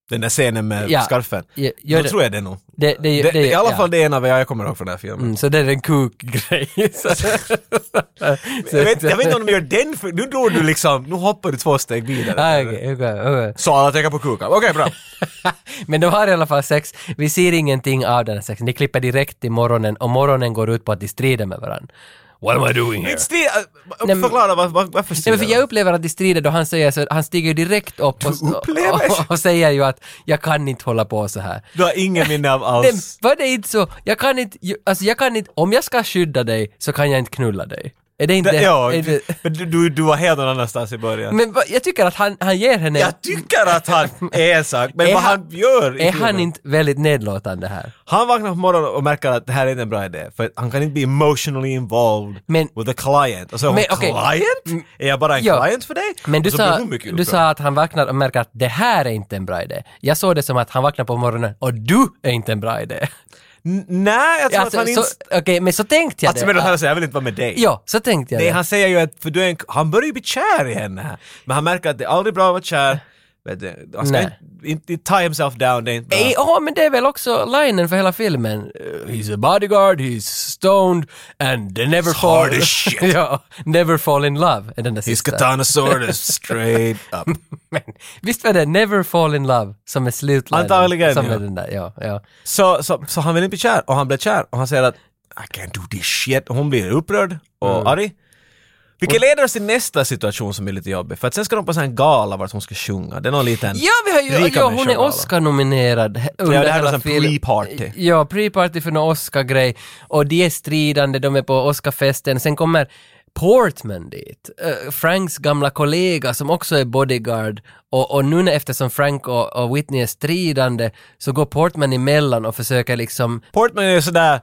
Speaker 2: Den där scenen med
Speaker 1: Ja.
Speaker 2: skarfen.
Speaker 1: Ja,
Speaker 2: Då
Speaker 1: gör
Speaker 2: tror jag det nog.
Speaker 1: Det, det,
Speaker 2: Det,
Speaker 1: det,
Speaker 2: det, I alla
Speaker 1: ja.
Speaker 2: fall det är en av jag kommer ihåg från den här filmen.
Speaker 1: Mm, så det är en kuk-grej. *laughs* Så-
Speaker 2: Jag, vet, jag vet inte om de gör den för... Nu drog du liksom... Nu hoppar du två steg vidare.
Speaker 1: Ah, okej, okej, okej. *laughs*
Speaker 2: Så alla tänker på kukar. Okej, bra.
Speaker 1: Men de har i alla fall sex. Vi ser ingenting av den här sexen. De klipper direkt till morgonen och morgonen går ut på att de strider med varandra. What am I doing here?
Speaker 2: Sti,
Speaker 1: Nej, men-
Speaker 2: uh, förklara var, var, varför
Speaker 1: Nej, men
Speaker 2: stiger
Speaker 1: för jag upplever att de strider då han säger så, han stiger ju direkt upp och,
Speaker 2: upplever?
Speaker 1: och, *laughs* och, och säger ju att jag kan inte hålla på så här.
Speaker 2: Du har ingen minne av
Speaker 1: Nej,
Speaker 2: alls.
Speaker 1: var det inte så? Jag kan inte, ju- alltså jag kan inte, om jag ska skydda dig så kan jag inte knulla dig. Är det inte...
Speaker 2: Det, ja,
Speaker 1: är det,
Speaker 2: men du, du, du var helt någon annanstans i början.
Speaker 1: men va- jag tycker att han, han ger henne...
Speaker 2: jag tycker
Speaker 1: *laughs*
Speaker 2: att han är en sak, men
Speaker 1: Är
Speaker 2: vad han,
Speaker 1: han-
Speaker 2: gör i
Speaker 1: är han
Speaker 2: filmen-
Speaker 1: inte väldigt nedlåtande här?
Speaker 2: Han vaknar på morgonen och märker att det här är inte en bra idé, för att han kan inte bli emotionally involved
Speaker 1: Men-
Speaker 2: with a client. Och så är
Speaker 1: Men,
Speaker 2: hon
Speaker 1: okej. Mm.
Speaker 2: client? Är jag bara en
Speaker 1: Ja.
Speaker 2: client för dig?
Speaker 1: Men
Speaker 2: Och
Speaker 1: du
Speaker 2: så blir
Speaker 1: sa,
Speaker 2: hon Alltså, mycket
Speaker 1: du
Speaker 2: upprörd.
Speaker 1: sa att han vaknar och märker att det här är inte en bra idé. Jag såg det som att han vaknar på morgonen och du är inte en bra
Speaker 2: *laughs*
Speaker 1: idé.
Speaker 2: N- Nej, jag tror
Speaker 1: Alltså,
Speaker 2: att han
Speaker 1: så-
Speaker 2: inte...
Speaker 1: Okej, men så tänkte jag
Speaker 2: Alltså
Speaker 1: det.
Speaker 2: menar han säger jag vill inte vara med dig?
Speaker 1: Ja, så tänkte jag
Speaker 2: Nej,
Speaker 1: det.
Speaker 2: han säger ju att, för du är en, han börjar ju bli kär i henne. här. Men han märker att det är aldrig bra att vara kär. Vet du, Han ska
Speaker 1: Nej.
Speaker 2: inte, inte, inte tie himself down, det är inte bra.
Speaker 1: Eh, Ja, men det är väl också linen för hela filmen. Eh, He's a bodyguard, he's stoned and they never
Speaker 2: It's
Speaker 1: fall...
Speaker 2: hard
Speaker 1: *laughs*
Speaker 2: as shit.
Speaker 1: ja, never fall in love är den där
Speaker 2: His
Speaker 1: sista.
Speaker 2: katana sword is straight up.
Speaker 1: Men, visst var det never fall in love som är slutlinen?
Speaker 2: Antagligen,
Speaker 1: som
Speaker 2: ja.
Speaker 1: Är den där, ja, ja.
Speaker 2: *laughs* Så, så, så han vill inte bli kär, och han blir kär. Och han säger att I can't do this shit. Och hon blir upprörd och
Speaker 1: Mm.
Speaker 2: arg. Vilket leder oss till nästa situation som är lite jobbig. För att sen ska de på en sån här gala vart hon ska sjunga. Det är någon liten...
Speaker 1: Ja, vi har ju,
Speaker 2: Rika
Speaker 1: ja, hon är
Speaker 2: människor, va?
Speaker 1: Oscar-nominerad he-
Speaker 2: det
Speaker 1: under
Speaker 2: här är
Speaker 1: hela
Speaker 2: alltså en
Speaker 1: filmen.
Speaker 2: pre-party.
Speaker 1: Ja, pre-party för någon Oscar-grej. Och de är stridande, de är på Oscar-festen. Sen kommer Portman dit, eh, Franks gamla kollega som också är bodyguard. Och, och nu när- eftersom Frank och, och Whitney är stridande så går Portman emellan och försöker liksom...
Speaker 2: Portman er är ju sådär...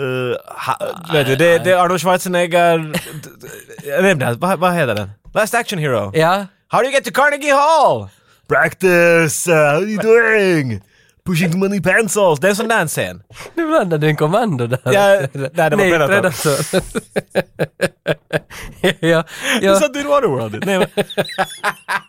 Speaker 2: Uh, ha, vet du, det, det är Arnold Schwarzenegger... øh, d- d- jag nämnde det. vad, vad heter den? Last Action Hero.
Speaker 1: Ja,
Speaker 2: How do you get to Carnegie Hall? Practice! Uh, how are you doing? Pushing too many pencils. Det er, är en sån där scen.
Speaker 1: nu blandade du en kommando där.
Speaker 2: Ja, nej, det var Predator.
Speaker 1: Predator. *laughs* ja,
Speaker 2: Du
Speaker 1: ja.
Speaker 2: satte in Waterworld. *laughs* Nej, men.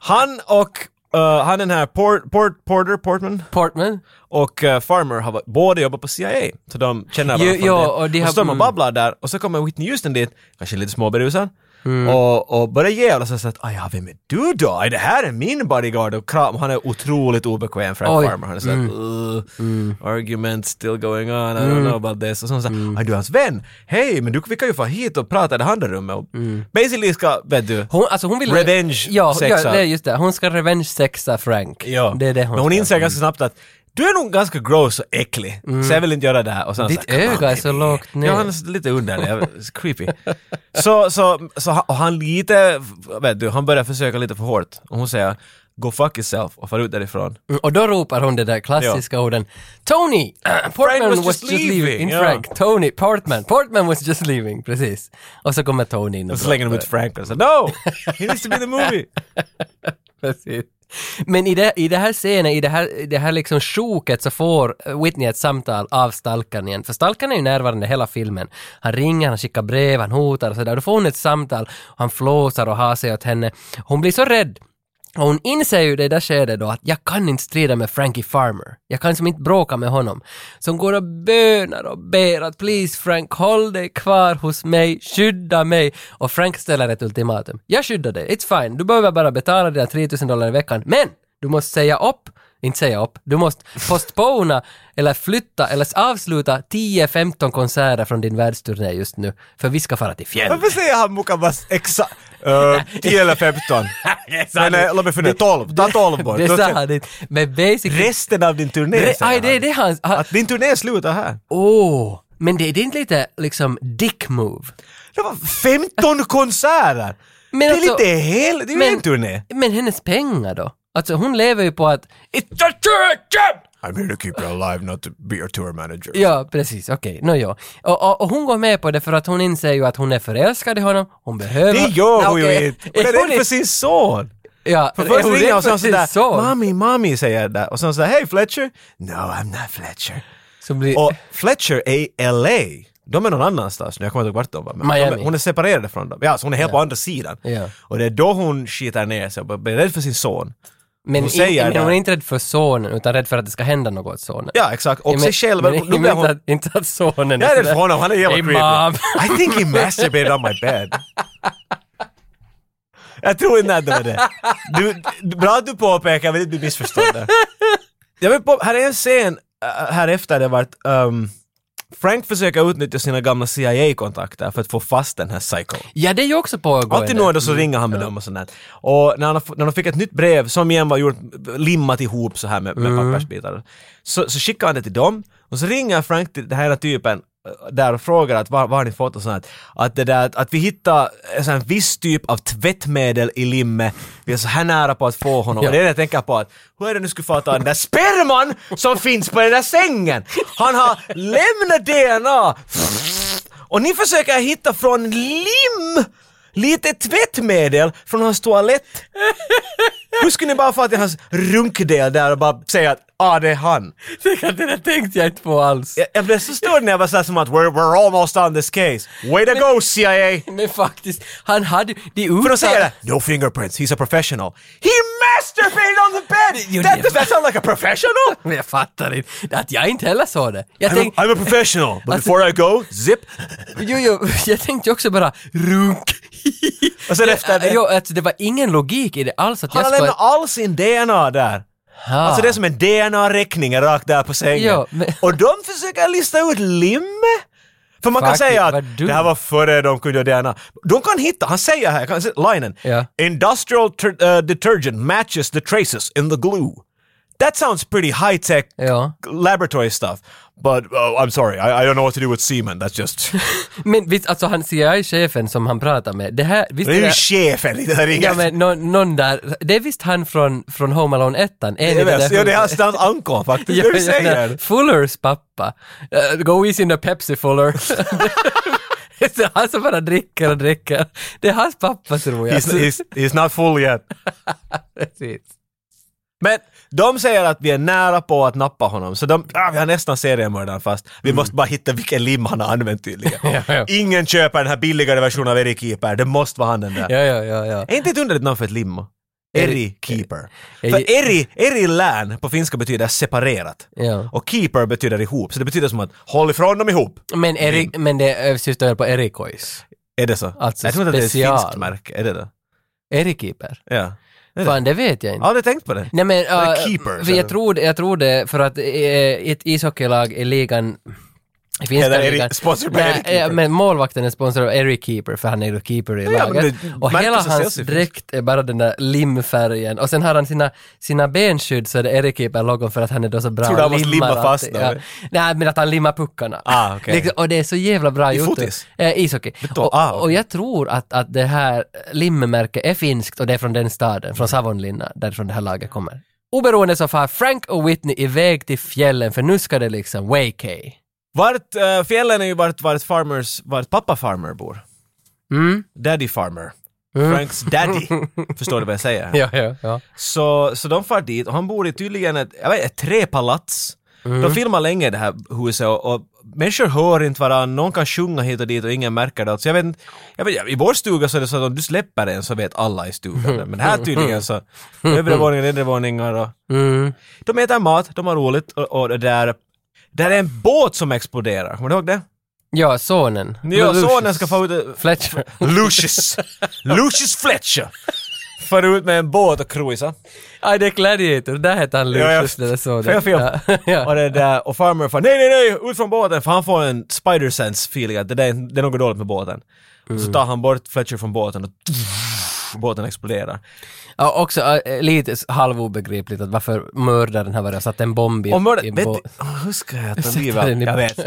Speaker 2: Han och eh, han den här Port, Port, Porter, Portman
Speaker 1: Portman.
Speaker 2: och eh, Farmer har varit- båda jobbat på CIA. Så de känner
Speaker 1: Jo,
Speaker 2: varandra från
Speaker 1: jo,
Speaker 2: det.
Speaker 1: och de har-
Speaker 2: så står de och
Speaker 1: mm.
Speaker 2: babblar där och så kommer Whitney Houston dit, kanske lite småberusad,
Speaker 1: Mm.
Speaker 2: och, och börjar jävla sig så att "Ah, ja, vem är du då? Är det här är min bodyguard? Och kram, han är otroligt obekväm för en
Speaker 1: Oj.
Speaker 2: farmer. Han är såhär, mm. argument still going on, I don't know about this. Och så såhär, mm. du är hans vän? Hej, men du, vi kan ju få hit och prata i det andra rummet. Och
Speaker 1: Mm.
Speaker 2: Basically ska, vet du,
Speaker 1: Hon, alltså hon vill...
Speaker 2: Revenge
Speaker 1: ja,
Speaker 2: sexa.
Speaker 1: Ja, det är just det. Hon ska revenge sexa Frank.
Speaker 2: Ja.
Speaker 1: Det är det hon
Speaker 2: Men hon
Speaker 1: ska.
Speaker 2: inser ganska snabbt att du är nog ganska gross och äcklig, så jag vill inte göra det här. Och sen
Speaker 1: Ditt
Speaker 2: så här, "Come
Speaker 1: öga är så
Speaker 2: baby."
Speaker 1: lågt ner.
Speaker 2: Ja, han är så lite underlig. Jag- it's creepy. så, så, så ha- och han lite, vet du, han börjar försöka lite för hårt. Och hon säger Go fuck yourself och far ut därifrån.
Speaker 1: Mm, Och då ropar hon det där klassiska orden Tony! *clears throat* Portman
Speaker 2: was
Speaker 1: was,
Speaker 2: just
Speaker 1: just leaving.
Speaker 2: leaving,
Speaker 1: In
Speaker 2: ja.
Speaker 1: Frank. Tony, Portman. Portman was just leaving. Precis. Och så kommer Tony in
Speaker 2: Och
Speaker 1: och
Speaker 2: så slänger de ut Frank och säger No! He needs to be in the movie!
Speaker 1: *laughs* Precis. Men i det, i det här scenen, i det här, i det här liksom sjoket så får Whitney ett samtal av Stalkan igen. För Stalkan är ju närvarande hela filmen. Han ringer, han skickar brev, han hotar och sådär. Då får hon ett samtal, han flåsar och har sig åt henne. Hon blir så rädd. Och hon inser ju det där skedet då att jag kan inte strida med Frankie Farmer. Jag kan som inte bråka med honom. Så hon går och bönar och ber att please Frank, håll dig kvar hos mig, skydda mig. Och Frank ställer ett ultimatum. Jag skyddar dig, it's fine. Du behöver bara betala dina 3000 dollar i veckan. Men! Du måste säga upp, inte säga upp, du måste postpona eller flytta eller avsluta 10-15 konserter från din världsturné just nu. För vi ska fara till fjällen.
Speaker 2: Varför säger han Mukabas exa... Uh, 10
Speaker 1: *laughs*
Speaker 2: eller 15? Nej, nej, låt mig fundera. 12. Ta 12 bort.
Speaker 1: Det sa han inte. Men basically...
Speaker 2: Resten av din turné,
Speaker 1: Re-
Speaker 2: säger
Speaker 1: Aj, det är
Speaker 2: han.
Speaker 1: det han... han
Speaker 2: Att din turné slutar här.
Speaker 1: Åh! Oh, men det, det är inte lite liksom dick move?
Speaker 2: Det var 15 *laughs* konserter!
Speaker 1: Men
Speaker 2: det är
Speaker 1: alltså-
Speaker 2: lite hel... Det är ju
Speaker 1: men-
Speaker 2: en turné!
Speaker 1: Men hennes pengar då? Alltså hon lever ju på att... It's a
Speaker 2: I'm here to keep you alive, not to be your tour manager.
Speaker 1: Ja, precis, okej, okay. ja. och, och, och hon går med på det för att hon inser ju att hon är förälskad i honom, hon behöver...
Speaker 2: Det gör
Speaker 1: Nej,
Speaker 2: hon
Speaker 1: okej.
Speaker 2: ju inte! Hon är
Speaker 1: Hon
Speaker 2: rädd för sin son!
Speaker 1: Ja,
Speaker 2: För först
Speaker 1: hon
Speaker 2: ringer
Speaker 1: rädd
Speaker 2: hon och
Speaker 1: för
Speaker 2: sen
Speaker 1: sin
Speaker 2: sådär
Speaker 1: son?
Speaker 2: “Mommy, mommy” säger jag där. Och sen sådär “Hey Fletcher!” “No, I'm not Fletcher.”
Speaker 1: Som blir...
Speaker 2: Och Fletcher är i LA. De är någon annanstans nu, jag kommer inte ihåg vart de var. Men
Speaker 1: Miami.
Speaker 2: de, hon är separerad från dem. Ja, alltså hon är helt på andra sidan.
Speaker 1: Ja.
Speaker 2: Och det är då hon skitar ner sig och blir rädd för sin son.
Speaker 1: Men,
Speaker 2: Hon
Speaker 1: hon, in,
Speaker 2: säger det.
Speaker 1: men hon är inte rädd för sonen, utan rädd för att det ska hända något åt sonen.
Speaker 2: Ja, exakt. Och
Speaker 1: men-
Speaker 2: sig själv.
Speaker 1: men-
Speaker 2: nu blir
Speaker 1: men
Speaker 2: hon...
Speaker 1: inte, att, inte att sonen
Speaker 2: Jag är rädd
Speaker 1: sådär,
Speaker 2: för honom, han är
Speaker 1: "Hey,
Speaker 2: jävla
Speaker 1: mom."
Speaker 2: creepy. I think he masturbated on my bed. *laughs* Jag tror inte att det var det. Du, du- bra att du påpekar, jag vill inte bli missförstådd där. Jag vill på, här är en scen äh, här efter det vart ehm, Frank försöker utnyttja sina gamla CIA-kontakter för att få fast den här psycho.
Speaker 1: Ja, det är ju också pågående.
Speaker 2: Alltid någon då
Speaker 1: Mm.
Speaker 2: så ringer han med dem och sånt där. Och när, han, när de fick ett nytt brev som igen var gjort, limmat ihop så här med, med pappersbitar. Så, så skickar han det till dem och så ringer Frank till den här typen eh, där och frågar att var, var har ni fått och sånt där. Att det där att, att vi hittar en sån här viss typ av tvättmedel i limme. Vi är så här nära på att få honom.
Speaker 1: Ja.
Speaker 2: Och det är det jag tänker på att hur är det nu skulle få ta den där sperman som finns på den där sängen? Han har lämnat DNA! Och ni försöker hitta från lim lite tvättmedel från hans toalett. Hur skulle ni bara få till hans runkdel där och bara säga att ah, det är han?
Speaker 1: Tänk att *laughs* det där tänkte jag inte på alls.
Speaker 2: Jag, jag blev så störd när jag var såhär som att we're, we're almost on this case. Way to go CIA!
Speaker 1: Men faktiskt, han hade de
Speaker 2: För
Speaker 1: uttalade...
Speaker 2: att säga det, no fingerprints, he's a professional. He masturbated on the bed!
Speaker 1: Jo,
Speaker 2: That,
Speaker 1: det-
Speaker 2: does that sound like a professional?
Speaker 1: Men jag fattar inte. Att jag inte heller såg det. Jag
Speaker 2: I'm a,
Speaker 1: tänkte...
Speaker 2: I'm a professional, but
Speaker 1: Alltså-
Speaker 2: before I go, zip.
Speaker 1: Jo, jo, jag tänkte ju också bara
Speaker 2: *laughs*
Speaker 1: runk.
Speaker 2: Och sen efter det-
Speaker 1: *laughs* Jo, alltså det var ingen logik i det alls att
Speaker 2: Han
Speaker 1: jag
Speaker 2: har
Speaker 1: skulle...
Speaker 2: lämnat all sin DNA där.
Speaker 1: Ha.
Speaker 2: Alltså det är som en DNA-räkning rakt där på sängen.
Speaker 1: Ah. Ja, men-
Speaker 2: Och de försöker lista ut lim. För man
Speaker 1: Fuck
Speaker 2: kan säga
Speaker 1: it,
Speaker 2: att
Speaker 1: vad dumt.
Speaker 2: det här var före de kunde göra DNA. De kan hitta, han säger här, jag kan se, linen.
Speaker 1: Ja.
Speaker 2: Industrial ter- eh, detergent matches the traces in the glue. That sounds pretty high tech
Speaker 1: Ja.
Speaker 2: laboratory stuff. But oh, I'm sorry, I, I don't know what to do with semen.
Speaker 1: *laughs*
Speaker 2: That's just...
Speaker 1: Men visst, alltså han CIA-chefen som han pratar med, det här... Visst
Speaker 2: det är ju
Speaker 1: det-
Speaker 2: chefen i det här
Speaker 1: Ja
Speaker 2: ringet.
Speaker 1: men någon, någon där, det är visst han från, från Home Alone 1 en i
Speaker 2: det är
Speaker 1: där
Speaker 2: väl- ja, det är
Speaker 1: huset.
Speaker 2: hans hans ankon faktiskt,
Speaker 1: Ja,
Speaker 2: det är det vi
Speaker 1: ja,
Speaker 2: säger.
Speaker 1: där. Fullers pappa. Eh, go easy in the Pepsi Fuller. det är han som bara dricker och dricker. Det är hans pappa tror jag.
Speaker 2: He's, he's, he's not full yet.
Speaker 1: Precis.
Speaker 2: Men de säger att vi är nära på att nappa honom, så de, ah, vi har nästan seriemördaren fast vi måste bara hitta vilken lim han har använt tydligen.
Speaker 1: *laughs* Ja, ja.
Speaker 2: Ingen köper den här billigare versionen av Eric Keeper, det måste vara han den där.
Speaker 1: Ja, ja, ja, ja.
Speaker 2: Är inte ett underligt namn för ett lim? Eri Keeper.
Speaker 1: Eri-
Speaker 2: För Eri, Eri län på finska betyder separerat.
Speaker 1: Ja.
Speaker 2: Och keeper betyder ihop, så det betyder som att håll ifrån dem ihop.
Speaker 1: Men,
Speaker 2: Mm.
Speaker 1: Erik, men det är- syftar väl på Erikois?
Speaker 2: Är det så?
Speaker 1: Alltså
Speaker 2: Jag tror inte att det är
Speaker 1: special.
Speaker 2: ett finskt märke, är det det?
Speaker 1: Erikiper?
Speaker 2: Ja. Är det?
Speaker 1: Fan, det vet jag
Speaker 2: Jag
Speaker 1: inte.
Speaker 2: har aldrig tänkt på det.
Speaker 1: Nej men, äh,
Speaker 2: Eller keepers,
Speaker 1: för
Speaker 2: eller?
Speaker 1: jag tror, det- jag tror det för att eh, ett ishockeylag i ligan i finska
Speaker 2: Eller är det
Speaker 1: ligan-
Speaker 2: sponsrad på
Speaker 1: Nej,
Speaker 2: Eric Keeper?
Speaker 1: eh, men målvakten är sponsrad av Eric Keeper för han är ju keeper i
Speaker 2: Ja, men
Speaker 1: laget.
Speaker 2: det-
Speaker 1: och
Speaker 2: Marcus
Speaker 1: hela
Speaker 2: och
Speaker 1: hans
Speaker 2: Chelsea finns.
Speaker 1: dräkt är bara den där limfärgen. Och sen har han sina, sina benskydd så är det Eric Keeper-logon för att han är då så bra.
Speaker 2: Tror du han måste
Speaker 1: limmar
Speaker 2: limma fast
Speaker 1: alltid.
Speaker 2: dem,
Speaker 1: ja.
Speaker 2: eller?
Speaker 1: Nej men att han limmar puckarna.
Speaker 2: Ah, okej.
Speaker 1: Liksom, och det är så jävla bra
Speaker 2: I
Speaker 1: gjort.
Speaker 2: fotis?
Speaker 1: Eh, ishockey.
Speaker 2: Beton-
Speaker 1: Och,
Speaker 2: ah, okej.
Speaker 1: och jag tror att, att det här limmärket är finskt och det är från den staden, från Savonlinna, därifrån det här laget kommer. Oberoende så far Frank och Whitney iväg till fjällen för nu ska det liksom wakey.
Speaker 2: Vart, eh, fjällen är ju vart, vart, farmers, vart pappa farmer bor. Daddy farmer. Franks daddy. Förstår du vad jag säger?
Speaker 1: Ja, ja, ja.
Speaker 2: Så, så de far dit och han bor i tydligen ett, jag vet, ett trepalats. De filmar länge i det här huset och, och människor hör inte varandra, någon kan sjunga hit och dit och ingen märker det. Så jag vet, inte- jag vet I vår stuga så är det så att om du släpper en så vet alla i stugan det. Men här tydligen så, övre våningar, nedre våningar och... De äter mat, de har roligt och, och det där... Där är en båt som exploderar, kommer du ihåg det?
Speaker 1: Ja, sonen.
Speaker 2: Ja,
Speaker 1: Lucius.
Speaker 2: sonen ska få ut...
Speaker 1: Fletcher.
Speaker 2: Lucius! Lucius Fletcher! Far ut med en båt och cruisa.
Speaker 1: Aj, det är Gladiator. Där heter han
Speaker 2: Ja, ja.
Speaker 1: Lucius, den där sonen.
Speaker 2: Fel, fel.
Speaker 1: Ja, *laughs* ja.
Speaker 2: Och, det där, och farmor far nej, nej, nej, ut från båten! För han får en spider sense feeling att det, där, är- det är något dåligt med båten. Och
Speaker 1: Mm.
Speaker 2: så tar han bort Fletcher från båten och båten exploderar.
Speaker 1: Ja, också äh, lite s- halvobegripligt att varför mördaren har varit och satt en bomb i,
Speaker 2: Och mördar,
Speaker 1: i
Speaker 2: vet
Speaker 1: bå-
Speaker 2: du, Åh, hur ska jag
Speaker 1: *laughs*
Speaker 2: ta
Speaker 1: Sätter
Speaker 2: livet av-
Speaker 1: den i
Speaker 2: Jag vet.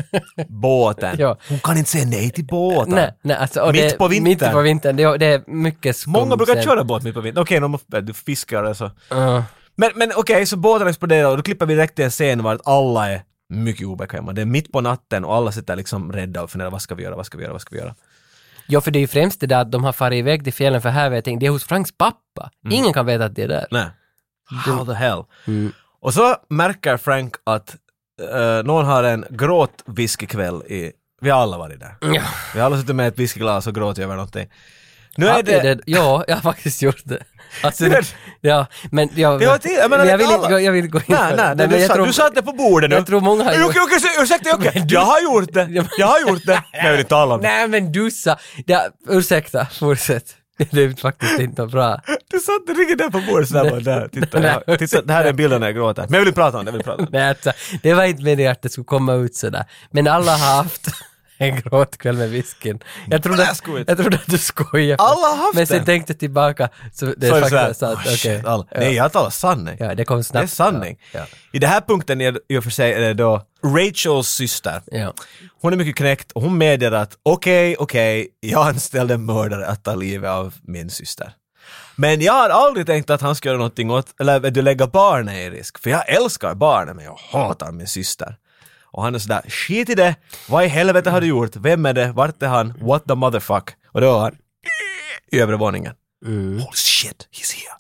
Speaker 2: Båten.
Speaker 1: *laughs* Ja.
Speaker 2: Hon kan inte säga nej till båten.
Speaker 1: Nej, nej, alltså, och
Speaker 2: Mitt
Speaker 1: det,
Speaker 2: på vintern.
Speaker 1: Mitt på vintern. Det, det är mycket skumt.
Speaker 2: Många brukar
Speaker 1: sen.
Speaker 2: köra båt mitt på vintern. Okej, de må- du fiskar och så.
Speaker 1: Ja.
Speaker 2: Men, men okej, så båten exploderar och då klipper vi direkt till en scen var att alla är mycket obekväma. Det är mitt på natten och alla sitter liksom rädda och funderar vad ska vi göra, vad ska vi göra, vad ska vi göra.
Speaker 1: Ja, för det är ju främst det där att de har farit iväg till fjällen för här vet jag inte, det är hos Franks pappa.
Speaker 2: Mm.
Speaker 1: Ingen kan veta att det är där.
Speaker 2: Nej. How the hell?
Speaker 1: Mm.
Speaker 2: Och så märker Frank att eh, någon har en gråtviskekväll i Vi har alla varit där.
Speaker 1: Ja.
Speaker 2: Vi har alla suttit med ett whiskyglas och gråtit över någonting. Nu är
Speaker 1: Ja,
Speaker 2: det...
Speaker 1: ja, jag har faktiskt gjort det. Alltså,
Speaker 2: Ser du?
Speaker 1: ja, men jag,
Speaker 2: Det var till- jag menar,
Speaker 1: men jag, vill
Speaker 2: alla-
Speaker 1: inte, gå- jag vill inte gå in
Speaker 2: Nej,
Speaker 1: på
Speaker 2: nej, nej
Speaker 1: men
Speaker 2: du,
Speaker 1: jag
Speaker 2: sa,
Speaker 1: tror-
Speaker 2: du satt det på bordet nu.
Speaker 1: jag tror många har
Speaker 2: Okej,
Speaker 1: gjort-
Speaker 2: okej, okej, ursäkta, okej.
Speaker 1: Men du-
Speaker 2: Jag har gjort det. Jag har
Speaker 1: *laughs*
Speaker 2: gjort det. Nej, jag vill inte tala om det.
Speaker 1: Nej men du sa... Ja, ursäkta, *laughs* fortsätt. Det är faktiskt inte bra.
Speaker 2: Du satt riktigt där på bordet sådär bara där. Titta, jag, titta, det här är bilden när jag gråter. Men jag vill inte prata om det, jag vill inte prata om det.
Speaker 1: Men alltså, det var inte meningen att det skulle komma ut sådär. Men alla har haft *laughs* en gråtkväll med whiskyn. Jag trodde,
Speaker 2: Det är skojigt.
Speaker 1: jag trodde att du skojade.
Speaker 2: Alla har haft
Speaker 1: Men sen
Speaker 2: det.
Speaker 1: tänkte jag tillbaka, så det
Speaker 2: Så
Speaker 1: är
Speaker 2: är det
Speaker 1: faktiskt
Speaker 2: såhär,
Speaker 1: sant.
Speaker 2: oh,
Speaker 1: Okej.
Speaker 2: shit, alla. Nej, jag talar sanning.
Speaker 1: Ja, det kom
Speaker 2: Det är
Speaker 1: snabbt.
Speaker 2: sanning.
Speaker 1: Ja,
Speaker 2: I den här punkten är det i och för sig är det då Rachels syster.
Speaker 1: ja, ja.
Speaker 2: Hon är mycket knäckt och hon medger att okej, okej, jag anställde en mördare att ta livet av min syster. Men jag har aldrig tänkt att han ska göra någonting åt, eller vet du lägga barnen i risk. För jag älskar barnen men jag hatar min syster. Och han är sådär, skit i det, vad i helvete har du gjort, vem är det, vart är han, what the motherfuck? Och då är han i övre våningen.
Speaker 1: Mm,
Speaker 2: Holy Oh, shit, he's here.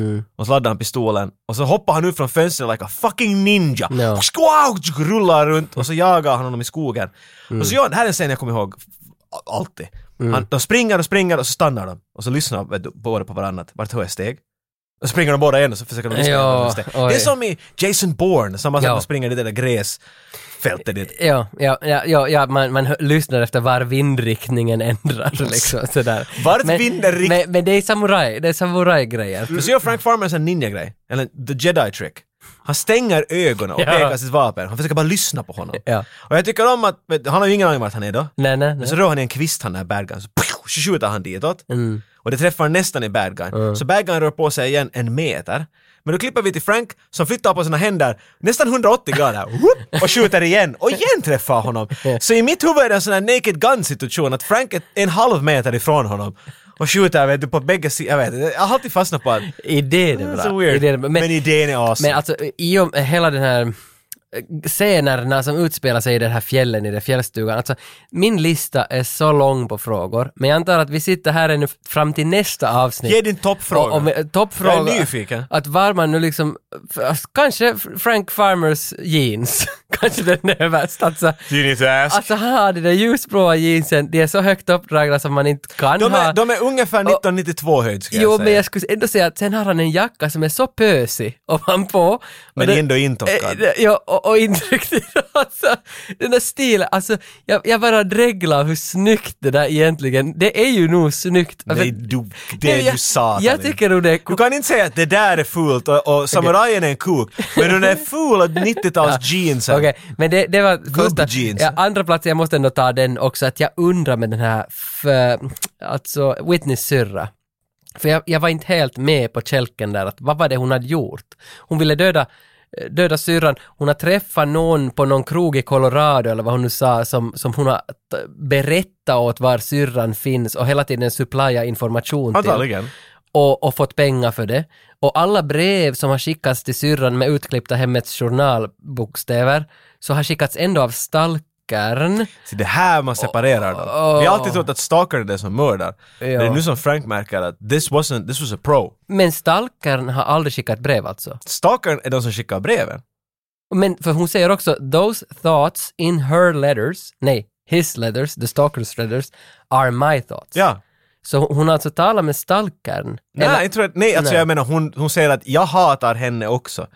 Speaker 1: mm.
Speaker 2: Och så laddar han pistolen och så hoppar han ut från fönstret like a fucking ninja.
Speaker 1: Ja.
Speaker 2: Squawk! Rullar runt och så jagar han honom i skogen. Och
Speaker 1: Mm.
Speaker 2: så gör, det här är en scen jag kommer ihåg f- alltid. Han, de springer och springer och så stannar de. Och så lyssnar de vet du, båda på varannat. Vart tar jag steg? Och så springer de båda igen och så försöker de lyssna.
Speaker 1: Ja,
Speaker 2: på varandra steg. det är
Speaker 1: oj.
Speaker 2: som i Jason Bourne, samma sak
Speaker 1: Ja.
Speaker 2: de springer i det där gräsfältet dit.
Speaker 1: Ja, ja, ja, ja, ja man, man hö- lyssnar efter var vindriktningen ändras liksom sådär.
Speaker 2: Vart
Speaker 1: Men-
Speaker 2: vinner rikt-
Speaker 1: Men, men det är samurai, det är samurajgrejer.
Speaker 2: För så gör Frank Farmer en sån ninja-grej, eller the jedi trick. Han stänger ögonen och
Speaker 1: Ja.
Speaker 2: pekar sitt vapen. Han försöker bara lyssna på honom.
Speaker 1: Ja.
Speaker 2: Och jag tycker om att, vet, du, han har ju ingen aning vart han är då.
Speaker 1: Nej, nej, nej.
Speaker 2: Men så rör han i en kvist han den här bad guyn, så, pju, så skjuter han ditåt.
Speaker 1: Mm.
Speaker 2: Och det träffar nästan i bad guyn. Så bad guyn rör på sig igen en meter. Men då klipper vi till Frank som flyttar på sina händer nästan 180 grader whoop, och skjuter igen och igen träffar honom. Så i mitt huvud är det en sån här naked gun situation att Frank är en halv meter ifrån honom och skjuter vet du, på bägge sidor. Jag vet inte, jag har alltid fastnat på att
Speaker 1: Idén är
Speaker 2: That's
Speaker 1: bra.
Speaker 2: so weird.
Speaker 1: Idén är bra.
Speaker 2: men, idén är awesome.
Speaker 1: Men alltså i och med hela den här eh, scenerna som utspelar sig i den här fjällen, i den här fjällstugan. Alltså, min lista är så lång på frågor, men jag antar att vi sitter här ännu fram till nästa avsnitt.
Speaker 2: Ge din toppfråga.
Speaker 1: Och- och med- toppfråga.
Speaker 2: Jag är nyfiken.
Speaker 1: Att var man nu liksom, f- kanske Frank Farmers jeans, *laughs* kanske den är värst. Alltså,
Speaker 2: Do you need to ask?
Speaker 1: alltså han har de där ljusblåa jeansen, de är så högt uppdragna som man inte kan
Speaker 2: de,
Speaker 1: ha.
Speaker 2: är, de är ungefär 1992-höjd ska
Speaker 1: Jo,
Speaker 2: jag
Speaker 1: men
Speaker 2: säga.
Speaker 1: jag skulle ändå säga att sen har han en jacka som är så pösig ovanpå. Och
Speaker 2: Men
Speaker 1: den-
Speaker 2: ändå intockad.
Speaker 1: Eh, Ja, och, och intryckt. Alltså, den där stilen, alltså jag, jag bara dreglar hur snyggt det där egentligen, det är ju nog snyggt. Alltså,
Speaker 2: Nej, du, det
Speaker 1: nej,
Speaker 2: är
Speaker 1: jag-
Speaker 2: du satan.
Speaker 1: Jag tycker nog det är
Speaker 2: Du kan inte säga att det där är fult och, och samurajen är en kuk, men den är ful
Speaker 1: *laughs*
Speaker 2: och 90-tals jeans.
Speaker 1: Okej, men det, det var
Speaker 2: jeans.
Speaker 1: Ja, andra platsen, jag måste ändå ta den också, att jag undrar med den här, f- alltså Whitneys syrra. För jag, jag var inte helt med på kälken där, att vad var det hon hade gjort? Hon ville döda eh, döda syrran, hon har träffat någon på någon krog i Colorado eller vad hon nu sa som, som hon har t- berättat åt var syrran finns och hela tiden supplya information till
Speaker 2: Antagligen.
Speaker 1: och, och fått pengar för det. Och alla brev som har skickats till syrran med utklippta Hemmets journalbokstäver så har skickats ändå av stalkern.
Speaker 2: Så det här man separerar dem.
Speaker 1: Åh.
Speaker 2: Vi har alltid trott att stalker är det som mördar. Det är
Speaker 1: Ja.
Speaker 2: nu som Frank märker att this wasn't, this was a pro.
Speaker 1: Men stalkern har aldrig skickat brev alltså.
Speaker 2: Stalkern är de som skickar breven.
Speaker 1: Men för hon säger också “those thoughts in her letters”, nej, his letters, the stalker's letters, are my thoughts.
Speaker 2: Ja.
Speaker 1: Så hon hon har alltså talat med stalkern.
Speaker 2: Nej,
Speaker 1: Eller-
Speaker 2: jag tror att, nej, alltså
Speaker 1: Nej.
Speaker 2: jag menar hon, hon säger att jag hatar henne också.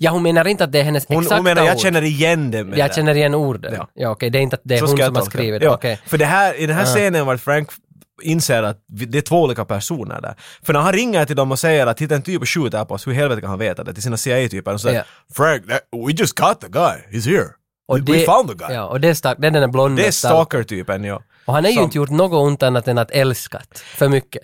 Speaker 1: Ja, hon menar inte att det är hennes
Speaker 2: Hon,
Speaker 1: exakta
Speaker 2: hon menar jag
Speaker 1: ord.
Speaker 2: känner igen det med
Speaker 1: jag
Speaker 2: det.
Speaker 1: känner igen orden. Ja,
Speaker 2: Ja.
Speaker 1: okej, det är inte att det är
Speaker 2: Så
Speaker 1: hon
Speaker 2: ska jag
Speaker 1: som har
Speaker 2: tolka
Speaker 1: skrivit det.
Speaker 2: Ja,
Speaker 1: okej.
Speaker 2: För det här, i den här scenen var Frank inser att vi- det är två olika personer där. För när han ringer till dem och säger att hitta en typ och skjuter på oss, hur i helvete kan han veta det? Till sina CIA-typer. Och säger
Speaker 1: Ja.
Speaker 2: Frank, that, we just got the guy, he's here.
Speaker 1: Och
Speaker 2: we, we found the guy.
Speaker 1: Ja, och det är, stark, det är den där blonda
Speaker 2: Det är
Speaker 1: stalkern.
Speaker 2: stalker-typen, ja.
Speaker 1: Och han har ju
Speaker 2: Som- Mm.
Speaker 1: inte gjort något ont annat än att älskat för mycket.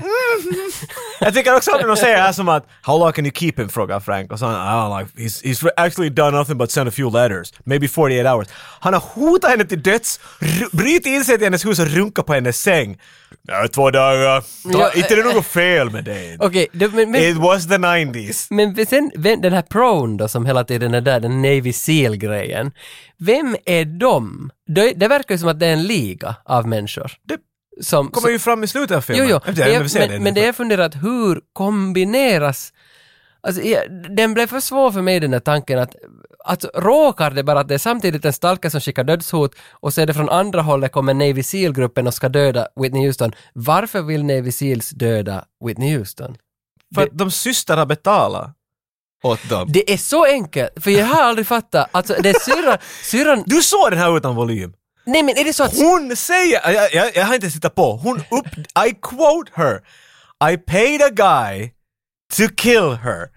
Speaker 2: Jag tycker också om när de säger här som att “How long can you keep him?” frågar Frank och så han “I don't like, he's, he's actually done nothing but send a few letters, maybe 48 hours”. Han har hotat henne till döds, r- brutit in sig till hennes hus och runkat på hennes säng. "Ja, Två dagar.
Speaker 1: Ja, eh,
Speaker 2: Ja, inte det är något fel med det.
Speaker 1: *laughs* Okej, det- men,
Speaker 2: It
Speaker 1: men,
Speaker 2: was the 90s.
Speaker 1: men sen vem, den här pron då som hela tiden är där, den Navy Seal-grejen. Vem är de? Det, det verkar ju som att det är en liga av människor.
Speaker 2: Det
Speaker 1: Som,
Speaker 2: kommer ju fram i slutet av
Speaker 1: Jo,
Speaker 2: filmen.
Speaker 1: jo.
Speaker 2: Jag vet inte,
Speaker 1: Men,
Speaker 2: jag
Speaker 1: jag,
Speaker 2: vill se
Speaker 1: men, men det jag funderat, hur kombineras... Alltså, jag, den blev för svår för mig den där tanken att att råkar det bara att det är samtidigt en stalker som skickar dödshot och så är det från andra hållet kommer Navy Seal-gruppen och ska döda Whitney Houston. Varför vill Navy Seals döda Whitney Houston?
Speaker 2: För att de systrar betalar åt dem.
Speaker 1: Det är så enkelt, för jag har aldrig fattat. Alltså, det är syrran, syrran...
Speaker 2: Du såg den här utan volym.
Speaker 1: Nej men är det så att...
Speaker 2: Hon säger, jag, jag, jag har inte tittat på, hon upp, I quote her. I paid a guy to kill her.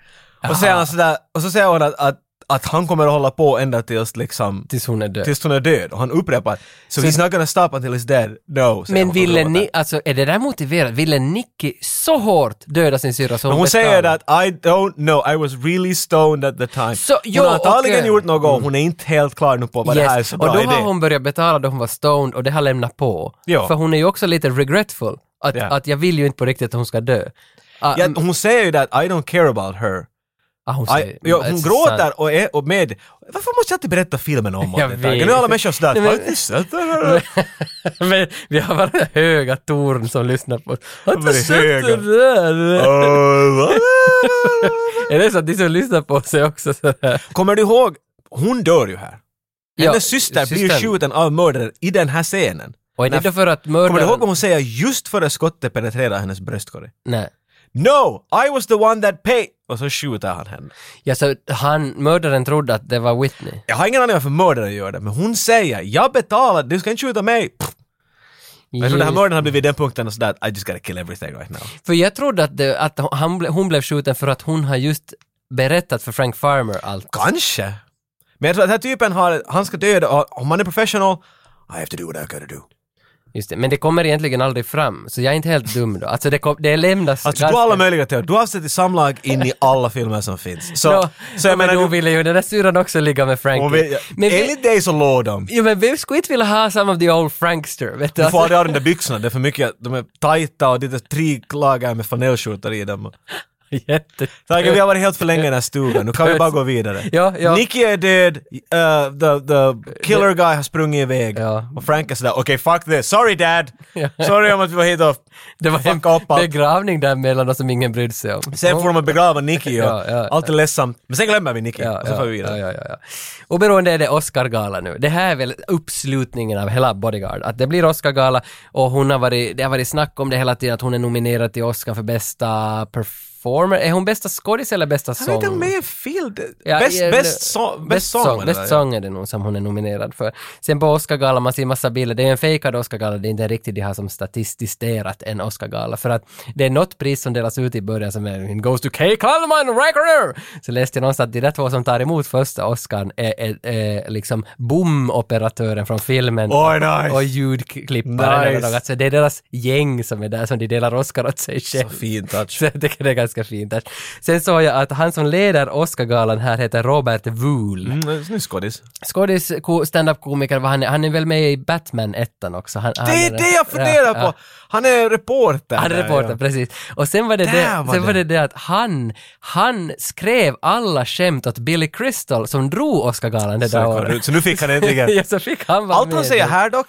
Speaker 2: Och, säger
Speaker 1: Ah.
Speaker 2: han sådär, och så säger hon att, att, att han kommer att hålla på ända tills liksom
Speaker 1: Tills hon är död.
Speaker 2: tills hon är död. Och er han upprepar so he's not gonna stop until he's dead. No. säger
Speaker 1: Men
Speaker 2: hon från
Speaker 1: ville
Speaker 2: roboten.
Speaker 1: ni, alltså är det där motiverat? Ville Nicky så hårt döda sin syrra så
Speaker 2: Men
Speaker 1: hon
Speaker 2: hon säger
Speaker 1: betalar?
Speaker 2: att I don't know, I was really stoned at the time.
Speaker 1: Så, jo,
Speaker 2: hon har antagligen
Speaker 1: okej.
Speaker 2: gjort något, hon är inte er helt klar nu på vad det här är
Speaker 1: Yes.
Speaker 2: så
Speaker 1: Och
Speaker 2: bra
Speaker 1: då har
Speaker 2: idé.
Speaker 1: hon börjat betala då hon var stoned och det har lämnat på.
Speaker 2: Ja.
Speaker 1: För hon är ju också lite regretful. Att,
Speaker 2: Ja.
Speaker 1: att jag vill ju inte på riktigt att hon ska dö. Ah,
Speaker 2: Ja,
Speaker 1: mm,
Speaker 2: hon säger ju det att I don't care about her.
Speaker 1: ah, hon
Speaker 2: I,
Speaker 1: säger-
Speaker 2: ja,
Speaker 1: det är
Speaker 2: hon
Speaker 1: så sant.
Speaker 2: gråter och, är, och med. Varför måste jag alltid berätta
Speaker 1: *laughs*
Speaker 2: filmen om
Speaker 1: Jag
Speaker 2: honom? ett tag? Nu
Speaker 1: vet.
Speaker 2: är alla människor sådär,
Speaker 1: Nej,
Speaker 2: har
Speaker 1: men-
Speaker 2: inte sett den här?
Speaker 1: *laughs*
Speaker 2: *laughs*
Speaker 1: Men vi har bara höga torn som lyssnar på oss. Har
Speaker 2: Men
Speaker 1: du
Speaker 2: det är
Speaker 1: sett
Speaker 2: höga.
Speaker 1: det där?
Speaker 2: Åh, va?
Speaker 1: Är det så att de som lyssnar på oss är också sådär?
Speaker 2: Kommer du ihåg, hon dör ju här. Hennes syster blir
Speaker 1: systern.
Speaker 2: skjuten av mördaren i den här scenen.
Speaker 1: Och är det
Speaker 2: När-
Speaker 1: då för att
Speaker 2: Kommer du ihåg vad
Speaker 1: mördaren...
Speaker 2: hon säger just före skottet penetrerar hennes bröstkorg?
Speaker 1: Nej.
Speaker 2: No! I was the one that paid! Och så skjuter han henne.
Speaker 1: Ja, så han, mördaren trodde att det var Whitney.
Speaker 2: Jag har ingen aning varför mördaren gör det, men hon säger jag betalar, du ska inte skjuta mig! Pff, Jag tror den här mördaren har blivit den punkten och sådär, I just gotta kill everything right now.
Speaker 1: För jag trodde att, det, att han, ble- hon blev skjuten för att hon har just berättat för Frank Farmer allt.
Speaker 2: Kanske. Men jag tror att den här typen har, han ska döda, och om han är professional, I have to do what I gotta do.
Speaker 1: Just det. Men det kommer egentligen aldrig fram, så jag är inte helt dum då. Alltså det, kom, det lämnas
Speaker 2: Alltså du har alla möjliga teorier, du har sett i samlag in i alla filmer som finns. Så,
Speaker 1: Ja,
Speaker 2: så jag menar,
Speaker 1: men hon
Speaker 2: du,
Speaker 1: ville ju den där syrran också ligga med Frank.
Speaker 2: hon vill,
Speaker 1: men, vi-
Speaker 2: enligt dig så låg de.
Speaker 1: jo, men vem skulle inte vilja ha some of the old Frankster? Vet du?
Speaker 2: Du
Speaker 1: Alltså,
Speaker 2: får aldrig ha de där byxorna, det är för mycket, de är tajta och det är tre klagar med flanellskjortor i dem.
Speaker 1: *laughs* jätte...
Speaker 2: Tack, vi har varit helt för länge i den här stugan, nu kan vi bara gå vidare.
Speaker 1: Ja, ja.
Speaker 2: Nicky är död, uh, the, the killer guy har sprungit iväg.
Speaker 1: Ja.
Speaker 2: Och Frank är sådär, okej fuck this, sorry dad!
Speaker 1: Ja.
Speaker 2: Sorry om att vi var hit och
Speaker 1: *laughs* Det var en
Speaker 2: fucka upp allt.
Speaker 1: begravning där mellan oss som ingen brydde sig om.
Speaker 2: Sen får de att begrava Nicky och
Speaker 1: Ja, ja,
Speaker 2: allt är ledsamt. Men sen glömmer vi Nicky och så får vi vidare.
Speaker 1: ja, ja, ja, ja. Oberoende är det Oscar-gala nu. Det här är väl uppslutningen av hela Bodyguard. Att det blir Oscar-gala och hon har varit, det har varit snack om det hela tiden att hon är nominerad till Oscar för bästa performer. Är hon bästa skådis eller bästa
Speaker 2: Han är
Speaker 1: sång?
Speaker 2: inte med i field.
Speaker 1: Ja,
Speaker 2: bäst,
Speaker 1: ja,
Speaker 2: bäst,
Speaker 1: det-
Speaker 2: so- bäst,
Speaker 1: bäst
Speaker 2: sång.
Speaker 1: sång,
Speaker 2: eller?
Speaker 1: bäst sång är det nog som hon är nominerad för. Sen på Oscargalan, man ser massa bilder. Det är en fejkad Oscargala, det är inte riktigt de har som statistiserat en Oscargala. För att det är något pris som delas ut i början som är "It “Goes to K. Kalman Recorder”. Så läste jag någonstans att de där två som tar emot första Oscarn är, är, är liksom bomoperatören från filmen
Speaker 2: Oj, nice.
Speaker 1: och ljudklipparen. eller
Speaker 2: Nice.
Speaker 1: något. Så det är deras gäng som är där som de delar Oscar åt sig
Speaker 2: Så
Speaker 1: själv.
Speaker 2: fin touch.
Speaker 1: Så *laughs* jag tycker det är ganska fint. där. Sen såg jag att han som leder Oscargalan här heter Robert Wool.
Speaker 2: Mm, snygg skådis.
Speaker 1: Skådis, ko- stand-up-komiker, vad han, är, han är väl med i Batman 1 också? Han,
Speaker 2: Det är det jag funderar på! Han är reporter.
Speaker 1: Han är
Speaker 2: där,
Speaker 1: reporter,
Speaker 2: ja.
Speaker 1: precis. Och sen var det
Speaker 2: Där
Speaker 1: det,
Speaker 2: var
Speaker 1: sen var
Speaker 2: det.
Speaker 1: det det att han, han skrev alla skämt åt Billy Crystal som drog Oscargalan det
Speaker 2: Så,
Speaker 1: där
Speaker 2: jag kollar ut.
Speaker 1: året.
Speaker 2: *laughs* så nu fick han
Speaker 1: *laughs*
Speaker 2: äntligen...
Speaker 1: ja, så fick han vara
Speaker 2: Allt han
Speaker 1: med. Mm.
Speaker 2: säger här dock,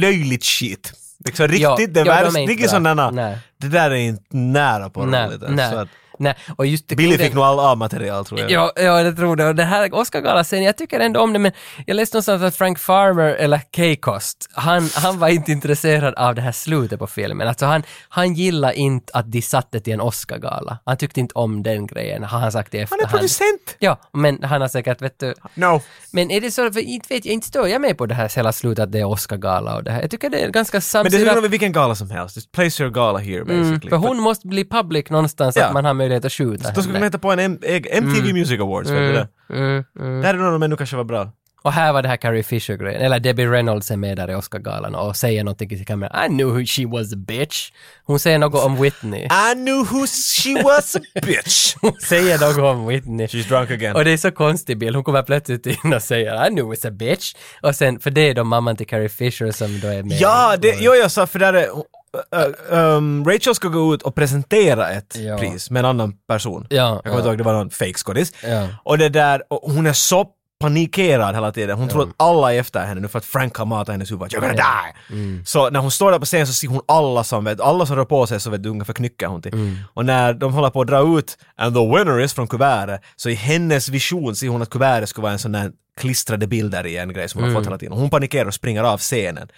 Speaker 2: löjligt shit. Liksom riktigt,
Speaker 1: Ja, ja,
Speaker 2: det är
Speaker 1: de är
Speaker 2: världens...
Speaker 1: inte
Speaker 2: Nicky
Speaker 1: bra.
Speaker 2: sådana...
Speaker 1: Nej.
Speaker 2: Det där är inte nära på
Speaker 1: Nej,
Speaker 2: roligt. Så
Speaker 1: nej,
Speaker 2: att
Speaker 1: nej. Och just det-
Speaker 2: Billy
Speaker 1: det-
Speaker 2: fick nog all A-material tror jag.
Speaker 1: Ja, ja, det tror jag. Och det här Oscargalascenen, jag tycker ändå om det, men jag läste någonstans att Frank Farmer, eller K-Kost, han, han var inte intresserad av det här slutet på filmen. Alltså han, han gillade inte att de satte till en Oscargala. Han tyckte inte om den grejen, har han sagt i
Speaker 2: Han är
Speaker 1: efterhand.
Speaker 2: producent!
Speaker 1: Ja, men han har säkert, vet du.
Speaker 2: No.
Speaker 1: Men är det så, för inte vet jag, inte står jag med på det här hela slutet att det är Oscargala och det här. Jag tycker det är ganska
Speaker 2: Men det skulle kunna
Speaker 1: samsidigt.
Speaker 2: vara vilken gala som helst. Just place your gala here basically.
Speaker 1: Mm, För hon måste bli public någonstans,
Speaker 2: Ja.
Speaker 1: att man har möjlighet att skjuta
Speaker 2: Då skulle
Speaker 1: henne.
Speaker 2: de heta på en M- eg- MTV Music Awards, vet du det?
Speaker 1: Mm, mm.
Speaker 2: Det här är nog de ändå kanske var bra.
Speaker 1: Och här var det här Carrie Fisher-grejen, eller Debbie Reynolds är med där i Oscargalan och säger någonting till kameran. I knew who she was a bitch. Hon säger något om Whitney.
Speaker 2: I knew who she was a
Speaker 1: *laughs*
Speaker 2: bitch!
Speaker 1: Hon säger något om Whitney.
Speaker 2: *laughs* She's drunk again.
Speaker 1: Och det är så konstig bild, hon kommer plötsligt in och säger I knew it's a bitch. Och sen, för det är då mamman till Carrie Fisher som då är med.
Speaker 2: Ja, det, jo, jag sa för där är... äh, ähm, Rachel ska gå ut och presentera ett
Speaker 1: Ja.
Speaker 2: pris med en annan person.
Speaker 1: Ja,
Speaker 2: jag kommer inte
Speaker 1: ja.
Speaker 2: ihåg, det var någon fejkskådis.
Speaker 1: Ja.
Speaker 2: Och det där, och hon är så panikerad hela tiden. Hon tror att alla är efter henne nu för att Frank har matat hennes huvud. You're gonna die!
Speaker 1: Mm.
Speaker 2: Så när hon står där på scen så ser hon alla som, vet, alla som rör på sig så vet du ungefär knyckar hon till.
Speaker 1: Mm.
Speaker 2: Och när de håller på att dra ut and the winner is från kuvertet så i hennes vision ser hon att kuvertet skulle vara en sån där klistrade bilder i en grej som hon har fått
Speaker 1: Mm.
Speaker 2: hela tiden. Hon panikerar och springer av scenen.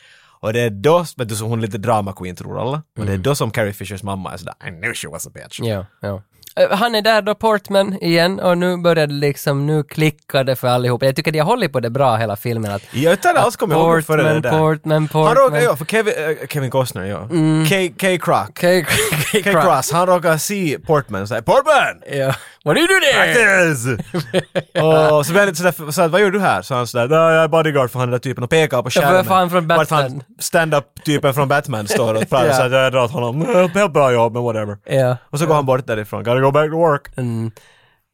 Speaker 2: Och det är då, vet du, så hon är lite drama queen tror alla. Och det är då som Carrie Fishers mamma är sådär I knew she was a bitch.
Speaker 1: Mm. Ja, ja. Eh, Han är där då, Portman, igen, och nu börjar det liksom, nu klickar det för allihop. Jag tycker de har hållit på det bra hela filmen. Att
Speaker 2: Jag vet inte alls kommer jag ihåg det före det
Speaker 1: Portman,
Speaker 2: där.
Speaker 1: Portman,
Speaker 2: Han råkar,
Speaker 1: Portman. Mm.
Speaker 2: ja, för Kevin, eh, Kevin Costner, ja. K, K. Croc. K.
Speaker 1: K- K- Croc.
Speaker 2: Cross, han råkar se Portman och säger Portman!
Speaker 1: Ja. What do you do there? *laughs*
Speaker 2: Practice! och så blir han lite sådär, så här, vad gör du här? Så han sådär, "Nej, jag är bodyguard för han den där typen och pekar på
Speaker 1: Ja,
Speaker 2: skärmen.
Speaker 1: för fan från
Speaker 2: Vart han
Speaker 1: Batman.
Speaker 2: stand-up-typen från Batman
Speaker 1: *laughs*
Speaker 2: står och pratar
Speaker 1: Ja.
Speaker 2: så att jag drar åt honom. Helt bra jobb, men whatever.
Speaker 1: Ja.
Speaker 2: Och så går han bort därifrån. Gotta go back to work.
Speaker 1: Mm.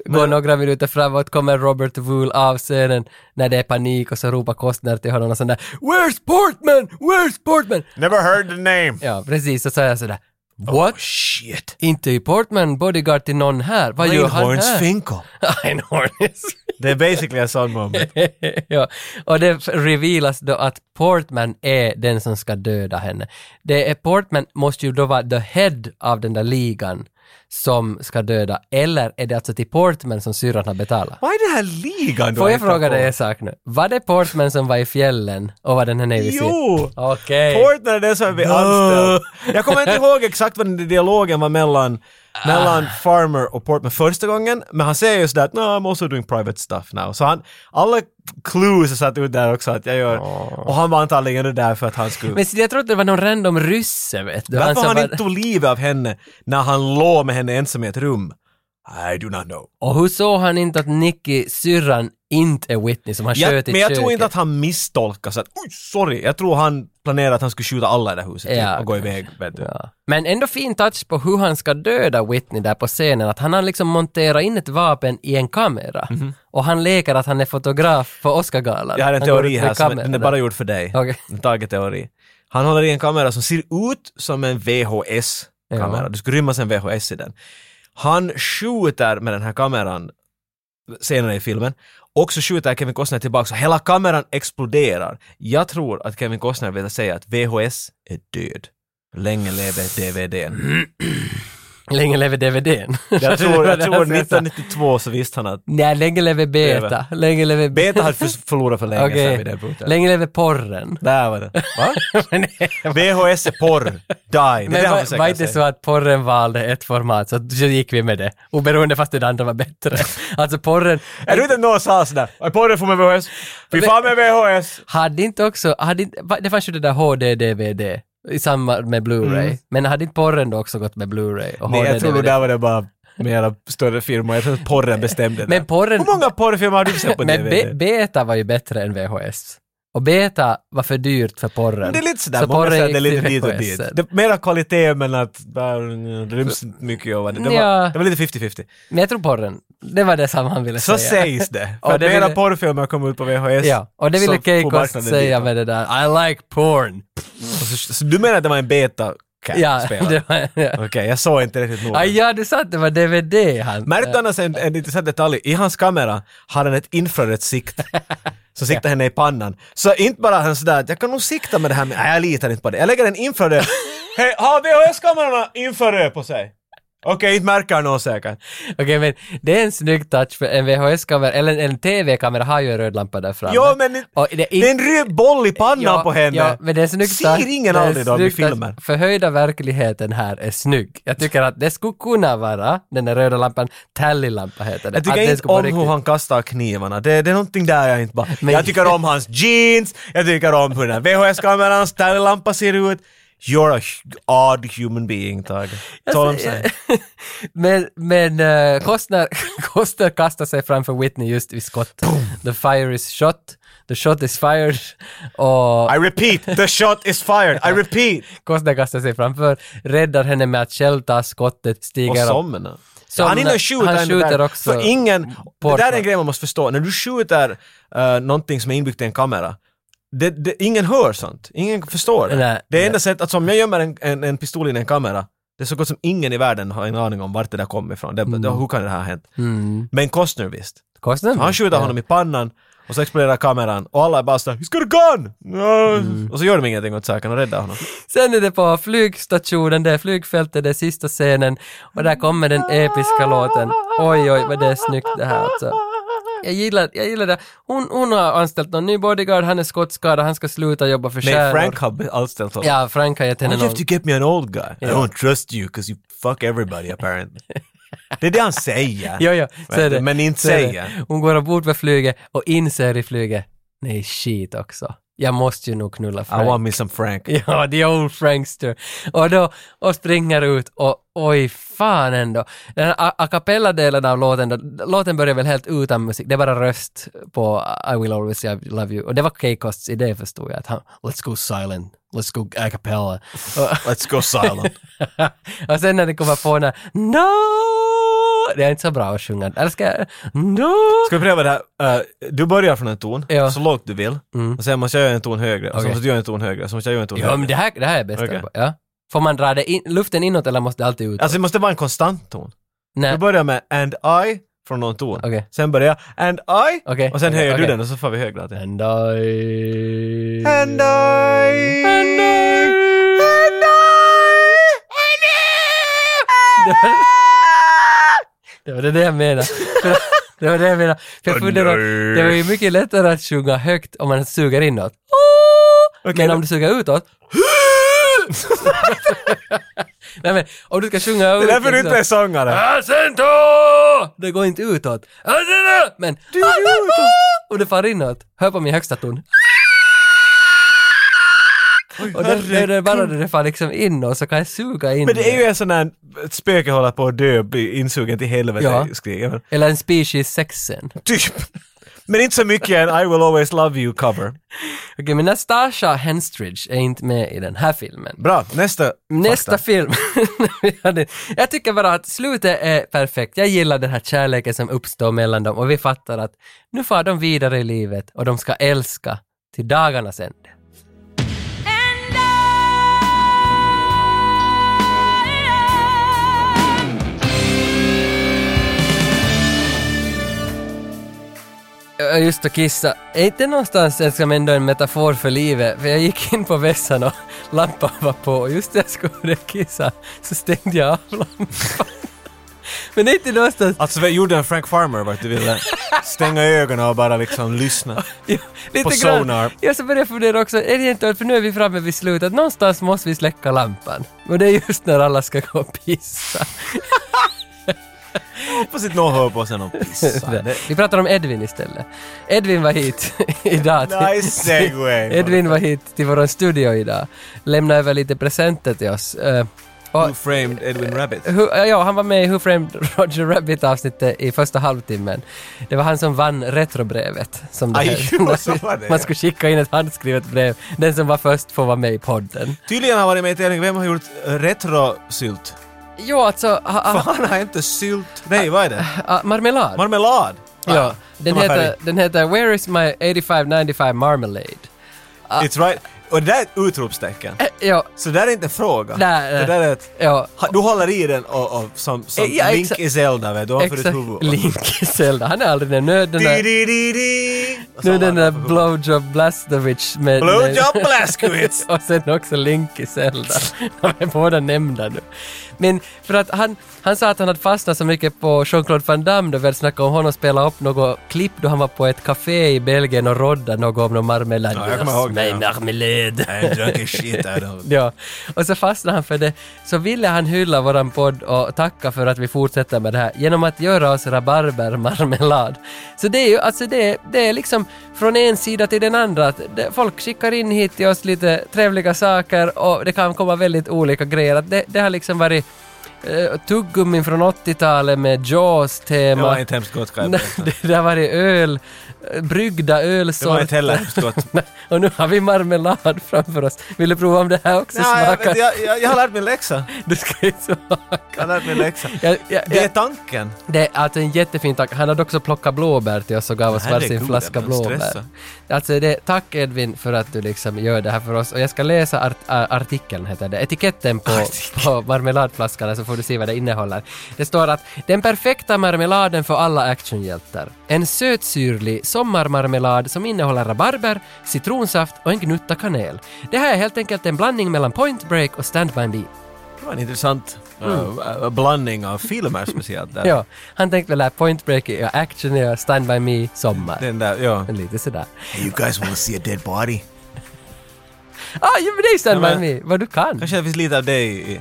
Speaker 1: Går några minuter framåt kommer Robert Wool av scenen när det är panik och så ropar Costner till honom och sån där ”Where's Portman? Where's Portman?”
Speaker 2: Never heard the name.
Speaker 1: Ja, precis, och så är jag sådär ”What?
Speaker 2: Shit.
Speaker 1: Inte i Portman bodyguard till någon här? Vad gör han *laughs*
Speaker 2: Einhorns
Speaker 1: här?”
Speaker 2: Finkel.
Speaker 1: Einhorns
Speaker 2: Det är basically a
Speaker 1: *laughs*
Speaker 2: sån moment.
Speaker 1: ja, och det f- revealas då att Portman är den som ska döda henne. Det är, Portman måste ju då vara the head av den där ligan som ska döda, eller är det alltså till Portman som syrran har betalat?
Speaker 2: Vad är den här ligan du
Speaker 1: Får
Speaker 2: har
Speaker 1: jag
Speaker 2: hittat
Speaker 1: fråga
Speaker 2: på?
Speaker 1: dig en sak nu? Var det Portman som var i fjällen och var den här Navy Seal?
Speaker 2: Jo!
Speaker 1: Okej.
Speaker 2: Portner är den som blir anställd. Jag kommer inte ihåg exakt vad den där dialogen var mellan,
Speaker 1: Ah.
Speaker 2: mellan Farmer och Portman första gången, men han säger just det att no, I'm also doing private stuff now. Så han, alla clues är satt ut där också att jag gör, och han var antagligen det där för att han skulle...
Speaker 1: Ah. Men alltså, se, jag trodde det var någon random rysse vet du.
Speaker 2: Varför
Speaker 1: som
Speaker 2: han
Speaker 1: var-
Speaker 2: inte tog livet av henne när han låg med henne ensam i ett rum? I do not know.
Speaker 1: Och hur såg han inte att Nicky, syrran, inte är Whitney som han
Speaker 2: Jag,
Speaker 1: sköt i
Speaker 2: men jag tror
Speaker 1: köket?
Speaker 2: inte att han misstolkar så att oj, sorry. Jag tror han planerade att han skulle skjuta alla i det här huset typ,
Speaker 1: Ja,
Speaker 2: och gå iväg. Vet du.
Speaker 1: Ja. Men ändå fin touch på hur han ska döda Whitney där på scenen, att han har liksom monterat in ett vapen i en kamera. Och han leker att han är fotograf på Oscargalan.
Speaker 2: Mhm. Jag har en
Speaker 1: Han går
Speaker 2: teori
Speaker 1: ut med
Speaker 2: här, som, den är
Speaker 1: kameran.
Speaker 2: bara gjord för dig.
Speaker 1: Okej.
Speaker 2: En Tage-teori. Han håller i en kamera som ser ut som en VHS-kamera.
Speaker 1: Ja.
Speaker 2: Det skulle rymmas en VHS i den. Han skjuter med den här kameran senare i filmen. Och så skjuter Kevin Costner tillbaka, så hela kameran exploderar. Jag tror att Kevin Costner vill säga att VHS är död. Länge
Speaker 1: *laughs*
Speaker 2: lever DVDn.
Speaker 1: Länge lever DVDn.
Speaker 2: Jag tror,
Speaker 1: *laughs*
Speaker 2: jag tror
Speaker 1: Han säger så här,
Speaker 2: 1992 så visste han att
Speaker 1: Nej, länge lever beta. Länge lever
Speaker 2: Beta hade för- förlorat för länge
Speaker 1: *laughs*
Speaker 2: sedan
Speaker 1: Okej.
Speaker 2: vid den punkten.
Speaker 1: Länge lever porren.
Speaker 2: Där var det. Va?
Speaker 1: *laughs* Men
Speaker 2: VHS är porr. Die. Det
Speaker 1: *laughs*
Speaker 2: är
Speaker 1: men
Speaker 2: det han
Speaker 1: var, var
Speaker 2: försöker
Speaker 1: inte
Speaker 2: säga.
Speaker 1: så att porren valde ett format så, så gick vi med det. Oberoende fast det andra var
Speaker 2: *laughs*
Speaker 1: bättre. alltså porren...
Speaker 2: Är du inte någon sa sådär? Är porren för med VHS? Fy fan med VHS!
Speaker 1: Hade inte också, hade inte, va- det fanns ju det där HD-DVD i samband med Blu-ray, men hade inte porren då också gått med Blu-ray och
Speaker 2: Mm. Nej, jag tror nog
Speaker 1: HD-DVD?
Speaker 2: där var det bara mera större firmor. Jag tror att porren bestämde det.
Speaker 1: Men porren-
Speaker 2: Hur många porrfilmer har du sett på
Speaker 1: Men be,
Speaker 2: DVD?
Speaker 1: beta var ju bättre än VHS. Och beta var för dyrt för porren.
Speaker 2: Det är lite sådär,
Speaker 1: Så
Speaker 2: många
Speaker 1: porren
Speaker 2: säger att det är
Speaker 1: gick
Speaker 2: lite
Speaker 1: till
Speaker 2: dit och
Speaker 1: VHS.
Speaker 2: dit. Det är mera kvalitet men att bara, det ryms inte mycket av det. Det var,
Speaker 1: Ja.
Speaker 2: det var lite 50-50.
Speaker 1: Men jag tror porren, det var det samma han ville
Speaker 2: Så
Speaker 1: säga.
Speaker 2: sägs det.
Speaker 1: Och
Speaker 2: För att
Speaker 1: det
Speaker 2: mera
Speaker 1: ville-
Speaker 2: porrfilmer kom ut på
Speaker 1: *laughs*
Speaker 2: VHS.
Speaker 1: Ja, och det ville
Speaker 2: så på
Speaker 1: Keikos
Speaker 2: marknaden
Speaker 1: säga
Speaker 2: dit.
Speaker 1: med det där I like porn.
Speaker 2: Och Så, så du menar att det var en beta-cat
Speaker 1: Ja, *laughs*
Speaker 2: spelare?
Speaker 1: det var, ja.
Speaker 2: Okej, jag såg inte riktigt noga.
Speaker 1: Ah, ja, du sa att det var DVD han...
Speaker 2: Märkte annars
Speaker 1: Eh.
Speaker 2: en, en intressant detalj? I hans kamera har han ett infrarött sikt
Speaker 1: *laughs*
Speaker 2: som siktar henne i pannan. Så inte bara han sådär att jag kan nog sikta med det här, men nej, jag litar inte på det. Jag lägger en infraröd.
Speaker 1: *laughs*
Speaker 2: Hej, har VHS-kamerorna infraröd på sig? Okej, inte märker någon säkert.
Speaker 1: Okej, men det är en snygg touch för en VHS-kamera, eller en TV-kamera har ju en röd lampa där framme.
Speaker 2: Jo, men det-
Speaker 1: Och det är
Speaker 2: Det är
Speaker 1: inte-
Speaker 2: en röd boll i pannan
Speaker 1: Ja,
Speaker 2: på henne.
Speaker 1: Ja, men det är snyggt att-
Speaker 2: Ser ingen
Speaker 1: det är
Speaker 2: aldrig dem i
Speaker 1: snyggt att
Speaker 2: filmer?
Speaker 1: Förhöjda verkligheten här är snygg. Jag tycker att det skulle kunna vara den där röda lampan, Tally-lampa heter det.
Speaker 2: Jag tycker
Speaker 1: att den
Speaker 2: inte
Speaker 1: skulle vara
Speaker 2: om hur
Speaker 1: riktigt-
Speaker 2: han kastar knivarna. Det, det är någonting där jag inte bara...
Speaker 1: Men-
Speaker 2: Jag tycker om hans jeans, jag tycker om hur den här VHS-kamerans lampa ser ut. You're a hu- odd human being, Tage. That's all I'm saying.
Speaker 1: men men eh, Costner, *laughs* Costner kastar sig framför Whitney just vid skott. The fire is shot, the shot is fired och
Speaker 2: I repeat, the shot is fired. I repeat.
Speaker 1: Costner kastar sig framför, räddar henne med att själv ta skottet,
Speaker 2: Och
Speaker 1: stiger upp.
Speaker 2: somna.
Speaker 1: Somna.
Speaker 2: Han hinner skjuta
Speaker 1: Han
Speaker 2: ändå
Speaker 1: skjuter
Speaker 2: där.
Speaker 1: också
Speaker 2: För ingen... Det där är
Speaker 1: Portman.
Speaker 2: en grej man måste förstå. När du skjuter uh, någonting som är inbyggt i en kamera, det, det, ingen hör sånt. Ingen förstår det.
Speaker 1: Nej,
Speaker 2: det är
Speaker 1: nej.
Speaker 2: enda sättet att som jag gömmer en, en, en pistol in i en kamera, det är så gott som ingen i världen har en aning om vart det där
Speaker 1: Mm.
Speaker 2: kommer ifrån. Det, det, hur kan det här ha hänt? Men Costner visst.
Speaker 1: Costner?
Speaker 2: Han skjuter
Speaker 1: Mm. Ja.
Speaker 2: honom i pannan Och så exploderar kameran och alla är bara sådär “He's got a gun!”
Speaker 1: Mm.
Speaker 2: Och så gör de ingenting åt saken och räddar honom.
Speaker 1: Sen är det på flygstationen, det är flygfältet, det är sista scenen och där kommer den episka låten. Oj, oj, vad det är snyggt det här alltså. Jag gillar, jag gillar det. Hon, hon har anställt någon ny bodyguard, han är skottskadad, han ska sluta jobba för
Speaker 2: Nej,
Speaker 1: stjärnor.
Speaker 2: Frank har anställt honom.
Speaker 1: Ja, Frank har gett
Speaker 2: Why
Speaker 1: henne
Speaker 2: do you have
Speaker 1: någon...
Speaker 2: to get me an old guy? I
Speaker 1: Ja.
Speaker 2: don't trust you because you fuck everybody
Speaker 1: *laughs*
Speaker 2: apparently. det är det han säger.
Speaker 1: Ja, ja, så är det.
Speaker 2: Men inte
Speaker 1: Så är det.
Speaker 2: säga.
Speaker 1: Hon går ombord på flyget och inser i flyget, nej shit också. Jag måste ju nog knulla
Speaker 2: I
Speaker 1: Frank.
Speaker 2: want me some Frank.
Speaker 1: *laughs* Ja, the old Frankster. Och då, och springer ut och oj fan ändå. Den här a- a cappella-delen av låten, då, låten börjar väl helt utan musik, det är bara röst på I will always love you. Och det var Keikosts idé förstod jag, att han, let's go silent, let's go a cappella. *laughs* Och-
Speaker 2: Let's go silent.
Speaker 1: *laughs* och sen när det kommer på när no, det är inte så bra att sjunga. Eller ska jag, no.
Speaker 2: Ska vi pröva det här? Eh, du börjar från en ton,
Speaker 1: Ja. Mm.
Speaker 2: så lågt du vill. Och sen måste jag göra en ton högre, och så
Speaker 1: Okej.
Speaker 2: måste du göra en ton högre, så måste jag göra en ton
Speaker 1: Ja,
Speaker 2: högre.
Speaker 1: men det här, det här är bäst.
Speaker 2: Okej.
Speaker 1: på. Ja. Får man dra det in, luften inåt eller måste det alltid ut?
Speaker 2: Alltså det måste vara en konstant ton.
Speaker 1: Nej.
Speaker 2: Du börjar med “and I” från någon ton.
Speaker 1: Okej.
Speaker 2: Sen börjar jag “and I”
Speaker 1: Okej,
Speaker 2: och sen
Speaker 1: okej,
Speaker 2: höjer
Speaker 1: okej.
Speaker 2: du den och så får vi högre alltid.
Speaker 1: And I...
Speaker 2: And I... And I... And I...
Speaker 1: Det var- Det var det jag menade. *laughs* För- Det var det jag menade. För jag funderar, det var ju mycket lättare att sjunga högt om man suger inåt. men om du suger utåt... *laughs* Nej men, om du ska sjunga
Speaker 2: Det
Speaker 1: ut...
Speaker 2: är därför du inte är sångare.
Speaker 1: Asento! Det går inte utåt. Asento! Men... Du utåt. Och det far inåt. Hör på min högsta ton. Och det, det är det bara när det far liksom inåt så kan jag suga in
Speaker 2: Men det är
Speaker 1: det.
Speaker 2: ju en sån där, ett spöke håller på att dö, blir insugen till helvete,
Speaker 1: Ja.
Speaker 2: skriker man.
Speaker 1: Eller en species sexen.
Speaker 2: Typ. Men inte så mycket en I will always love you cover.
Speaker 1: Okej, men Nastasha Henstridge är inte med i den här filmen.
Speaker 2: Bra, nästa
Speaker 1: Nästa
Speaker 2: fakta.
Speaker 1: film. *laughs* Vi hade- jag tycker bara att slutet är perfekt. Jag gillar den här kärleken som uppstår mellan dem och vi fattar att nu far de vidare i livet och de ska älska till dagarnas ände.
Speaker 2: *laughs*
Speaker 1: Ja, Just att kissa. Är inte någonstans älskar man ändå en metafor för livet? För jag gick in på vässan och *laughs* lampan var på och just när jag skulle börja kissa så stängde jag av lampan. *laughs* Men det är inte någonstans...
Speaker 2: Alltså vi gjorde en Frank Farmer vart du ville stänga ögonen och bara liksom lyssna.
Speaker 1: Ja, lite
Speaker 2: På
Speaker 1: grann.
Speaker 2: Sonar.
Speaker 1: Jag så började jag fundera också, är det inte, för nu är vi framme vid slutet, någonstans måste vi släcka lampan. Och det är just när alla ska gå och pissa.
Speaker 2: Hoppas inte någon hör på sen och pissar. Det-
Speaker 1: Vi pratar om Edvin istället. Edvin var hit *laughs* idag. till-
Speaker 2: Nice segue.
Speaker 1: Edvin var hit till vår studio idag. Lämnade över lite presenter till oss. Eh, och,
Speaker 2: Who framed Edwin Rabbit?
Speaker 1: Who- ja, han var med i Who Framed Roger Rabbit avsnittet i första halvtimmen. Det var han som vann retrobrevet. Som det
Speaker 2: Aj, *laughs*
Speaker 1: här-
Speaker 2: så var det,
Speaker 1: Man
Speaker 2: ja.
Speaker 1: skulle skicka in ett handskrivet brev. Den som var först får vara med i podden.
Speaker 2: Tydligen har varit med i tävling, vem har gjort eh, retrosylt?
Speaker 1: Jo, alltså, ha,
Speaker 2: För
Speaker 1: ha,
Speaker 2: han har inte sylt, nej vad är det?
Speaker 1: ha, marmelad.
Speaker 2: Marmelad!
Speaker 1: ja, den,
Speaker 2: de har
Speaker 1: heter,
Speaker 2: färg.
Speaker 1: den heter Where is my 8595 marmalade?
Speaker 2: It's right. Och det där är ett utropstecken.
Speaker 1: Eh, Ja,
Speaker 2: Så det där är inte en fråga.
Speaker 1: Nej, nej.
Speaker 2: Det där är ett...
Speaker 1: ja.
Speaker 2: Ha- Du håller i den och, och som, som
Speaker 1: Ja, exa-
Speaker 2: Link i Zelda vet du, ovanför ditt
Speaker 1: Exakt, *laughs*
Speaker 2: huvud.
Speaker 1: Link i Zelda. Han är aldrig den där, den
Speaker 2: Di,
Speaker 1: där,
Speaker 2: di, di, di. Och så
Speaker 1: nu den
Speaker 2: håller
Speaker 1: där
Speaker 2: han ovanför huvudet.
Speaker 1: Blowjob Blastovich med... med- *laughs*
Speaker 2: Blowjob Blaskowitz!
Speaker 1: Och sen också Link i Zelda. *laughs* De är båda nämnda nu. Men för att han, han sa att han hade fastnat så mycket på Jean-Claude Van Damme då vi hade snackat om honom spela upp något klipp då han var på ett café i Belgien och rodda något om någon marmelad.
Speaker 2: Ja, jag kommer ihåg det,
Speaker 1: Nej,
Speaker 2: ja.
Speaker 1: marmelad.
Speaker 2: I drunk as shit I don't...
Speaker 1: Ja, och så fastnade han för det. Så ville han hylla våran podd och tacka för att vi fortsätter med det här genom att göra oss rabarbermarmelad. Så det är ju, alltså det, det är liksom från en sida till den andra. Att det, folk skickar in hit till oss lite trevliga saker och det kan komma väldigt olika grejer. Att det, det har liksom varit eh, tuggummin från 80-talet med
Speaker 2: Det var
Speaker 1: Jaws-tema.
Speaker 2: inte hemskt gott kan jag
Speaker 1: Nej,
Speaker 2: berätta.
Speaker 1: *laughs* det, det har varit öl, eh, bryggda
Speaker 2: Det var inte
Speaker 1: ölsorter.
Speaker 2: heller
Speaker 1: *laughs*
Speaker 2: hemskt gott.
Speaker 1: Och nu har vi marmelad framför oss. Vill du prova om det här också
Speaker 2: Nej, jag,
Speaker 1: smakar?
Speaker 2: vet, jag, jag, jag har lärt min läxa.
Speaker 1: Du ska ju
Speaker 2: Jag *laughs* har
Speaker 1: smaka.
Speaker 2: lärt
Speaker 1: *laughs*
Speaker 2: min läxa.
Speaker 1: Jag, jag,
Speaker 2: Det är
Speaker 1: jag,
Speaker 2: tanken.
Speaker 1: det är alltså en jättefin tack. Han hade också plockat blåbär till oss och gav oss
Speaker 2: Herregud,
Speaker 1: varsin flaska
Speaker 2: men
Speaker 1: blåbär.
Speaker 2: stressa.
Speaker 1: Alltså det, tack Edvin för att du liksom gör det här för oss. Och jag ska läsa art, a- artikeln, heter det. Etiketten på, på marmeladflaskan så får du se vad det innehåller. Det står att den perfekta marmeladen för alla actionhjältar. En sötsyrlig, sommarmarmelad som innehåller rabarber, citronsaft och en gnutta kanel. Det här är helt enkelt en blandning mellan Point Break och Stand By Me.
Speaker 2: Det var en intressant eh, eh, blandning av filmer speciellt där.
Speaker 1: Mm. Ja, han tänkte väl att Point Break är action, är Stand By Me, sommar.
Speaker 2: Den där, ja.
Speaker 1: Lite sådär.
Speaker 2: You guys wanna see a dead body?
Speaker 1: Ah, ja, men det är ju Stand
Speaker 2: Ja, men-
Speaker 1: By Me, vad du kan.
Speaker 2: Kanske det finns lite av det
Speaker 1: *laughs*
Speaker 2: i...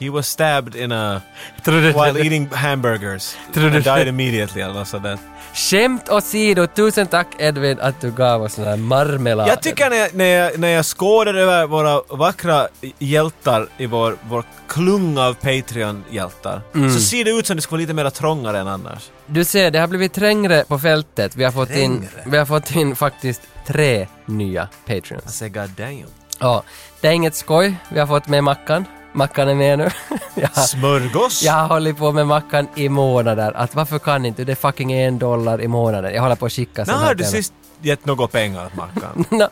Speaker 2: He was stabbed in a...
Speaker 1: Tror du-
Speaker 2: While eating hamburgers.
Speaker 1: Tror du-
Speaker 2: And died immediately eller något sådant.
Speaker 1: Skämt åsido, tusen tack Edvin att du gav oss den här marmeladen.
Speaker 2: Jag tycker när jag, när jag, när jag skådar över våra vackra hjältar i vår, vår klung av Patreon-hjältar
Speaker 1: Mm.
Speaker 2: så ser det ut som det skulle vara lite mer trångare än annars.
Speaker 1: Du ser, det har blivit trängre på fältet. Vi har fått, in, vi har fått in faktiskt tre nya patreons.
Speaker 2: I say god damn.
Speaker 1: Ja, det är inget skoj. Vi har fått med Mackan. Mackan är med nu. *laughs* jag,
Speaker 2: Smörgås?
Speaker 1: jag har hållit på med Mackan i månader. Att varför kan inte du? Det är fucking en dollar i månaden. Jag håller på att skicka
Speaker 2: När
Speaker 1: sånt här
Speaker 2: har du
Speaker 1: till honom.
Speaker 2: sist gett något pengar
Speaker 1: *laughs*
Speaker 2: åt Mackan?
Speaker 1: Nå,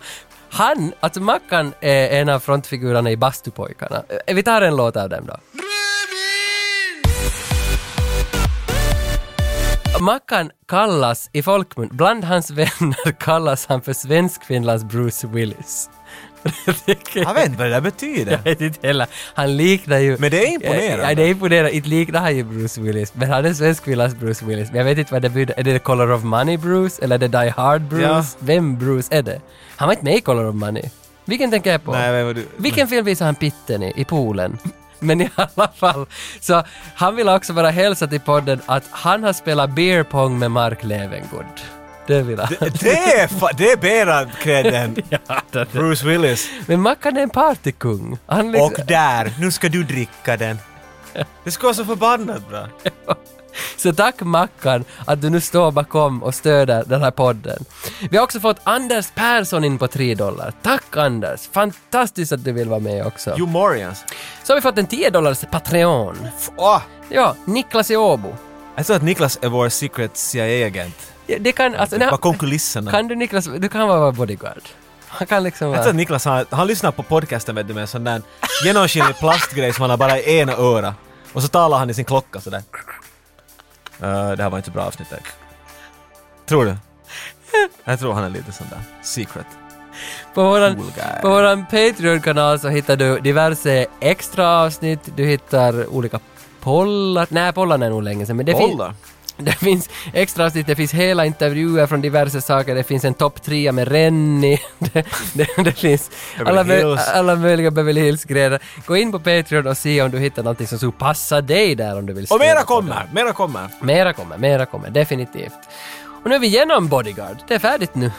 Speaker 1: Han, alltså Mackan är en av frontfigurerna i Bastupojkarna. Eh, Vi tar en låt av dem då. Mackan kallas i folkmun, bland hans vänner *laughs* kallas han för Svenskfinlands Bruce Willis. *laughs* Det tycker
Speaker 2: Jag vet inte vad det där betyder.
Speaker 1: *laughs* jag inte heller. Han liknar ju...
Speaker 2: Men det är imponerande.
Speaker 1: Ja, det är imponerande. Inte liknar han ju Bruce Willis, men han är svenskfinlands Bruce Willis. Men jag vet inte vad det betyder. Är det Color of Money Bruce, eller är det Die Hard Bruce?
Speaker 2: Ja.
Speaker 1: Vem Bruce är det? Han var inte med i Color of Money. Vilken tänker jag på?
Speaker 2: Nej, jag vet vad du...
Speaker 1: Vilken film visar han pitten i? I poolen? Men i alla fall, så han vill också bara hälsa till podden att han har spelat beer pong med Mark Levengood. Det vill han. *laughs*
Speaker 2: Det är, fa- det är mera cred än Bruce Willis.
Speaker 1: Men Mackan är en partykung. Han liksom-
Speaker 2: Och där, nu ska du dricka den. Det ska vara så förbannat bra.
Speaker 1: Så tack Mackan att du nu står bakom och stöder den här podden. Vi har också fått Anders Persson in på 3 dollar. Tack Anders! Fantastiskt att du vill vara med också.
Speaker 2: You Morians.
Speaker 1: Så har vi fått en 10 dollars Patreon.
Speaker 2: Åh!
Speaker 1: Ja, Niklas i Åbo.
Speaker 2: Jag tror att Niklas är vår secret CIA-agent.
Speaker 1: Ja, Det kan, alltså, nej,
Speaker 2: Bakom kulisserna.
Speaker 1: kan du Niklas, du kan vara vår bodyguard. Han kan liksom
Speaker 2: Jag tror
Speaker 1: vara...
Speaker 2: att Niklas har, han lyssnar på podcasten vet du, med en sån där genomskinlig plastgrej som han har bara i ena öra. Och så talar han i sin klocka sådär. Uh, det här var inte ett bra avsnitt där. Tror du? Jag tror han är lite sån där secret.
Speaker 1: På våran,
Speaker 2: cool guy.
Speaker 1: på våran Patreon-kanal så hittar du diverse extra avsnitt, du hittar olika pollar. Nej, pollarna är nog länge sedan, men det finns...
Speaker 2: Bollar.
Speaker 1: *laughs* Det finns extra avsnitt, det finns hela intervjuer från diverse saker, det finns en topp trea med Rennie, *laughs* det, det, det finns alla,
Speaker 2: Beverly
Speaker 1: mö-
Speaker 2: Hills.
Speaker 1: alla möjliga Beverly Hills-grejer. Gå in på Patreon och se om du hittar någonting som skulle passa dig där om du vill
Speaker 2: Och
Speaker 1: stödja
Speaker 2: mera
Speaker 1: på
Speaker 2: kommer! Mera kommer!
Speaker 1: det. Mera kommer, mera kommer, definitivt. Och nu är vi igenom Bodyguard, det är färdigt nu.